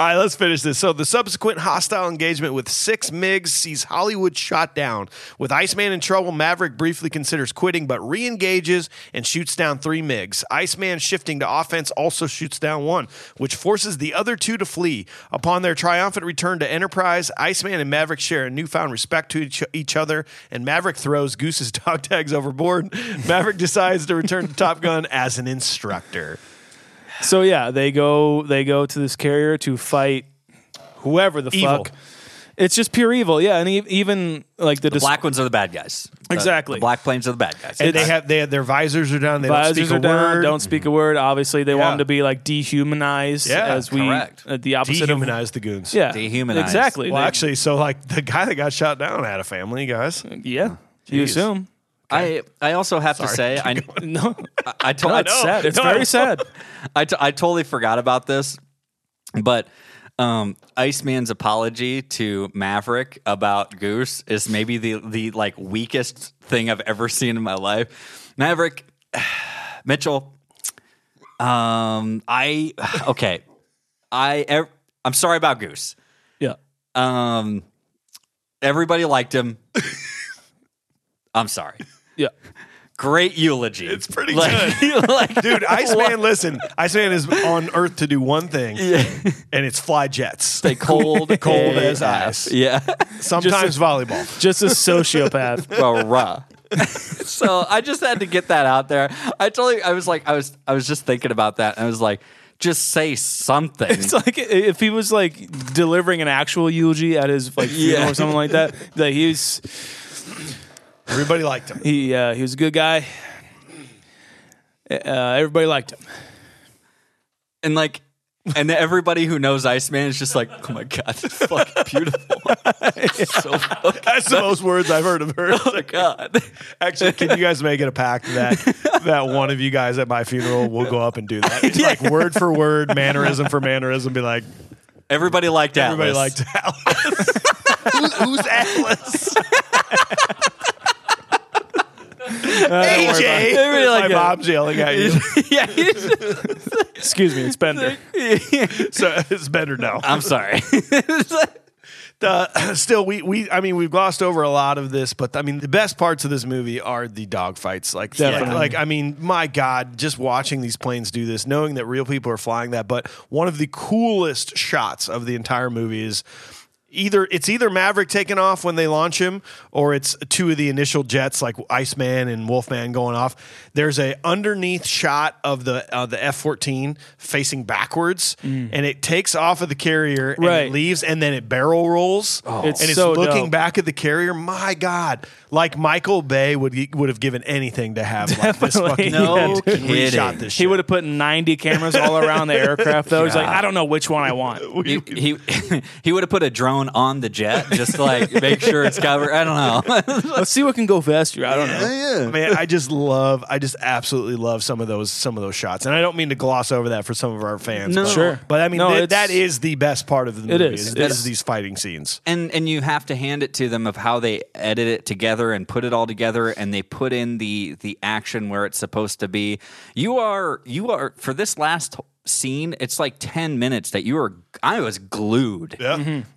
S2: right, let's finish this. So the subsequent hostile engagement with six MiGs sees Hollywood shot down. With Iceman in trouble, Maverick briefly considers quitting but re-engages and shoots down three MiGs. Iceman shifting to offense also shoots down one, which forces the other two to flee. Upon their triumphant return to Enterprise, Iceman and Maverick share a newfound respect to each, each other, and Maverick throws Goose's dog tags overboard. Maverick decides to return to Top Gun as an instructor.
S1: So yeah, they go they go to this carrier to fight whoever the
S2: Evil.
S1: fuck. It's just pure evil, yeah. And e- even like the, dis-
S3: Black ones are the bad guys. The-
S1: Exactly.
S3: the black planes are the bad guys.
S2: And they have, they have their visors are down. They don't
S1: visors
S2: speak a
S1: are down.
S2: word.
S1: Don't speak a word. Obviously, they
S2: Yeah.
S1: want them to be like dehumanized.
S2: Yeah,
S1: as we
S3: correct.
S1: uh, the opposite of
S2: dehumanize the goons.
S1: yeah,
S3: Dehumanized.
S1: Exactly.
S2: Well,
S1: They-
S2: actually, so like the guy that got shot down had a family, guys.
S1: yeah. You assume
S3: I I also have to say I
S1: no.
S3: I, I, to-
S1: It's sad. It's
S2: No, I
S1: very
S2: know.
S1: sad.
S3: I, t- I totally forgot about this, but um, Iceman's apology to Maverick about Goose is maybe the the like weakest thing I've ever seen in my life. Maverick, Mitchell, um, I okay, I ev- I'm sorry about Goose.
S1: Yeah.
S3: Um, everybody liked him. I'm sorry.
S1: Yeah.
S3: Great eulogy.
S2: It's pretty
S3: good. like,
S2: Dude, Iceman, listen, Iceman is on Earth to do one thing, and it's fly jets.
S3: Stay cold,
S2: Cold as
S3: AF.
S2: ice.
S3: Yeah.
S2: Sometimes volleyball.
S1: Just a sociopath.
S3: Well, rah. so I just had to get that out there. I totally, I was like, I was, I was just thinking about that. And I was like, just say something.
S1: It's like if he was like delivering an actual eulogy at his like funeral
S3: Yeah.
S1: or something like that. That he's
S2: Everybody liked him.
S1: he uh, he was a good guy. Uh, everybody liked him.
S3: and like, and everybody who knows Iceman is just like, oh my God, it's fucking beautiful. It's so fucking,
S2: That's the most words I've heard of her.
S3: oh my God.
S2: Actually, can you guys make it a pact that that one of you guys at my funeral will go up and do that? It's Like word for word, mannerism for mannerism, be like,
S3: Everybody liked Atlas.
S2: everybody liked Alice. Who- Who's Alice? Uh, AJ,
S3: Everybody
S2: my
S3: liked it.
S2: mom's yelling at you.
S3: yeah. he's-
S1: Excuse me, it's Bender.
S2: so it's better now.
S3: I'm sorry. It's like-
S2: Uh, still, we we I mean we've glossed over a lot of this, but I mean the best parts of this movie are the dogfights. Like, like
S1: Definitely.
S2: like, I mean, my God, just watching these planes do this, knowing that real people are flying that. But one of the coolest shots of the entire movie is. either it's either Maverick taking off when they launch him, or it's two of the initial jets like Iceman and Wolfman going off. There's a underneath shot of the uh, the F-14 facing backwards, and it takes off of the carrier and
S1: Mm. Right. Oh.
S2: it leaves, and then it barrel rolls,
S1: It's
S2: and it's
S1: so
S2: looking
S1: dope.
S2: back at the carrier. My God, like Michael Bay would would have given anything to have like this
S1: Definitely.
S2: fucking
S3: No
S2: we reshot
S3: kidding.
S2: this. Shit.
S1: He would have put 90 cameras all around the aircraft, though. He's like, I don't know which one I want.
S3: He he, he would have put a drone on the jet just to, like make sure it's covered. I don't know.
S1: Let's see what can go faster. I don't
S2: Oh,
S1: know.
S2: Man, I just love, I just absolutely love some of those, some of those shots, and I don't mean to gloss over that for some of our fans.
S3: No.
S2: but,
S1: Sure.
S2: but I mean
S1: No,
S2: that-
S1: it's-
S2: that is the best part of the movie.
S1: is.
S2: is,
S1: It
S2: that
S1: is.
S2: is these fighting scenes.
S3: and and you have to hand it to them of how they edit it together and put it all together and they put in the the action where it's supposed to be you are you are for this last scene it's like 10 minutes that you were i was glued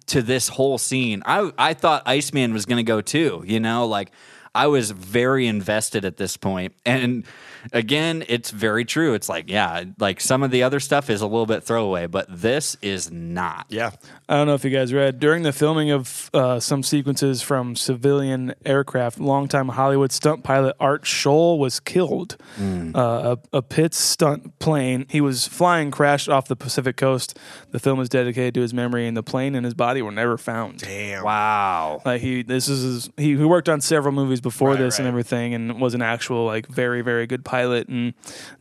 S3: to this whole scene i i thought iceman was gonna go too you know like I was very invested at this point. And again, it's very true. It's like, yeah, like some of the other stuff is a little bit throwaway, but this is not.
S2: Yeah,
S1: I don't know if you guys read during the filming of uh, some sequences from civilian aircraft. Longtime Hollywood stunt pilot Art Scholl was killed. Uh, a, a Pitts stunt plane he was flying crashed off the Pacific coast. The film is dedicated to his memory, and the plane and his body were never found.
S3: Wow.
S1: Like he, this is his, he, he worked on several movies before this and everything, and was an actual like very very good pilot, and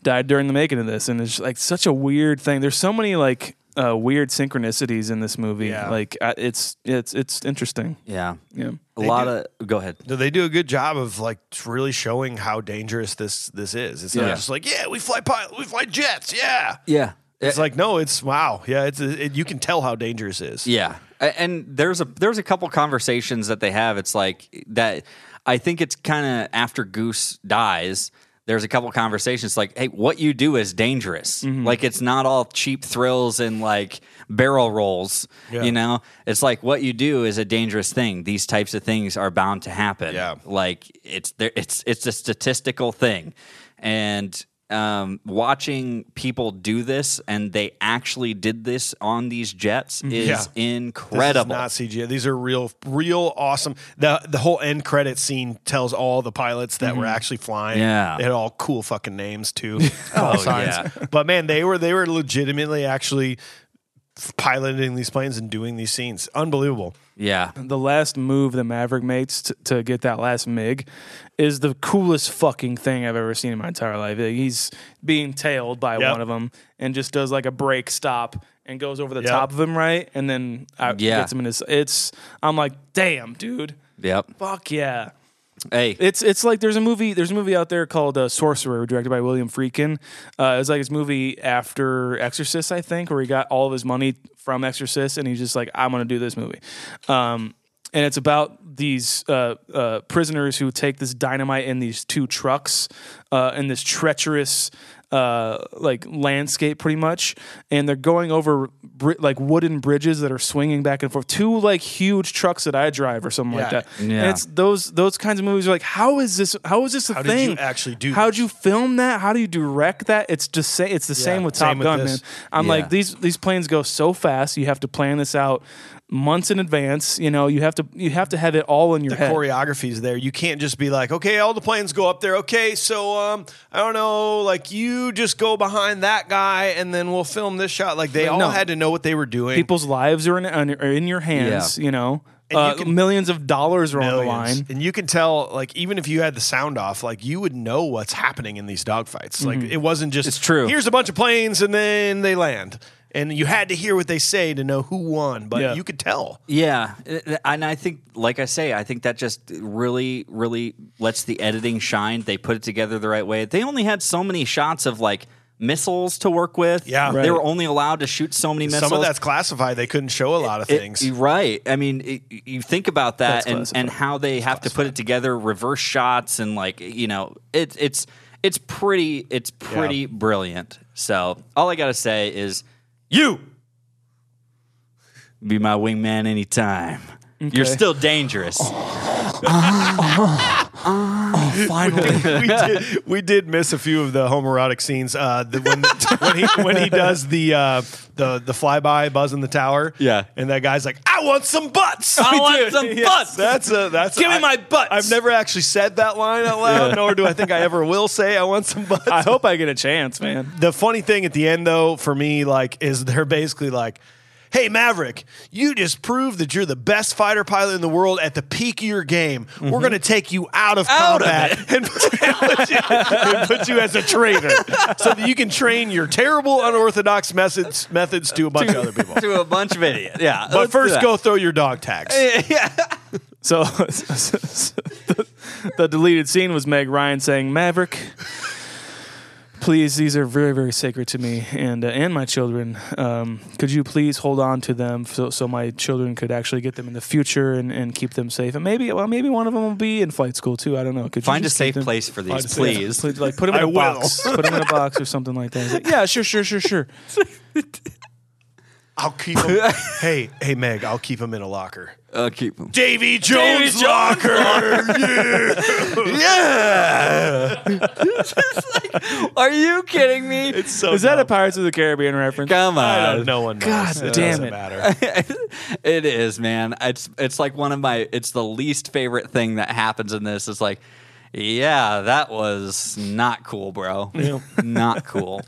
S1: died during the making of this, and it's like such a weird thing. There's so many like uh, weird synchronicities in this movie. Like I, it's it's it's interesting.
S3: Yeah.
S1: Yeah.
S3: A lot of go ahead.
S2: No, they do a good job of like really showing how dangerous this this is. It's not
S3: Yeah.
S2: just like yeah, we fly pilot, we fly jets, yeah.
S3: Yeah.
S2: It's like no, it's wow, yeah. It's it, you can tell how dangerous it is.
S3: yeah. A- And there's a there's a couple conversations that they have. It's like that I think it's kind of after Goose dies, there's a couple conversations like, "Hey, what you do is dangerous. Like it's not all cheap thrills and like barrel rolls, you know? It's like what you do is a dangerous thing. These types of things are bound to happen.
S2: Yeah.
S3: like it's there it's it's a statistical thing and um, watching people do this and they actually did this on these jets is
S2: Mm-hmm. Yeah.
S3: incredible
S2: This is not CGI. These are real, real awesome. The the whole end credit scene tells all the pilots that were actually flying.
S3: Yeah. Oh,
S2: they had all cool fucking names too. Call signs.
S3: yeah.
S2: But man, they were they were legitimately actually f- piloting these planes and doing these scenes. Unbelievable.
S3: yeah
S1: The last move the Maverick makes t- to get that last mig is the coolest fucking thing I've ever seen in my entire life. Like, He's being tailed by
S2: Yep.
S1: one of them and just does like a break stop and goes over the
S2: Yep.
S1: top of him, right? And then out
S3: Yeah.
S1: gets him in his. It's I'm like, damn, dude,
S3: yep
S1: fuck yeah.
S3: hey
S1: It's it's like there's a movie there's a movie out there called uh, Sorcerer, directed by William Friedkin. Uh, it's like his movie after Exorcist, I think, where he got all of his money from Exorcist, and he's just like, I'm gonna do this movie. Um, and it's about these uh, uh, prisoners who take this dynamite in these two trucks uh, in this treacherous uh, like landscape, pretty much, and they're going over bri- like wooden bridges that are swinging back and forth. Two like huge trucks that I drive or something like
S2: Yeah.
S1: that. And
S3: Yeah.
S1: it's those those kinds of movies are like, how is this? How is this a
S2: How did you
S1: thing?
S2: actually do
S1: How'd you film that? How do you direct that? It's just say it's the same with Top
S2: same with
S1: Gun, man.
S2: this.
S1: I'm
S3: Yeah.
S1: like these these planes go so fast. You have to plan this out months in advance. You know, you have to you have to have it all in your head.
S2: Choreography's there. You can't just be like, okay, all the planes go up there. Okay, so um, I don't know, like you just go behind that guy, and then we'll film this shot. Like they all
S1: No.
S2: had to know what they were doing.
S1: People's lives are in are in your hands. You know,
S2: you
S1: Uh,
S2: can-
S1: millions of dollars are on the
S2: Millions.
S1: line.
S2: And you can tell, like, even if you had the sound off, like, you would know what's happening in these dogfights. Like, it wasn't just,
S3: Mm-hmm. It's true.
S2: here's a bunch of planes and then they land. And you had to hear what they say to know who won, but
S1: Yeah.
S2: you could tell.
S3: Yeah, and I think, like I say, I think that just really, really lets the editing shine. They put it together the right way. They only had so many shots of like missiles to work with.
S2: Yeah.
S3: they
S1: Right.
S3: were only allowed to shoot so many missiles.
S2: Some of that's classified. They couldn't show a lot of
S3: It-
S2: things.
S3: you're right. I mean, it, you think about that
S1: That's
S3: and,
S1: classified.
S3: and how they have to put it together, reverse shots, and like you know, it, it's it's pretty it's pretty brilliant. So all I gotta say is, you be my wingman anytime. You're still dangerous. finally.
S2: we did we did miss a few of the homoerotic scenes. Uh, the, when, when he when he does the uh, the the flyby buzz in the tower.
S3: Yeah.
S2: and that guy's like, I want some butts.
S3: I want some butts.
S2: That's a that's
S3: Give me my butts.
S2: I've never actually said that line out loud, nor do I think I ever will say I want some butts.
S1: I hope I get a chance, man.
S2: the funny thing at the end though for me like is they're basically like hey maverick you just proved that you're the best fighter pilot in the world at the peak of your game we're going to take you out of
S3: Mm-hmm. Out of
S2: combat and, put you, and put you as a trainer so that you can train your terrible unorthodox methods methods to a bunch of other people
S3: to a bunch of idiots. Yeah.
S2: but first go throw your dog tags
S1: So, the, the deleted scene was Meg Ryan saying, "Maverick, please, these are very, very sacred to me and uh, and my children. Um, could you please hold on to them so, so my children could actually get them in the future and, and keep them safe? And maybe, well, maybe one of them will be in flight school too. I don't know. Could you
S3: Find a
S1: just keep
S3: safe
S1: them-
S3: place for these,
S2: a safe
S3: please.
S1: Please, like put them in
S2: I
S1: a
S2: will.
S1: box, put them in a box or something like that. He's like, yeah, sure, sure, sure, sure.
S2: i'll keep them hey hey meg i'll keep them in a locker
S3: Uh, keep them.
S2: davy jones
S3: Jones
S2: locker
S3: Are you kidding me?
S2: it's so
S1: Is that a
S2: dumb.
S1: Pirates of the Caribbean reference?
S3: Come on.
S2: I don't- no one knows.
S1: God
S2: it
S1: damn
S2: doesn't
S1: it.
S2: matter
S3: it is, man. It's it's like one of my it's the least favorite thing that happens in this. It's like, yeah, that was not cool, bro. not cool.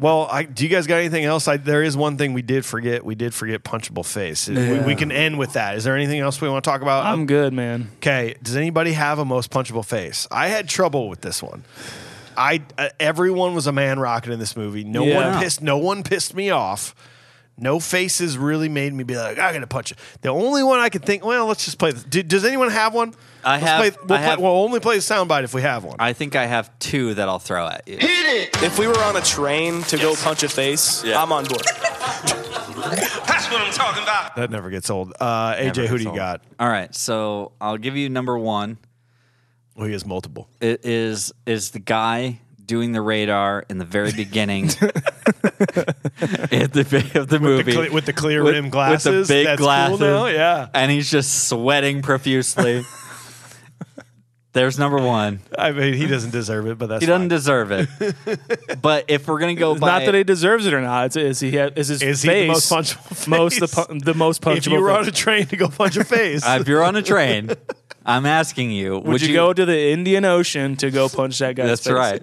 S2: Well, I, do you guys got anything else? I, there is one thing we did forget. We did forget punchable face. We, we can end with that. Is there anything else we want to talk about?
S1: I'm good, man.
S2: okay. Does anybody have a most punchable face? I had trouble with this one. I uh, everyone was a man rocket in this movie. No
S1: Yeah.
S2: one pissed. No one pissed me off. No faces really made me be like, I gotta punch it. The only one I could think. Well, let's just play this. Do, does anyone have one?
S3: I
S2: Let's
S3: have-
S2: Play, we'll,
S3: I have-
S2: play, we'll only play the soundbite if we have one.
S3: I think I have two that I'll throw at you.
S6: If we were on a train to go punch a face,
S3: Yeah.
S6: I'm on board.
S5: That's what I'm talking about.
S2: that never gets old. Uh, AJ, who do you got?
S3: All right, so I'll give you number one.
S2: Well, he has multiple.
S3: It is is the guy doing the radar in the very beginning at the be- of the
S2: the
S3: movie
S2: cle- with the clear
S3: With-
S2: rim glasses.
S3: with the big
S2: That's
S3: glasses.
S2: Cool now, yeah.
S3: and he's just sweating profusely. There's number one.
S2: I mean, he doesn't deserve it, but that's
S3: He doesn't
S2: fine.
S3: deserve it. but if we're gonna go by,
S1: Not that he deserves it or not. It's, is he? ha- Is his
S2: Is he the
S1: face
S2: most punchable
S1: Most the,
S2: face?
S1: pu- the most punchable.
S2: If you were
S1: face.
S2: on a train to go punch a face,
S3: if you're on a train, I'm asking you, would,
S1: Would you, go to the Indian Ocean to go punch that guy?
S3: That's right.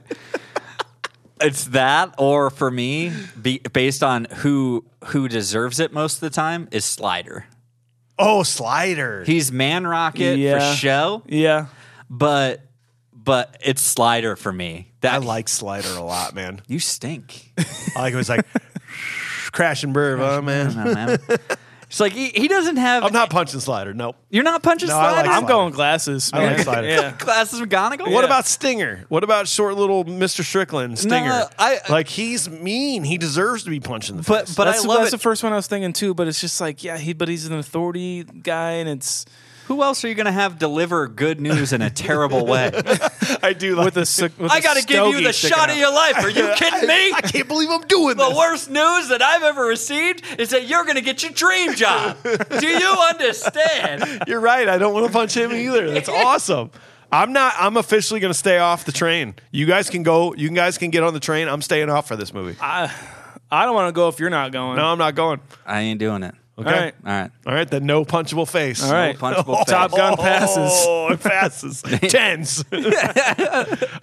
S3: it's that, or for me, be, based on who who deserves it most of the time is Slider.
S2: oh, slider.
S3: He's Man Rocket
S1: Yeah.
S3: for show,
S1: Yeah.
S3: but but it's Slider for me. That
S2: I like slider a lot, man.
S3: you stink.
S2: I like it was like crash and burn, oh, man.
S3: No, man. It's like he, he doesn't have.
S2: I'm not punching slider. Nope.
S3: You're not punching
S2: No, I like
S3: Slider.
S1: I'm
S2: Slider.
S1: going glasses.
S2: I
S1: Man.
S2: like Slider.
S1: Yeah.
S3: Glasses McGonagall.
S2: What about Stinger? What about short little Mr. Strickland Stinger?
S3: I-
S2: like he's mean. He deserves to be punched in the
S3: But
S2: face.
S3: but
S1: That's,
S3: I love
S1: that's
S3: it.
S1: the first one I was thinking too, but it's just like, yeah, he, but he's an authority guy, and it's
S3: Who else are you going to have deliver good news in a terrible way?
S2: I do like
S1: with a. sig- With
S3: I got to give you the shot of your life. Are you kidding me?
S2: I can't believe I'm doing
S3: The
S2: this.
S3: worst news that I've ever received is that you're going to get your dream job. Do you understand?
S2: You're right. I don't want to punch him either. That's awesome. I'm not. I'm officially going to stay off the train. You guys can go. You guys can get on the train. I'm staying off for this movie.
S1: I don't want to go if you're not going.
S2: no, I'm not going.
S3: I ain't doing it.
S2: Okay.
S1: All right.
S3: All right.
S2: All right. Then no punchable face.
S1: All right.
S3: punchable
S1: Top
S3: face.
S1: Gun passes.
S2: Oh, it passes. Tens. all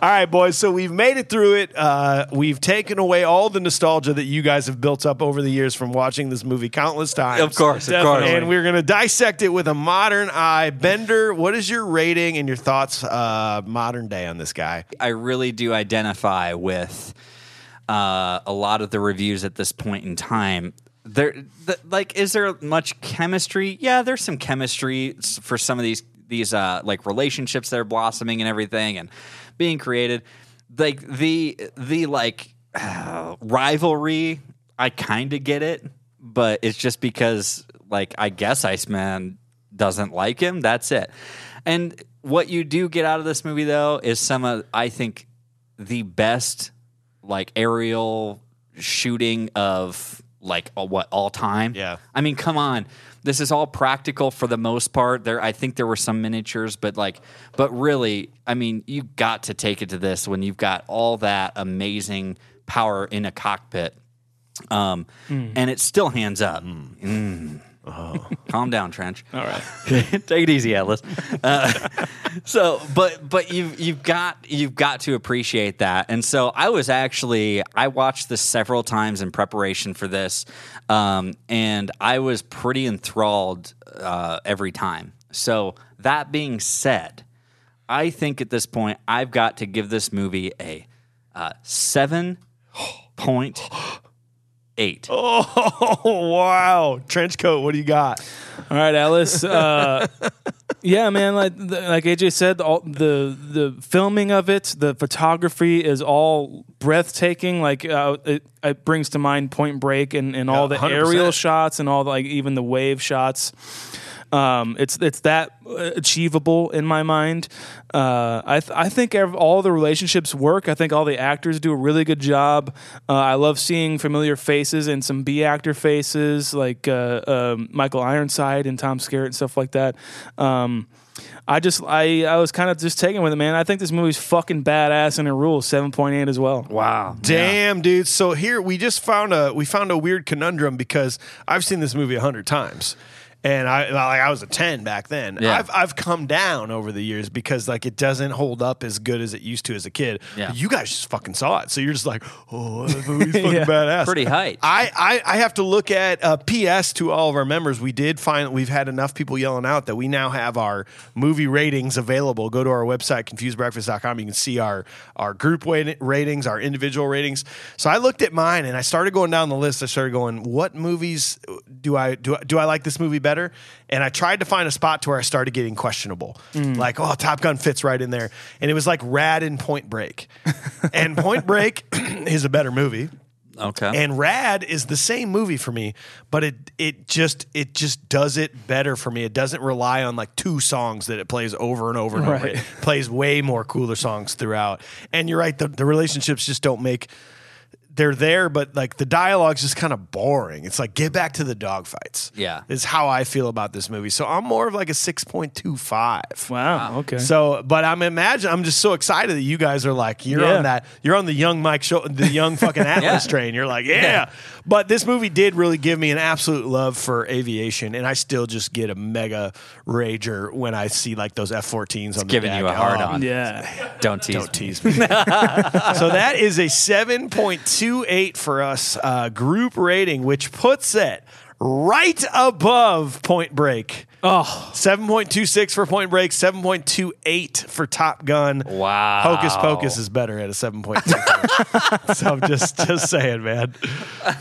S2: right, boys. So we've made it through it. Uh, we've taken away all the nostalgia that you guys have built up over the years from watching this movie countless times.
S3: Of course, of
S1: Definitely.
S3: course.
S2: And we're going to dissect it with a modern eye. Bender, what is your rating and your thoughts uh, modern day on this guy?
S3: I really do identify with uh, a lot of the reviews at this point in time. There, th- like, is there much chemistry? Yeah, there's some chemistry s- for some of these these uh, like relationships that are blossoming and everything and being created. Like the the like rivalry, I kind of get it, but it's just because like I guess Iceman doesn't like him. That's it. And what you do get out of this movie though is some of I think the best like aerial shooting of like uh, what all time.
S2: Yeah.
S3: I mean, come on. This is all practical for the most part. There, I think there were some miniatures, but like, but really, I mean, you got to take it to this when you've got all that amazing power in a cockpit, um, and it's still hands up. Mm. Calm down, Trench. All right, take it easy, Atlas. Uh, so, but but you've you've got you've got to appreciate that. And so, I was actually I watched this several times in preparation for this, um, and I was pretty enthralled uh, every time. So, that being said, I think at this point I've got to give this movie a uh, seven point eight.
S2: Oh wow, trench coat. What do you got?
S1: All right, Alice. Uh, yeah, man. Like the, like AJ said, all, the the filming of it, the photography is all breathtaking. Like uh, it, it brings to mind Point Break and, and all the
S2: 100%.
S1: aerial shots and all the, like even the wave shots. Um, it's it's that uh, achievable in my mind. Uh, I th- I think ev- all the relationships work. I think all the actors do a really good job. Uh, I love seeing familiar faces and some B actor faces like uh, um Michael Ironside and Tom Skerritt and stuff like that. Um, I just I I was kind of just taken with it, man. I think this movie's fucking badass and it rules. Seven point eight as well.
S3: Wow,
S2: Damn, dude. So here we just found a we found a weird conundrum because I've seen this movie a hundred times. And I like I was a ten back then.
S3: Yeah.
S2: I've I've come down over the years because like it doesn't hold up as good as it used to as a kid.
S3: Yeah.
S2: You guys just fucking saw it, so you're just like, oh, that movie's fucking
S1: Yeah.
S2: badass.
S3: Pretty hype.
S2: I, I I have to look at uh, PS to all of our members. We did find that we've had enough people yelling out that we now have our movie ratings available. Go to our website, confusedbreakfast.com. You can see our, our group wa- ratings, our individual ratings. So I looked at mine and I started going down the list. I started going, what movies do I do? I, do I like this movie better? And I tried to find a spot to where I started getting questionable. Like, oh, Top Gun fits right in there. And it was like Rad and Point Break. and Point Break is a better movie.
S3: Okay.
S2: And Rad is the same movie for me, but it it just it just does it better for me. It doesn't rely on like two songs that it plays over and over and over.
S1: Right.
S2: It plays way more cooler songs throughout. And you're right, the, the relationships just don't make they're there, but like the dialogue's just kind of boring. It's like get back to the dogfights.
S3: Yeah.
S2: Is how I feel about this movie. So I'm more of like a six point two five.
S1: Wow. Okay.
S2: So, but I'm imagine I'm just so excited that you guys are like you're
S1: Yeah.
S2: on that you're on the young Mike show the young fucking Atlas
S3: Yeah.
S2: train. You're like yeah. But this movie did really give me an absolute love for aviation, and I still just get a mega rager when I see like those F-14s on the
S3: giving
S2: deck.
S3: you a hard
S2: Oh,
S3: on.
S1: yeah.
S3: Don't tease.
S2: Don't tease me. so that is a 7.28 for us uh, group rating, which puts it right above Point Break.
S1: Oh,
S2: 7.26 for Point Break, 7.28 for Top Gun.
S3: Wow.
S2: Hocus Pocus is better at a 7.2. so I'm just just saying, man.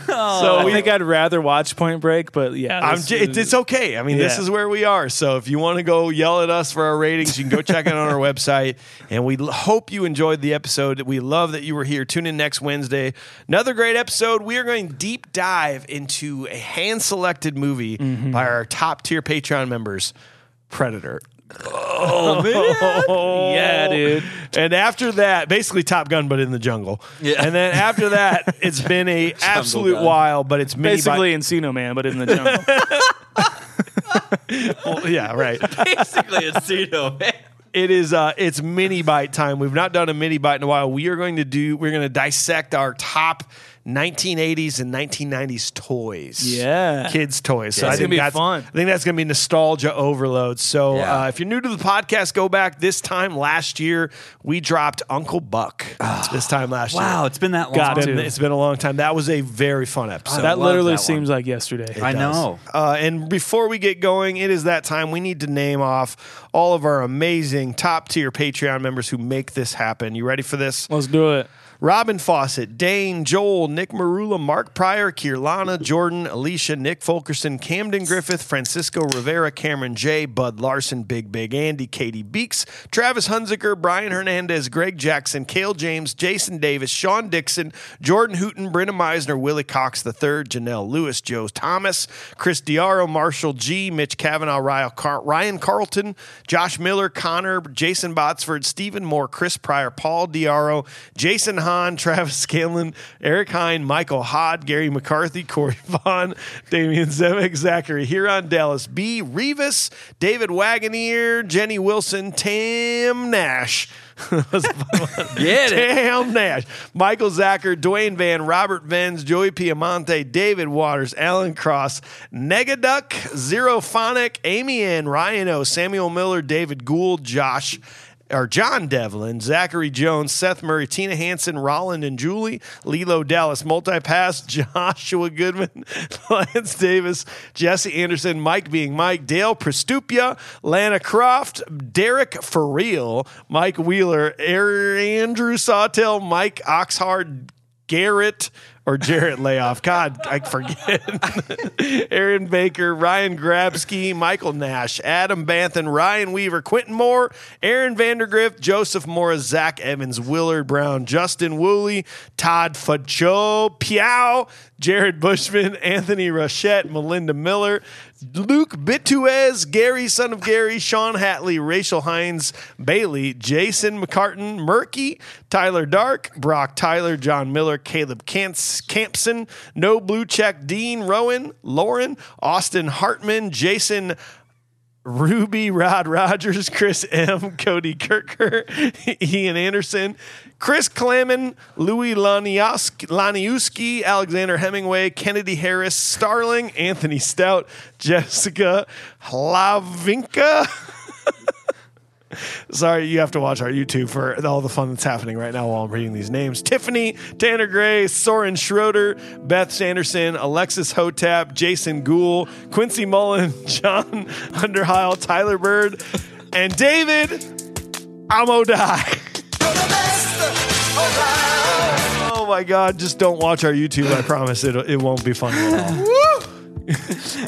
S1: so I think I'd rather watch Point Break, but yeah,
S2: I'm
S1: this
S2: j- it-
S1: is-
S2: it's okay. I mean, this
S1: Yeah.
S2: is where we are. So if you want to go yell at us for our ratings, you can go check it on our website. And we l- hope you enjoyed the episode. We love that you were here. Tune in next Wednesday. Another great episode. We are going deep dive into a hand selected movie
S1: Mm-hmm.
S2: by our top tier Patreon members, Predator.
S1: Oh, yeah, dude.
S2: Oh. And after that, basically Top Gun, but in the jungle.
S3: Yeah.
S2: And then after that, it's been a absolute
S3: Gun.
S2: while, but it's mini
S1: Basically Encino Man, but in the jungle.
S2: bite. Oh, Yeah, right.
S3: basically a pseudo man.
S2: It is. Uh, it's mini bite time. We've not done a mini bite in a while. We are going to do. We're going to dissect our top 1980s and 1990s toys.
S1: Yeah.
S2: kids toys. So
S1: That's
S2: I think
S1: gonna be
S2: that's
S1: fun.
S2: I think that's going to be nostalgia overload. So
S3: Yeah.
S2: uh, if you're new to the podcast, go back. This time last year, we dropped Uncle Buck. this time last
S3: Ah. Wow,
S2: year.
S3: it's been that long.
S1: Got
S2: It's been,
S1: dude.
S2: it's been a long time. That was a very fun episode.
S1: that
S3: love
S1: literally
S3: that one.
S1: seems like yesterday.
S3: I know.
S2: Uh, and before we get going, it is that time we need to name off all of our amazing top tier Patreon members who make this happen. You ready for this?
S1: Let's do it.
S2: Robin Fawcett, Dane, Joel, Nick Marula, Mark Pryor, Kirlana, Jordan, Alicia, Nick Fulkerson, Camden Griffith, Francisco Rivera, Cameron J, Bud Larson, Big Big Andy, Katie Beeks, Travis Hunziker, Brian Hernandez, Greg Jackson, Cale James, Jason Davis, Sean Dixon, Jordan Hooten, Brenna Meisner, Willie Cox III, Janelle Lewis, Joe Thomas, Chris Diaro, Marshall G, Mitch Kavanaugh, Ryle Car- Ryan Carlton, Josh Miller, Connor, Jason Botsford, Stephen Moore, Chris Pryor, Paul Diaro, Jason Hahn, Travis Scanlon, Eric Hine, Michael Hod, Gary McCarthy, Corey Vaughn, Damian Zemek, Zachary Huron, Dallas B, Revis, David Wagoneer, Jenny Wilson, Tam Nash. That was a fun one.
S3: Get it.
S2: Damn Nash. Michael Zacher, Dwayne Van, Robert Venz, Joey Piamonte, David Waters, Alan Cross, Negaduck, Zerophonic, Amy Ann, Ryan O, Samuel Miller, David Gould, Josh. Or John Devlin, Zachary Jones, Seth Murray, Tina Hansen, Roland and Julie, Lilo Dallas, Multipass, Joshua Goodman, Lance Davis, Jesse Anderson, Mike being Mike, Dale Prestupia, Lana Croft, Derek For Real, Mike Wheeler, Air- Andrew Sawtell, Mike Oxhard, Garrett or Jarrett Layoff. God, I forget. Aaron Baker, Ryan Grabsky, Michael Nash, Adam Banthan, Ryan Weaver, Quentin Moore, Aaron Vandergrift, Joseph Morris, Zach Evans, Willard Brown, Justin Woolley, Todd Facho, Piao, Jared Bushman, Anthony Rochette, Melinda Miller, Luke Bituez, Gary, son of Gary, Sean Hatley, Rachel Hines, Bailey, Jason McCartan, Murky, Tyler Dark, Brock Tyler, John Miller, Caleb Kants, Campson, No Blue Check, Dean Rowan, Lauren, Austin Hartman, Jason Ruby, Rod Rogers, Chris M, Cody Kirker, Ian Anderson, Chris Clamon, Louis Laniowski, Laniuski, Alexander Hemingway, Kennedy Harris, Starling, Anthony Stout, Jessica Hlavinka. Sorry, you have to watch our YouTube for all the fun that's happening right now while I'm reading these names. Tiffany, Tanner Gray, Soren Schroeder, Beth Sanderson, Alexis Hotap, Jason Gould, Quincy Mullen, John Underheil, Tyler Bird, and David Amodai. Oh my God, just don't watch our YouTube. I promise it, it won't be fun at all.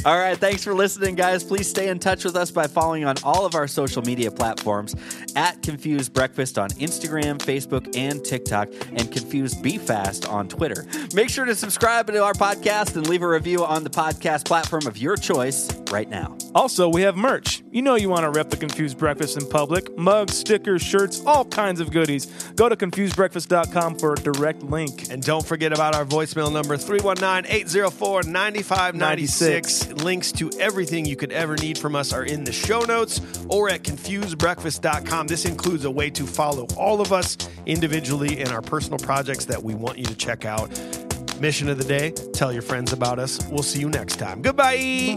S3: All right, thanks for listening, guys. Please stay in touch with us by following on all of our social media platforms at Confused Breakfast on Instagram, Facebook, and TikTok, and Confused Be Fast on Twitter. Make sure to subscribe to our podcast and leave a review on the podcast platform of your choice right now.
S1: Also, we have merch. You know you want to rep the Confused Breakfast in public. Mugs, stickers, shirts, all kinds of goodies. Go to confusedbreakfast.com for a direct link.
S2: And don't forget about our voicemail number 319 804 9596. Links to everything you could ever need from us are in the show notes or at confusedbreakfast.com. This includes a way to follow all of us individually and our personal projects that we want you to check out. Mission of the day tell your friends about us. We'll see you next time. Goodbye.